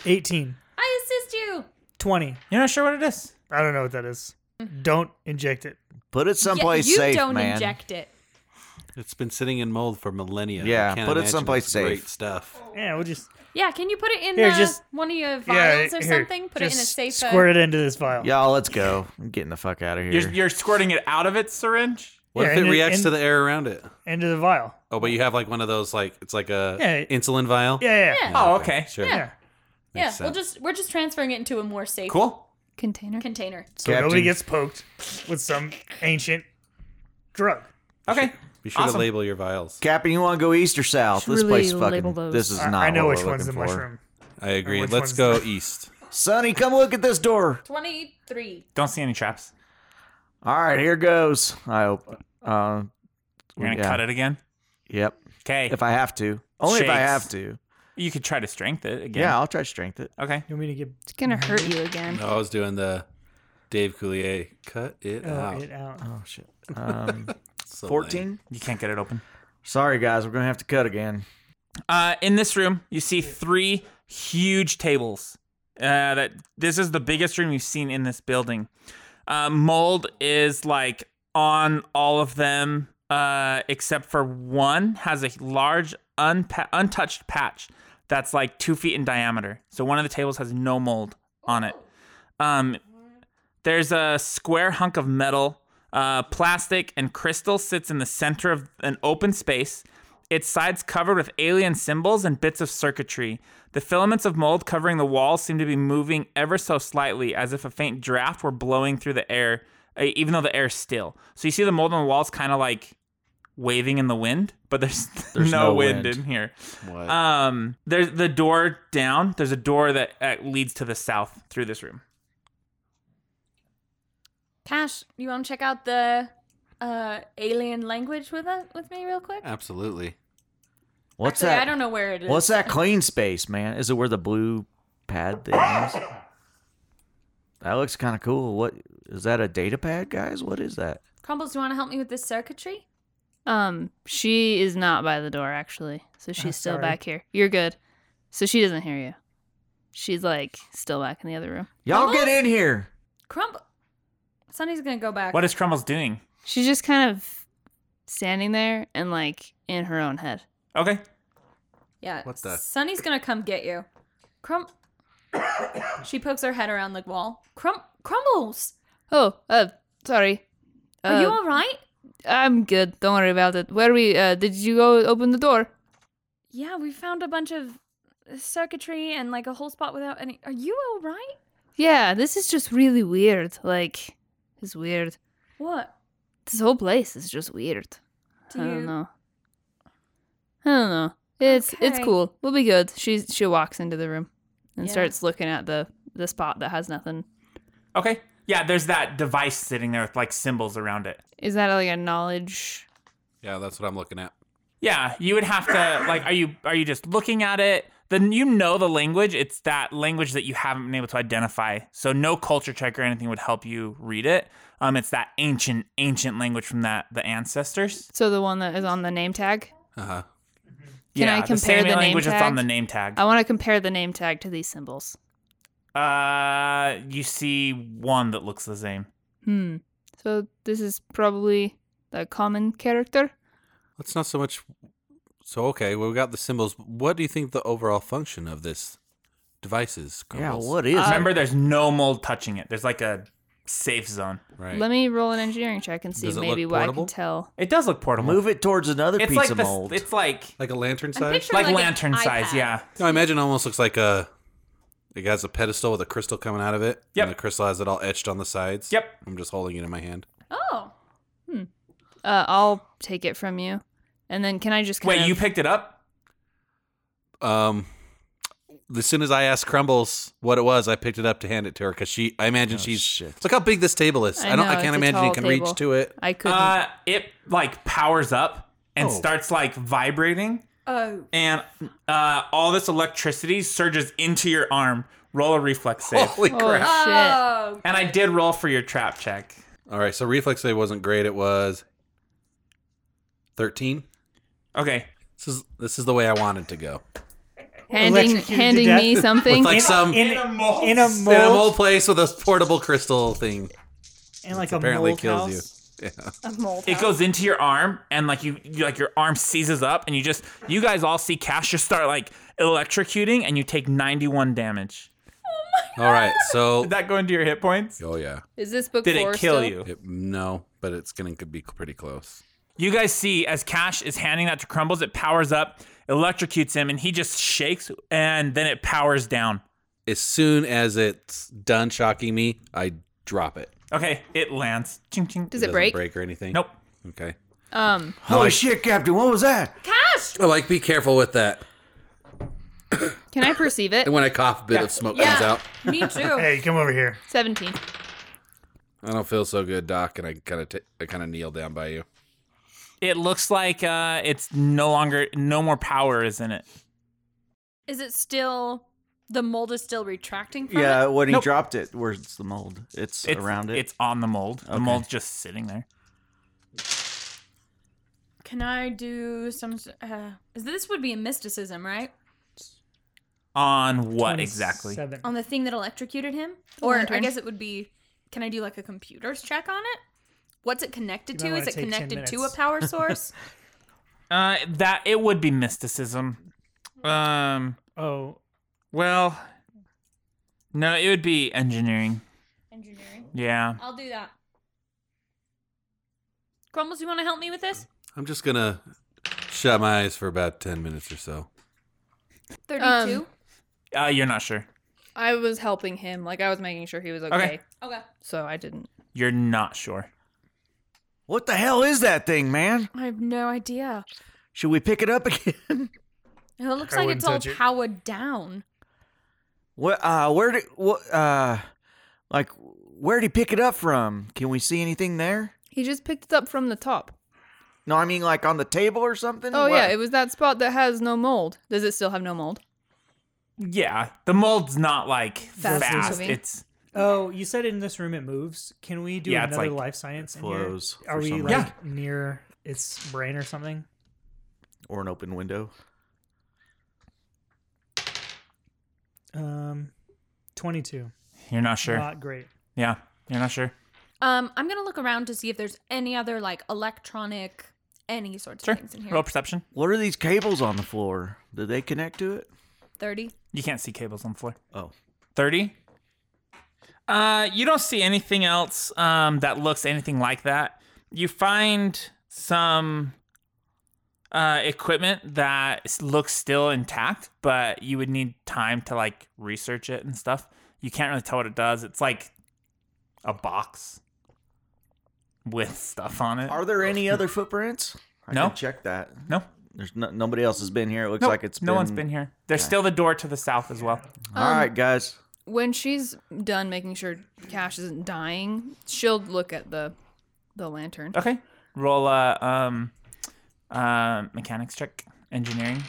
S2: 18,
S6: I assist you.
S2: 20.
S1: You're not sure what it is.
S2: I don't know what that is.
S6: Mm.
S2: Don't inject it.
S4: Put it
S6: Yeah,
S4: someplace
S6: you
S4: safe,
S6: don't
S4: man.
S6: inject it.
S7: it's been sitting in mold for millennia. I
S4: Yeah,
S7: can't
S4: put it
S7: imagine
S4: someplace
S7: it's Great
S4: safe.
S7: stuff.
S2: Yeah, we'll just
S6: Yeah, can you put it in
S2: Here,
S6: uh,
S2: just-
S6: one of your vials
S2: yeah,
S6: or
S2: here,
S6: something? Put it in a
S2: just
S6: safe. uh,
S2: Squirt it into this vial.
S4: Y'all, let's go. I'm getting the fuck out of here.
S1: You're, you're squirting it out of its syringe?
S7: What
S2: Yeah,
S7: if it
S2: and it-
S7: reacts to
S2: and-
S7: the air around it?
S2: Into the vial.
S7: Oh, but you have like one of those like it's like a
S2: Yeah.
S7: insulin vial.
S2: Yeah, yeah.
S6: Yeah.
S1: Oh, okay.
S7: Sure.
S2: yeah.
S6: yeah,
S7: Makes
S6: we'll
S7: sense.
S6: just we're just transferring it into a more safe
S1: Cool.
S10: Container.
S6: container.
S2: So nobody
S4: Captain.
S2: gets poked with some ancient drug.
S1: Okay.
S7: Be sure
S1: Awesome.
S7: to label your vials.
S4: Captain, you want to go east or south?
S10: Should
S4: This
S10: really
S4: place
S10: label
S4: fucking.
S10: those.
S4: This is
S2: I,
S4: not.
S2: I know
S4: what
S2: which
S4: we're
S2: one's the
S4: looking for.
S2: mushroom.
S7: I agree.
S2: which one's
S7: Let's go east.
S4: Sonny, come look at this door.
S6: Twenty-three.
S1: Don't see any traps.
S4: All right, here goes. I hope. Uh,
S1: You're going to
S4: yeah.
S1: cut it again?
S4: Yep.
S1: Okay.
S4: If I have to, only if I
S1: Shakes.
S4: have to.
S1: You could try to strength it again.
S4: Yeah, I'll try to strength it.
S1: Okay.
S2: You want me to get
S10: It's gonna hurt you again.
S7: No, I was doing the Dave Coulier. Cut it
S2: oh,
S7: out.
S2: it out?
S4: Oh shit. Um,
S7: So lame.
S4: Fourteen.
S1: You can't get it open.
S4: Sorry guys, we're gonna have to cut again.
S1: Uh, in this room, you see three huge tables. Uh, that this is the biggest room you've seen in this building. Uh, mold is like on all of them, uh, except for one has a large unpa- untouched patch that's like two feet in diameter. So one of the tables has no mold on it. Um, there's a square hunk of metal, uh, plastic, and crystal sits in the center of an open space. Its sides covered with alien symbols and bits of circuitry. The filaments of mold covering the walls seem to be moving ever so slightly, as if a faint draft were blowing through the air, uh, even though the air's still. So you see the mold on the walls kind of like waving in the wind, but there's, no,
S4: no
S1: wind,
S4: wind.
S1: in here.
S7: What?
S1: Um, there's the door down. There's a door that uh, leads to the south through this room.
S6: Cash, you want to check out the uh, alien language with us with me real quick?
S7: Absolutely.
S4: What's
S6: Actually,
S4: that?
S6: I don't know where it is.
S4: What's that clean space, man? Is it where the blue pad thing is? That looks kind of cool. What is that? A data pad, guys? What is that?
S6: Crumbles, do you want to help me with this circuitry?
S10: Um, she is not by the door actually, so
S2: Oh,
S10: she's still
S5: sorry.
S10: back here. You're good. So she doesn't hear you. She's like still back in the other room.
S4: Y'all get in here.
S6: Crumble. Sunny's gonna go back.
S1: What is Crumbles doing?
S10: She's just kind of standing there and like in her own head.
S1: Okay.
S6: Yeah.
S7: What the-
S6: Sunny's gonna come get you. Crum. she pokes her head around the wall. Crum. Crumbles.
S10: Oh, uh, sorry.
S6: Are you
S10: Uh,
S6: all right?
S10: I'm good. Don't worry about it. Where we? Uh, did you go open the door?
S6: Yeah, we found a bunch of circuitry and like a whole spot without any. Are you all right?
S10: Yeah, this is just really weird. Like, it's weird.
S6: What?
S10: This whole place is just weird.
S6: Do
S10: I don't
S6: you-
S10: know. I don't know. It's it's
S6: Okay.
S10: cool. We'll be good. She's she walks into the room and
S6: Yeah.
S10: starts looking at the the spot that has nothing.
S1: Okay. Yeah, there's that device sitting there with like symbols around it.
S10: Is that like a knowledge?
S7: Yeah, that's what I'm looking at.
S1: Yeah, you would have to like are you are you just looking at it? Then you know the language. It's that language that you haven't been able to identify. So no culture check or anything would help you read it. Um it's that ancient ancient language from that the ancestors.
S10: So the one that is on the name tag.
S7: Uh huh.
S10: Can I
S1: yeah,
S10: compare
S1: the same
S10: the name
S1: language that's on
S10: tag?
S1: the name tag.
S10: I want to compare the name tag to these symbols. Oh.
S1: Uh you see one that looks the same.
S10: Hmm. So this is probably the common character.
S7: That's not so much. So okay, well, we got the symbols. What do you think the overall function of this device is?
S4: Yeah,
S7: Crumbles?
S4: what is
S10: Uh,
S4: it?
S1: Remember there's no mold touching it. There's like a safe zone.
S7: Right.
S10: Let me roll an engineering check and see
S7: Does it look
S10: maybe what I can
S7: portable?
S10: tell.
S1: It does look portable.
S4: Move it towards another
S1: it's
S4: piece
S1: like
S4: of
S1: the-
S4: mold.
S1: it's like
S7: like a lantern
S6: I'm
S7: size.
S6: picturing
S1: like,
S6: an
S1: lantern size,
S6: iPad.
S1: yeah.
S7: No, I imagine it almost looks like a. It has a pedestal with a crystal coming out of it.
S1: Yep.
S7: And the crystal has it all etched on the sides.
S1: Yep.
S7: I'm just holding it in my hand.
S6: Oh,
S10: Uh, I'll take it from you, and then can I just kind
S1: Wait,
S10: of-
S1: you picked it up?
S7: Um, as soon as I asked Crumbles what it was, I picked it up to hand it to her because she. I imagine she's.
S4: shit.
S7: Look how big this table is.
S10: Oh, I
S7: I, don't.
S10: know,
S7: I can't
S10: it's a
S7: imagine you
S10: tall
S7: can
S10: table.
S7: reach to it.
S10: I couldn't.
S1: Uh, it like powers up and
S7: Oh.
S1: starts like vibrating,
S6: oh,
S1: and uh, all this electricity surges into your arm. Roll a reflex save,
S7: Holy
S10: oh
S7: crap!
S10: shit!
S6: oh.
S1: and I did roll for your trap check.
S7: All right, so reflex save wasn't great. It was thirteen.
S1: Okay,
S7: This is this is the way I wanted to go.
S10: Handing
S5: Electrocuted to
S10: handing
S5: death.
S10: me something.
S7: With like some in,
S5: in,
S1: a mold.
S5: in a
S7: a
S5: mold,
S7: mold place with a portable crystal thing.
S5: and like
S7: Which
S5: a
S7: apparently
S5: mold
S7: kills you.
S5: house.
S6: A mold.
S1: it goes into your arm, and like you, you, like your arm seizes up, and you just, you guys all see Cash just start like electrocuting, and you take ninety-one damage.
S7: All right, so
S1: Did that go into your hit points?
S7: oh yeah,
S10: Is this book?
S1: Did
S10: four
S1: it kill
S10: still?
S1: you?
S7: It- no, but it's gonna could be pretty close.
S1: You guys see as Cash is handing that to Crumbles, it powers up, electrocutes him, and he just shakes, and then it powers down.
S7: As soon as it's done shocking me, I drop it.
S1: Okay, it lands. Ching, ching.
S10: Does
S7: Doesn't
S10: it break?
S7: Break or anything?
S1: Nope.
S7: Okay.
S10: Um.
S4: Holy shit, Captain! What was that?
S7: Oh, like be careful with that.
S10: Can I perceive it?
S7: And when I cough, a bit of smoke comes
S6: Yeah.
S7: out.
S6: Me too.
S2: Hey, come over here.
S10: Seventeen.
S7: I don't feel so good, Doc, and I kind of t- I kind of kneel down by you.
S1: It looks like uh, it's no longer, no more power is in it.
S6: Is it still? The mold is still retracting from
S4: Yeah,
S6: it.
S4: when he
S1: Nope.
S4: dropped it, where's the mold? It's,
S1: It's
S4: around it.
S1: It's on the mold. The
S4: Okay.
S1: mold's just sitting there.
S6: Can I do some? s- Uh, is this would be a mysticism, right?
S1: On what exactly?
S2: 27.
S6: On the thing that electrocuted him, or I
S10: lantern.
S6: guess it would be. Can I do like a computer's check on it? What's it connected
S2: You might
S6: to? Is
S2: wanna
S6: it
S2: take 10
S6: connected to a
S2: minutes.
S6: power source?
S1: Uh, that it would be mysticism. Um,
S2: Oh,
S1: well, no, it would be engineering.
S6: Engineering.
S1: Yeah.
S6: I'll do that. Crumbles, you want to help me with this?
S7: I'm just gonna shut my eyes for about ten minutes or so.
S10: Um,
S6: 32.
S1: Uh, you're not sure.
S10: I was helping him. Like I was making sure he was okay.
S1: Okay.
S6: okay.
S10: So I didn't.
S1: You're not sure.
S4: what the hell is that thing, man?
S6: I have no idea.
S4: Should we pick it up again?
S6: It looks
S2: I
S6: like
S2: wouldn't
S6: it's all
S2: touch it.
S6: powered down.
S4: what? Uh, where did? What? Uh, like, where did he pick it up from? Can we see anything there?
S10: He just picked it up from the top.
S4: No, I mean like on the table or something.
S10: Oh
S4: What?
S10: yeah, it was that spot that has no mold. Does it still have no mold?
S1: Yeah, the mold's not like fast.
S10: moving.
S1: It's
S2: oh, you said in this room it moves. Can we do
S1: Yeah, it's
S2: another
S1: like
S2: life science? in here?
S4: flows
S2: Are
S4: for
S2: we
S4: some
S2: like
S1: reason.
S2: near
S5: its brain or something.
S4: or an open window.
S5: Um, twenty-two.
S1: You're not sure.
S5: Not great.
S1: yeah, you're not sure.
S6: Um, I'm gonna look around to see if there's any other like electronic, any sorts
S1: Sure.
S6: of things in here.
S1: Roll perception.
S4: What are these cables on the floor? Do they connect to it?
S6: Thirty.
S1: You can't see cables on the floor.
S4: Oh,
S1: 30 uh you don't see anything else um that looks anything like that you find some uh equipment that s- looks still intact but you would need time to like research it and stuff you can't really tell what it does it's like a box with stuff on it
S4: are there any other footprints? I
S1: No.
S4: can check that.
S1: no
S4: There's no, nobody else has been here. It looks
S1: no,
S4: like it's
S1: no one's been here there's still the door to the south as well
S4: All right, guys.
S10: When she's done making sure Cash isn't dying, she'll look at the the lantern.
S1: okay roll uh um uh mechanics check engineering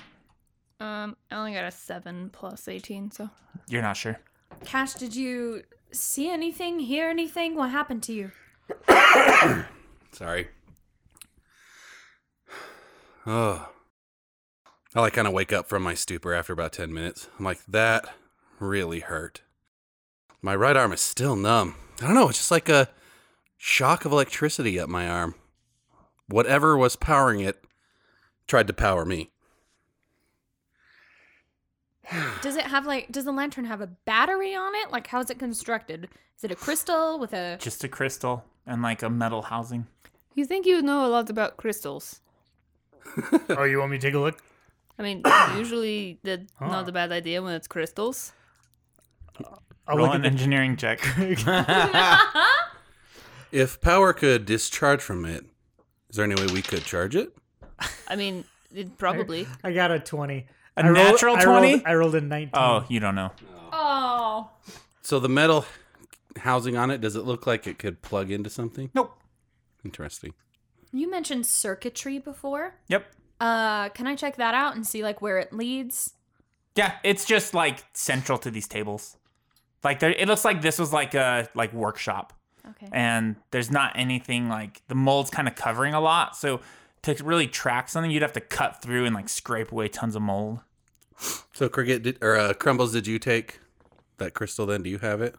S10: Um, I only got a seven plus eighteen, so
S1: You're not sure.
S6: Cash, did you see anything? Hear anything? What happened to you?
S7: Sorry. Ugh. I like kind of wake up from my stupor after about 10 minutes. I'm like, that really hurt. My right arm is still numb. I don't know. It's just like a shock of electricity up my arm. Whatever was powering it tried to power me.
S6: Does it have like? Does the lantern have a battery on it? Like, how is it constructed? Is it a crystal with a?
S1: Just a crystal and like a metal housing.
S10: you think you know a lot about crystals.
S2: Oh, you want me to take a look?
S10: I mean, usually that's not a bad idea when it's crystals.
S5: Oh,
S2: I'll
S1: Roll
S2: look at
S1: an
S2: the
S1: engineering check.
S7: If power could discharge from it, is there any way we could charge it?
S10: I mean, it probably.
S5: I got a twenty.
S1: A
S5: I rolled-
S1: natural
S5: I rolled-
S1: 20?
S5: I rolled a nineteen.
S1: Oh, you don't know.
S6: Oh,
S7: So the metal housing on it, does it look like it could plug into something?
S1: Nope.
S7: Interesting.
S6: you mentioned circuitry before.
S1: Yep.
S6: Uh, can I check that out and see like where it leads?
S1: Yeah, it's just like central to these tables. Like there, it looks like this was like a like workshop,
S6: Okay.
S1: and there's not anything like the mold's kind of covering a lot. So to really track something, you'd have to cut through and like scrape away tons of mold.
S7: So cricket did, or uh, crumbles? Did you take that crystal? Then do you have it?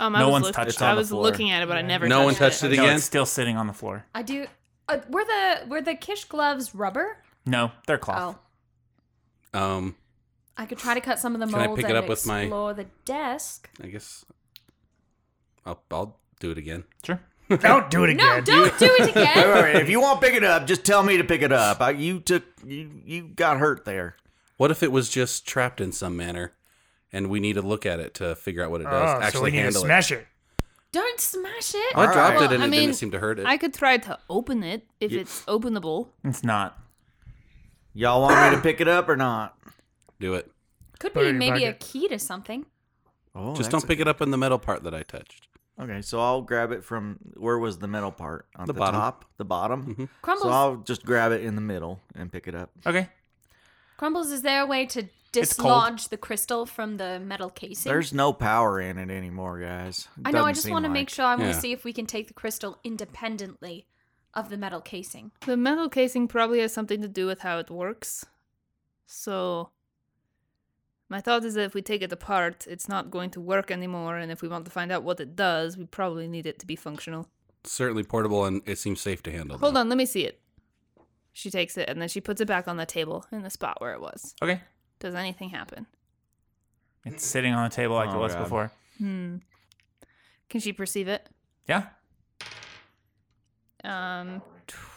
S10: Um, I
S1: No
S10: was
S1: one's
S10: look-
S1: touched it
S10: I
S1: on the
S10: was
S1: floor.
S10: looking at it, but I never.
S7: No
S10: touched
S7: one touched it
S1: No,
S7: again?
S1: it's still sitting on the floor.
S6: I do. Uh, were the were the Kish gloves rubber?
S1: No, they're cloth.
S6: Oh,
S7: Um,
S6: I could try to cut some of the
S7: Can I
S6: mold
S7: pick it
S6: and
S7: up with my-
S6: explore the desk.
S7: I guess I'll I'll do it again.
S1: Sure.
S2: Don't do it again.
S6: No, Oh, don't do it
S4: All
S6: again.
S4: right, if you want to pick it up, just tell me to pick it up. I, you took you you got hurt there.
S7: What if it was just trapped in some manner, and we need to look at it to figure out what it does?
S2: Oh, so we need to
S7: handle
S2: smash it.
S6: don't smash
S7: it.
S6: it.
S7: I dropped
S4: Alright.
S7: it and
S10: Well, I
S7: it
S10: mean,
S7: didn't seem to hurt it.
S10: I could try to open it if it's openable.
S1: It's not.
S4: Y'all want me to pick it up or not?
S7: do it.
S6: Could
S2: Put it
S6: be
S2: in your
S6: maybe a
S2: pocket.
S6: key to something.
S4: Oh,
S7: just don't pick it up in the metal part that I touched.
S4: Okay, so I'll grab it from where was the metal part on
S7: The
S4: the,
S7: bottom. Mm-hmm.
S4: top, the bottom.
S6: Crumbles.
S4: So I'll just grab it in the middle and pick it up.
S1: Okay.
S6: Crumbles, is there a way to
S1: cold.
S6: dislodge the crystal from the metal casing?
S4: There's no power in it anymore, guys. It
S6: I know, I
S4: doesn't
S6: just
S4: seem
S6: want to make
S4: like-
S6: sure I want to
S7: Yeah.
S6: see if we can take the crystal independently of the metal casing.
S10: The metal casing probably has something to do with how it works. So, my thought is that if we take it apart, it's not going to work anymore. And if we want to find out what it does, we probably need it to be functional.
S7: Certainly portable and it seems safe to handle.
S10: Hold
S7: though.
S10: on, let me see it. She takes it and then she puts it back on the table in the spot where it was.
S1: Okay.
S10: Does anything happen?
S1: It's sitting on a table like it
S4: Oh,
S1: was
S4: God.
S1: before.
S10: Hmm. Can she perceive it?
S1: Yeah.
S10: Um,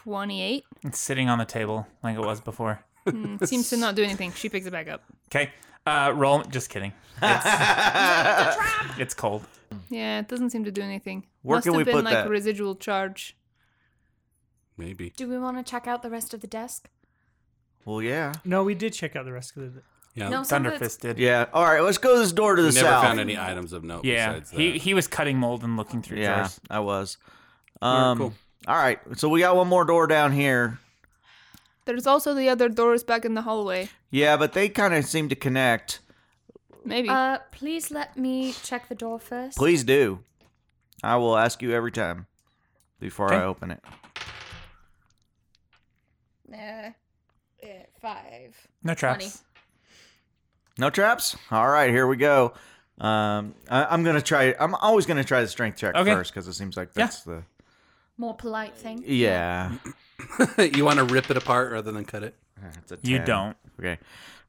S10: 28.
S1: It's sitting on the table like it was before.
S10: Hmm, seems to not do anything. She picks it back up.
S1: Okay. Uh, roll. Just kidding. It's, it's cold.
S10: Yeah, it doesn't seem to do anything.
S4: Where
S10: Must
S4: can
S10: have
S4: we
S10: been
S4: put
S10: like
S4: that?
S10: residual charge.
S7: Maybe.
S6: Do we want to check out the rest of the desk?
S4: Well, yeah,
S5: No, we did check out the rest of the.
S7: Yeah.
S6: No, some of it's-
S1: Thunderfist did.
S4: yeah. All right, let's go to this door to the
S7: We never
S4: south.
S7: found any items of note.
S1: Yeah.
S7: Besides
S1: He
S7: that.
S1: he was cutting mold and looking through
S4: yeah,
S1: jars.
S4: I was.
S7: right,
S4: Um,
S7: cool.
S4: All right, so we got one more door down here.
S10: There's also the other doors back in the hallway.
S4: Yeah, but they kind of seem to connect.
S10: Maybe.
S6: Uh, please let me check the door first.
S4: Please do. I will ask you every time before
S1: Okay.
S4: I open it.
S6: Uh, eh, five.
S1: No traps.
S4: No traps. All right, here we go. Um, I, I'm gonna try. I'm always gonna try the strength check
S1: Okay.
S4: first because it seems like
S1: Yeah.
S4: that's
S6: More polite thing.
S4: the yeah.
S7: you want to rip it apart rather than cut it.
S4: It's a
S1: You
S4: 10.
S1: don't.
S4: Okay.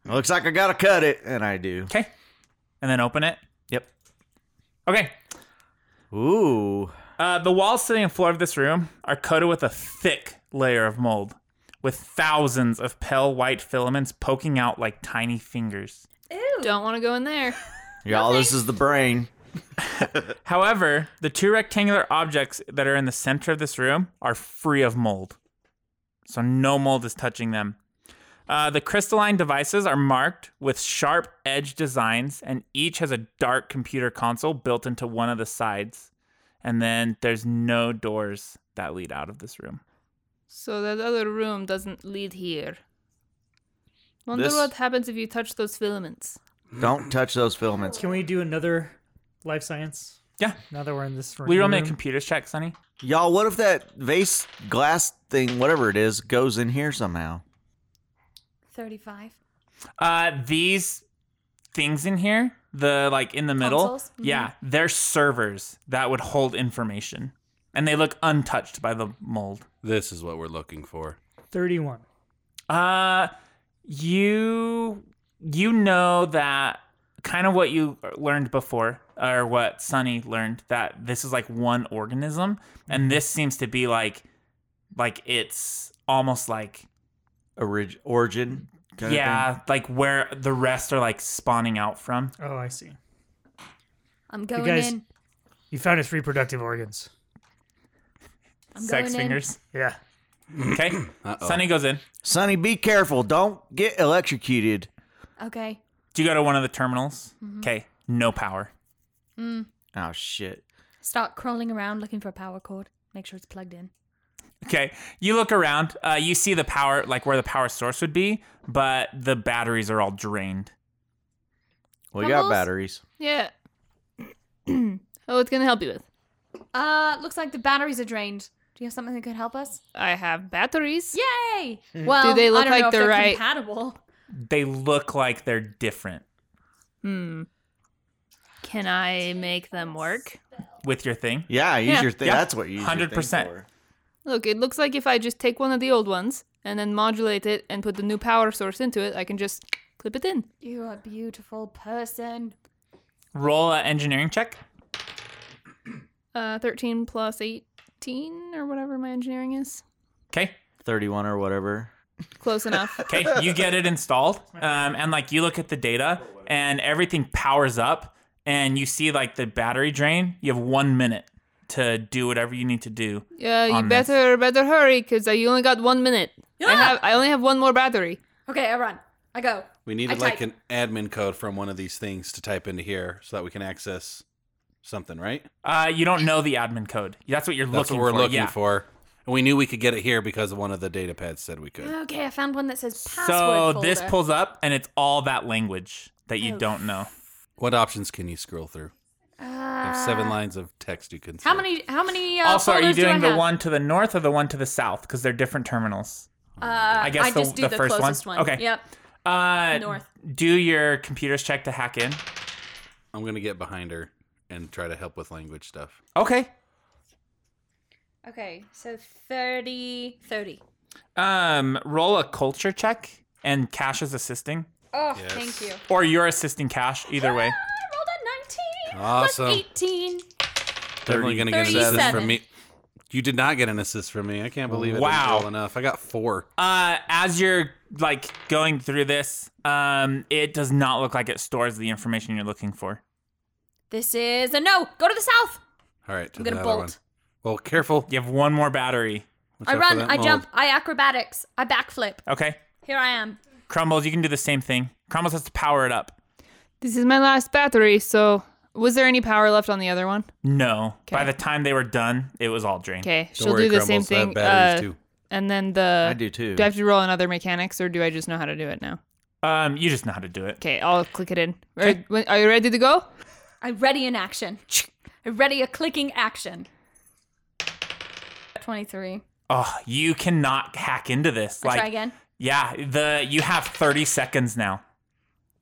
S4: Looks like I gotta cut it, and I do.
S1: Okay. And then open it.
S4: Yep.
S1: Okay.
S4: Ooh.
S1: Uh, the walls, ceiling, and floor of this room are coated with a thick layer of mold, with thousands of pale white filaments poking out like tiny fingers.
S10: Don't want to go in there.
S4: Y'all, this is the brain.
S1: However, the two rectangular objects that are in the center of this room are free of mold. So no mold is touching them. Uh, the crystalline devices are marked with sharp edge designs, and each has a dark computer console built into one of the sides. And then there's no doors that lead out of this room.
S10: So that other room doesn't lead here. Wonder
S4: This-
S10: what happens if you touch those filaments.
S4: Don't touch those filaments.
S5: Can we do another life science?
S1: Yeah.
S5: Now that we're in this room.
S1: We roll me a computers check, Sonny.
S4: Y'all, what if that vase glass thing, whatever it is, goes in here somehow?
S6: Thirty-five.
S1: Uh, these things in here, the like in the middle,
S6: Consoles? Mhm.
S1: yeah, they're servers that would hold information, and they look untouched by the mold.
S7: This is what we're looking for.
S5: Thirty-one.
S1: Uh, you you know that kind of what you learned before, or what Sunny learned that this is like one organism, and this seems to be like like it's almost like
S4: Orig- origin? kind of
S1: yeah, like where the rest are like spawning out from.
S5: Oh, I see.
S6: I'm going
S5: guys-
S6: in.
S5: You found its reproductive organs.
S6: I'm going
S1: Sex
S6: in.
S1: fingers.
S5: Yeah.
S1: Okay.
S7: Uh-oh.
S1: Sunny goes in.
S4: Sonny, be careful. Don't get electrocuted.
S6: Okay.
S1: Do you go to one of the terminals? Okay. No power.
S4: Oh, shit.
S6: Start crawling around looking for a power cord. Make sure it's plugged in.
S1: Okay. You look around. Uh, you see the power, like where the power source would be, but the batteries are all drained.
S4: We got
S6: Humbles?
S4: batteries.
S10: Yeah. oh, it's gonna help you with.
S6: Uh, looks like the batteries are drained. Do you have something that could help us?
S10: I have batteries.
S6: Yay! Well,
S10: they
S6: I
S10: look
S6: don't
S10: like
S6: know if
S10: they're
S6: they're
S10: right-
S6: compatible.
S1: They look like they're different
S10: Hmm. Can I make them work?
S1: with your thing.
S4: Yeah, use
S10: Yeah.
S4: your thing.
S1: Yeah.
S4: That's what you use.
S1: 100%.
S4: 100%.
S10: Look, it looks like if I just take one of the old ones and then modulate it and put the new power source into it, I can just clip it in.
S6: You are a beautiful person.
S1: Roll an engineering check.
S10: Uh, 13 plus 18 or whatever my engineering is.
S1: Okay.
S4: 31 or whatever.
S10: Close enough.
S1: Okay. You get it installed. Um, and like you look at the data and everything powers up and you see like the battery drain. You have one minute to do whatever you need to do.
S10: Yeah, you
S1: on this.
S10: better better hurry because you only got one minute. I have I only have one more battery.
S6: Okay, I run. I go.
S7: We needed
S6: I
S7: like
S6: type.
S7: an admin code from one of these things to type into here so that we can access something, right?
S1: Uh, you don't know the admin code. That's what you're
S7: That's
S1: looking
S7: what we're
S1: for.
S7: looking
S1: yeah.
S7: for. And we knew we could get it here because one of the data pads said we could.
S6: Okay, I found one that says password
S1: So
S6: folder.
S1: this pulls up, and it's all that language that you
S6: Oh.
S1: don't know.
S7: What options can you scroll through? I have seven
S6: Uh,
S7: lines of text you can
S6: How
S7: see.
S6: many? How many? Uh,
S1: also, are Oh, you
S6: folders do I
S1: doing the
S6: have?
S1: one to the north or the one to the south? Because they're different terminals.
S6: Uh, I
S1: guess the-
S6: just do
S1: the
S6: the,
S1: first one?
S6: closest one.
S1: Okay.
S6: Yep.
S1: Uh,
S6: North.
S1: Do your computers check to hack in?
S7: I'm gonna get behind her and try to help with language stuff.
S1: Okay.
S6: Okay. So 30. 30.
S1: Um, roll a culture check, and Cash is assisting,
S6: Oh,
S7: Yes.
S6: thank you.
S1: or you're assisting Cash. Either way.
S6: I rolled a 19.
S7: Awesome.
S6: Plus 18.
S7: Definitely gonna get an assist
S6: 37.
S7: from me. You did not get an assist from me. I can't believe it.
S1: Wow.
S7: Wow. enough. I got four.
S1: Uh, as you're like going through this, um, it does not look like it stores the information you're looking for.
S6: This is a no. Go to the south.
S7: All right. To
S6: I'm gonna
S7: the other
S6: bolt.
S7: One. Well, careful.
S1: You have one more battery.
S7: Watch
S6: I
S7: out for
S6: run.
S7: that
S6: I
S7: mold.
S6: jump. I acrobatics. I backflip.
S1: Okay.
S6: Here I am.
S1: Crumbles, you can do the same thing. Crumbles has to power it up.
S10: This is my last battery. So, was there any power left on the other one?
S1: No. By
S10: Okay.
S1: the time they were done, it was all drained.
S10: Okay,
S7: Don't
S10: she'll
S7: worry,
S10: do the same
S7: Crumbles, I have
S10: thing.
S7: batteries,
S10: uh,
S7: too.
S10: And then the
S4: I do too.
S10: Do I have to roll another mechanics, or do I just know how to do it now?
S1: Um, you just know how to do it.
S10: Okay, I'll click it in. Are, when- are you ready to go?
S6: I ready an action. I ready a clicking action. 23.
S1: oh, you cannot hack into this.
S6: I
S1: like,
S6: try again.
S1: yeah, the you have 30 seconds now.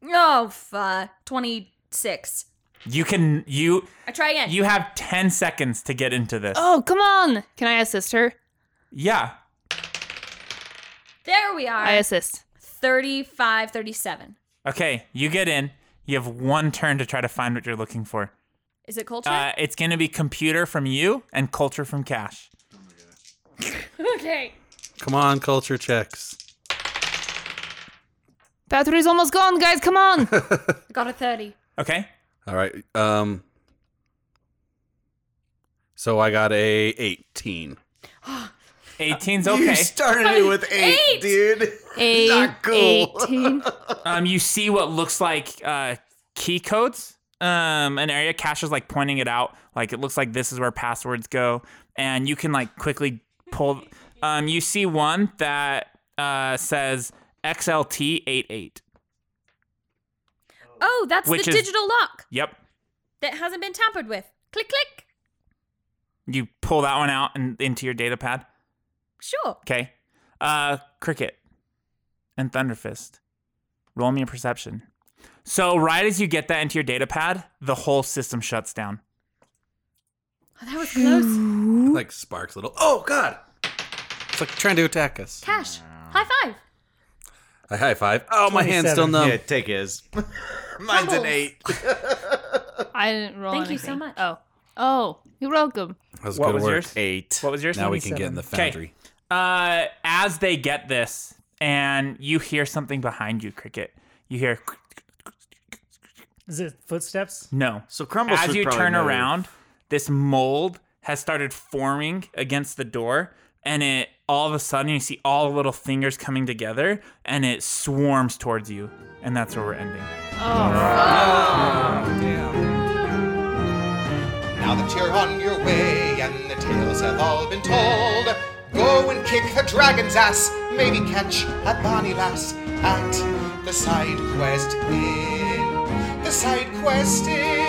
S6: Oh, fuck. 26.
S1: You can you
S6: I try again.
S1: you have 10 seconds to get into this.
S10: Oh, come on. Can I assist her?
S1: Yeah.
S6: there we are.
S10: I assist.
S6: 35, 37.
S1: Okay, you get in. You have one turn to try to find what you're looking for.
S6: Is it culture?
S1: Uh, it's going to be computer from you and culture from Cash.
S6: okay.
S7: Come on, culture checks.
S10: Battery's almost gone, guys. Come on.
S6: I got a 30.
S1: Okay?
S7: All right. Um. So I got a 18.
S1: 18's
S4: You
S1: okay.
S4: started it with eight,
S6: Eight!
S4: dude. Not cool.
S10: 18.
S1: Um, you see what looks like uh, key codes. Um, an area cache is like pointing it out. Like it looks like this is where passwords go, and you can like quickly pull. Um, you see one that uh, says XLT88.
S6: Oh, that's
S1: Which
S6: the
S1: is-
S6: digital lock
S1: Yep.
S6: that hasn't been tampered with. Click, click.
S1: You pull that one out and into your data pad.
S6: Sure.
S1: Okay. Uh, Cricket and Thunderfist. Roll me a perception. So right as you get that into your data pad, the whole system shuts down.
S6: Oh, that was close.
S7: Like sparks little. Oh God! It's like trying to attack us.
S6: Cash. High five.
S7: I high five. Oh, my hand's still
S5: 27.
S7: numb.
S4: Yeah, take his. Mine's an
S6: Doubles.
S4: eight.
S10: I didn't roll.
S6: Thank you so
S10: anything.
S6: much.
S10: Oh. Oh, you're welcome.
S7: That was
S1: What
S7: good
S1: was
S7: work.
S1: yours?
S4: Eight.
S1: What was yours?
S7: Now we can get in the
S1: 'Kay.
S7: foundry.
S1: Uh, as they get this, and you hear something behind you, Cricket. You hear
S5: Is it footsteps?
S1: no.
S4: So Crumbles
S1: as
S4: would
S1: you
S4: probably
S1: turn
S4: know.
S1: around, this mold has started forming against the door, and it all of a sudden you see all the little fingers coming together, and it swarms towards you, and that's where we're ending.
S3: Now that you're on your way and the tales have all been told, go and kick the dragon's ass, maybe catch a bonny lass at the side quest inn. The side quest inn.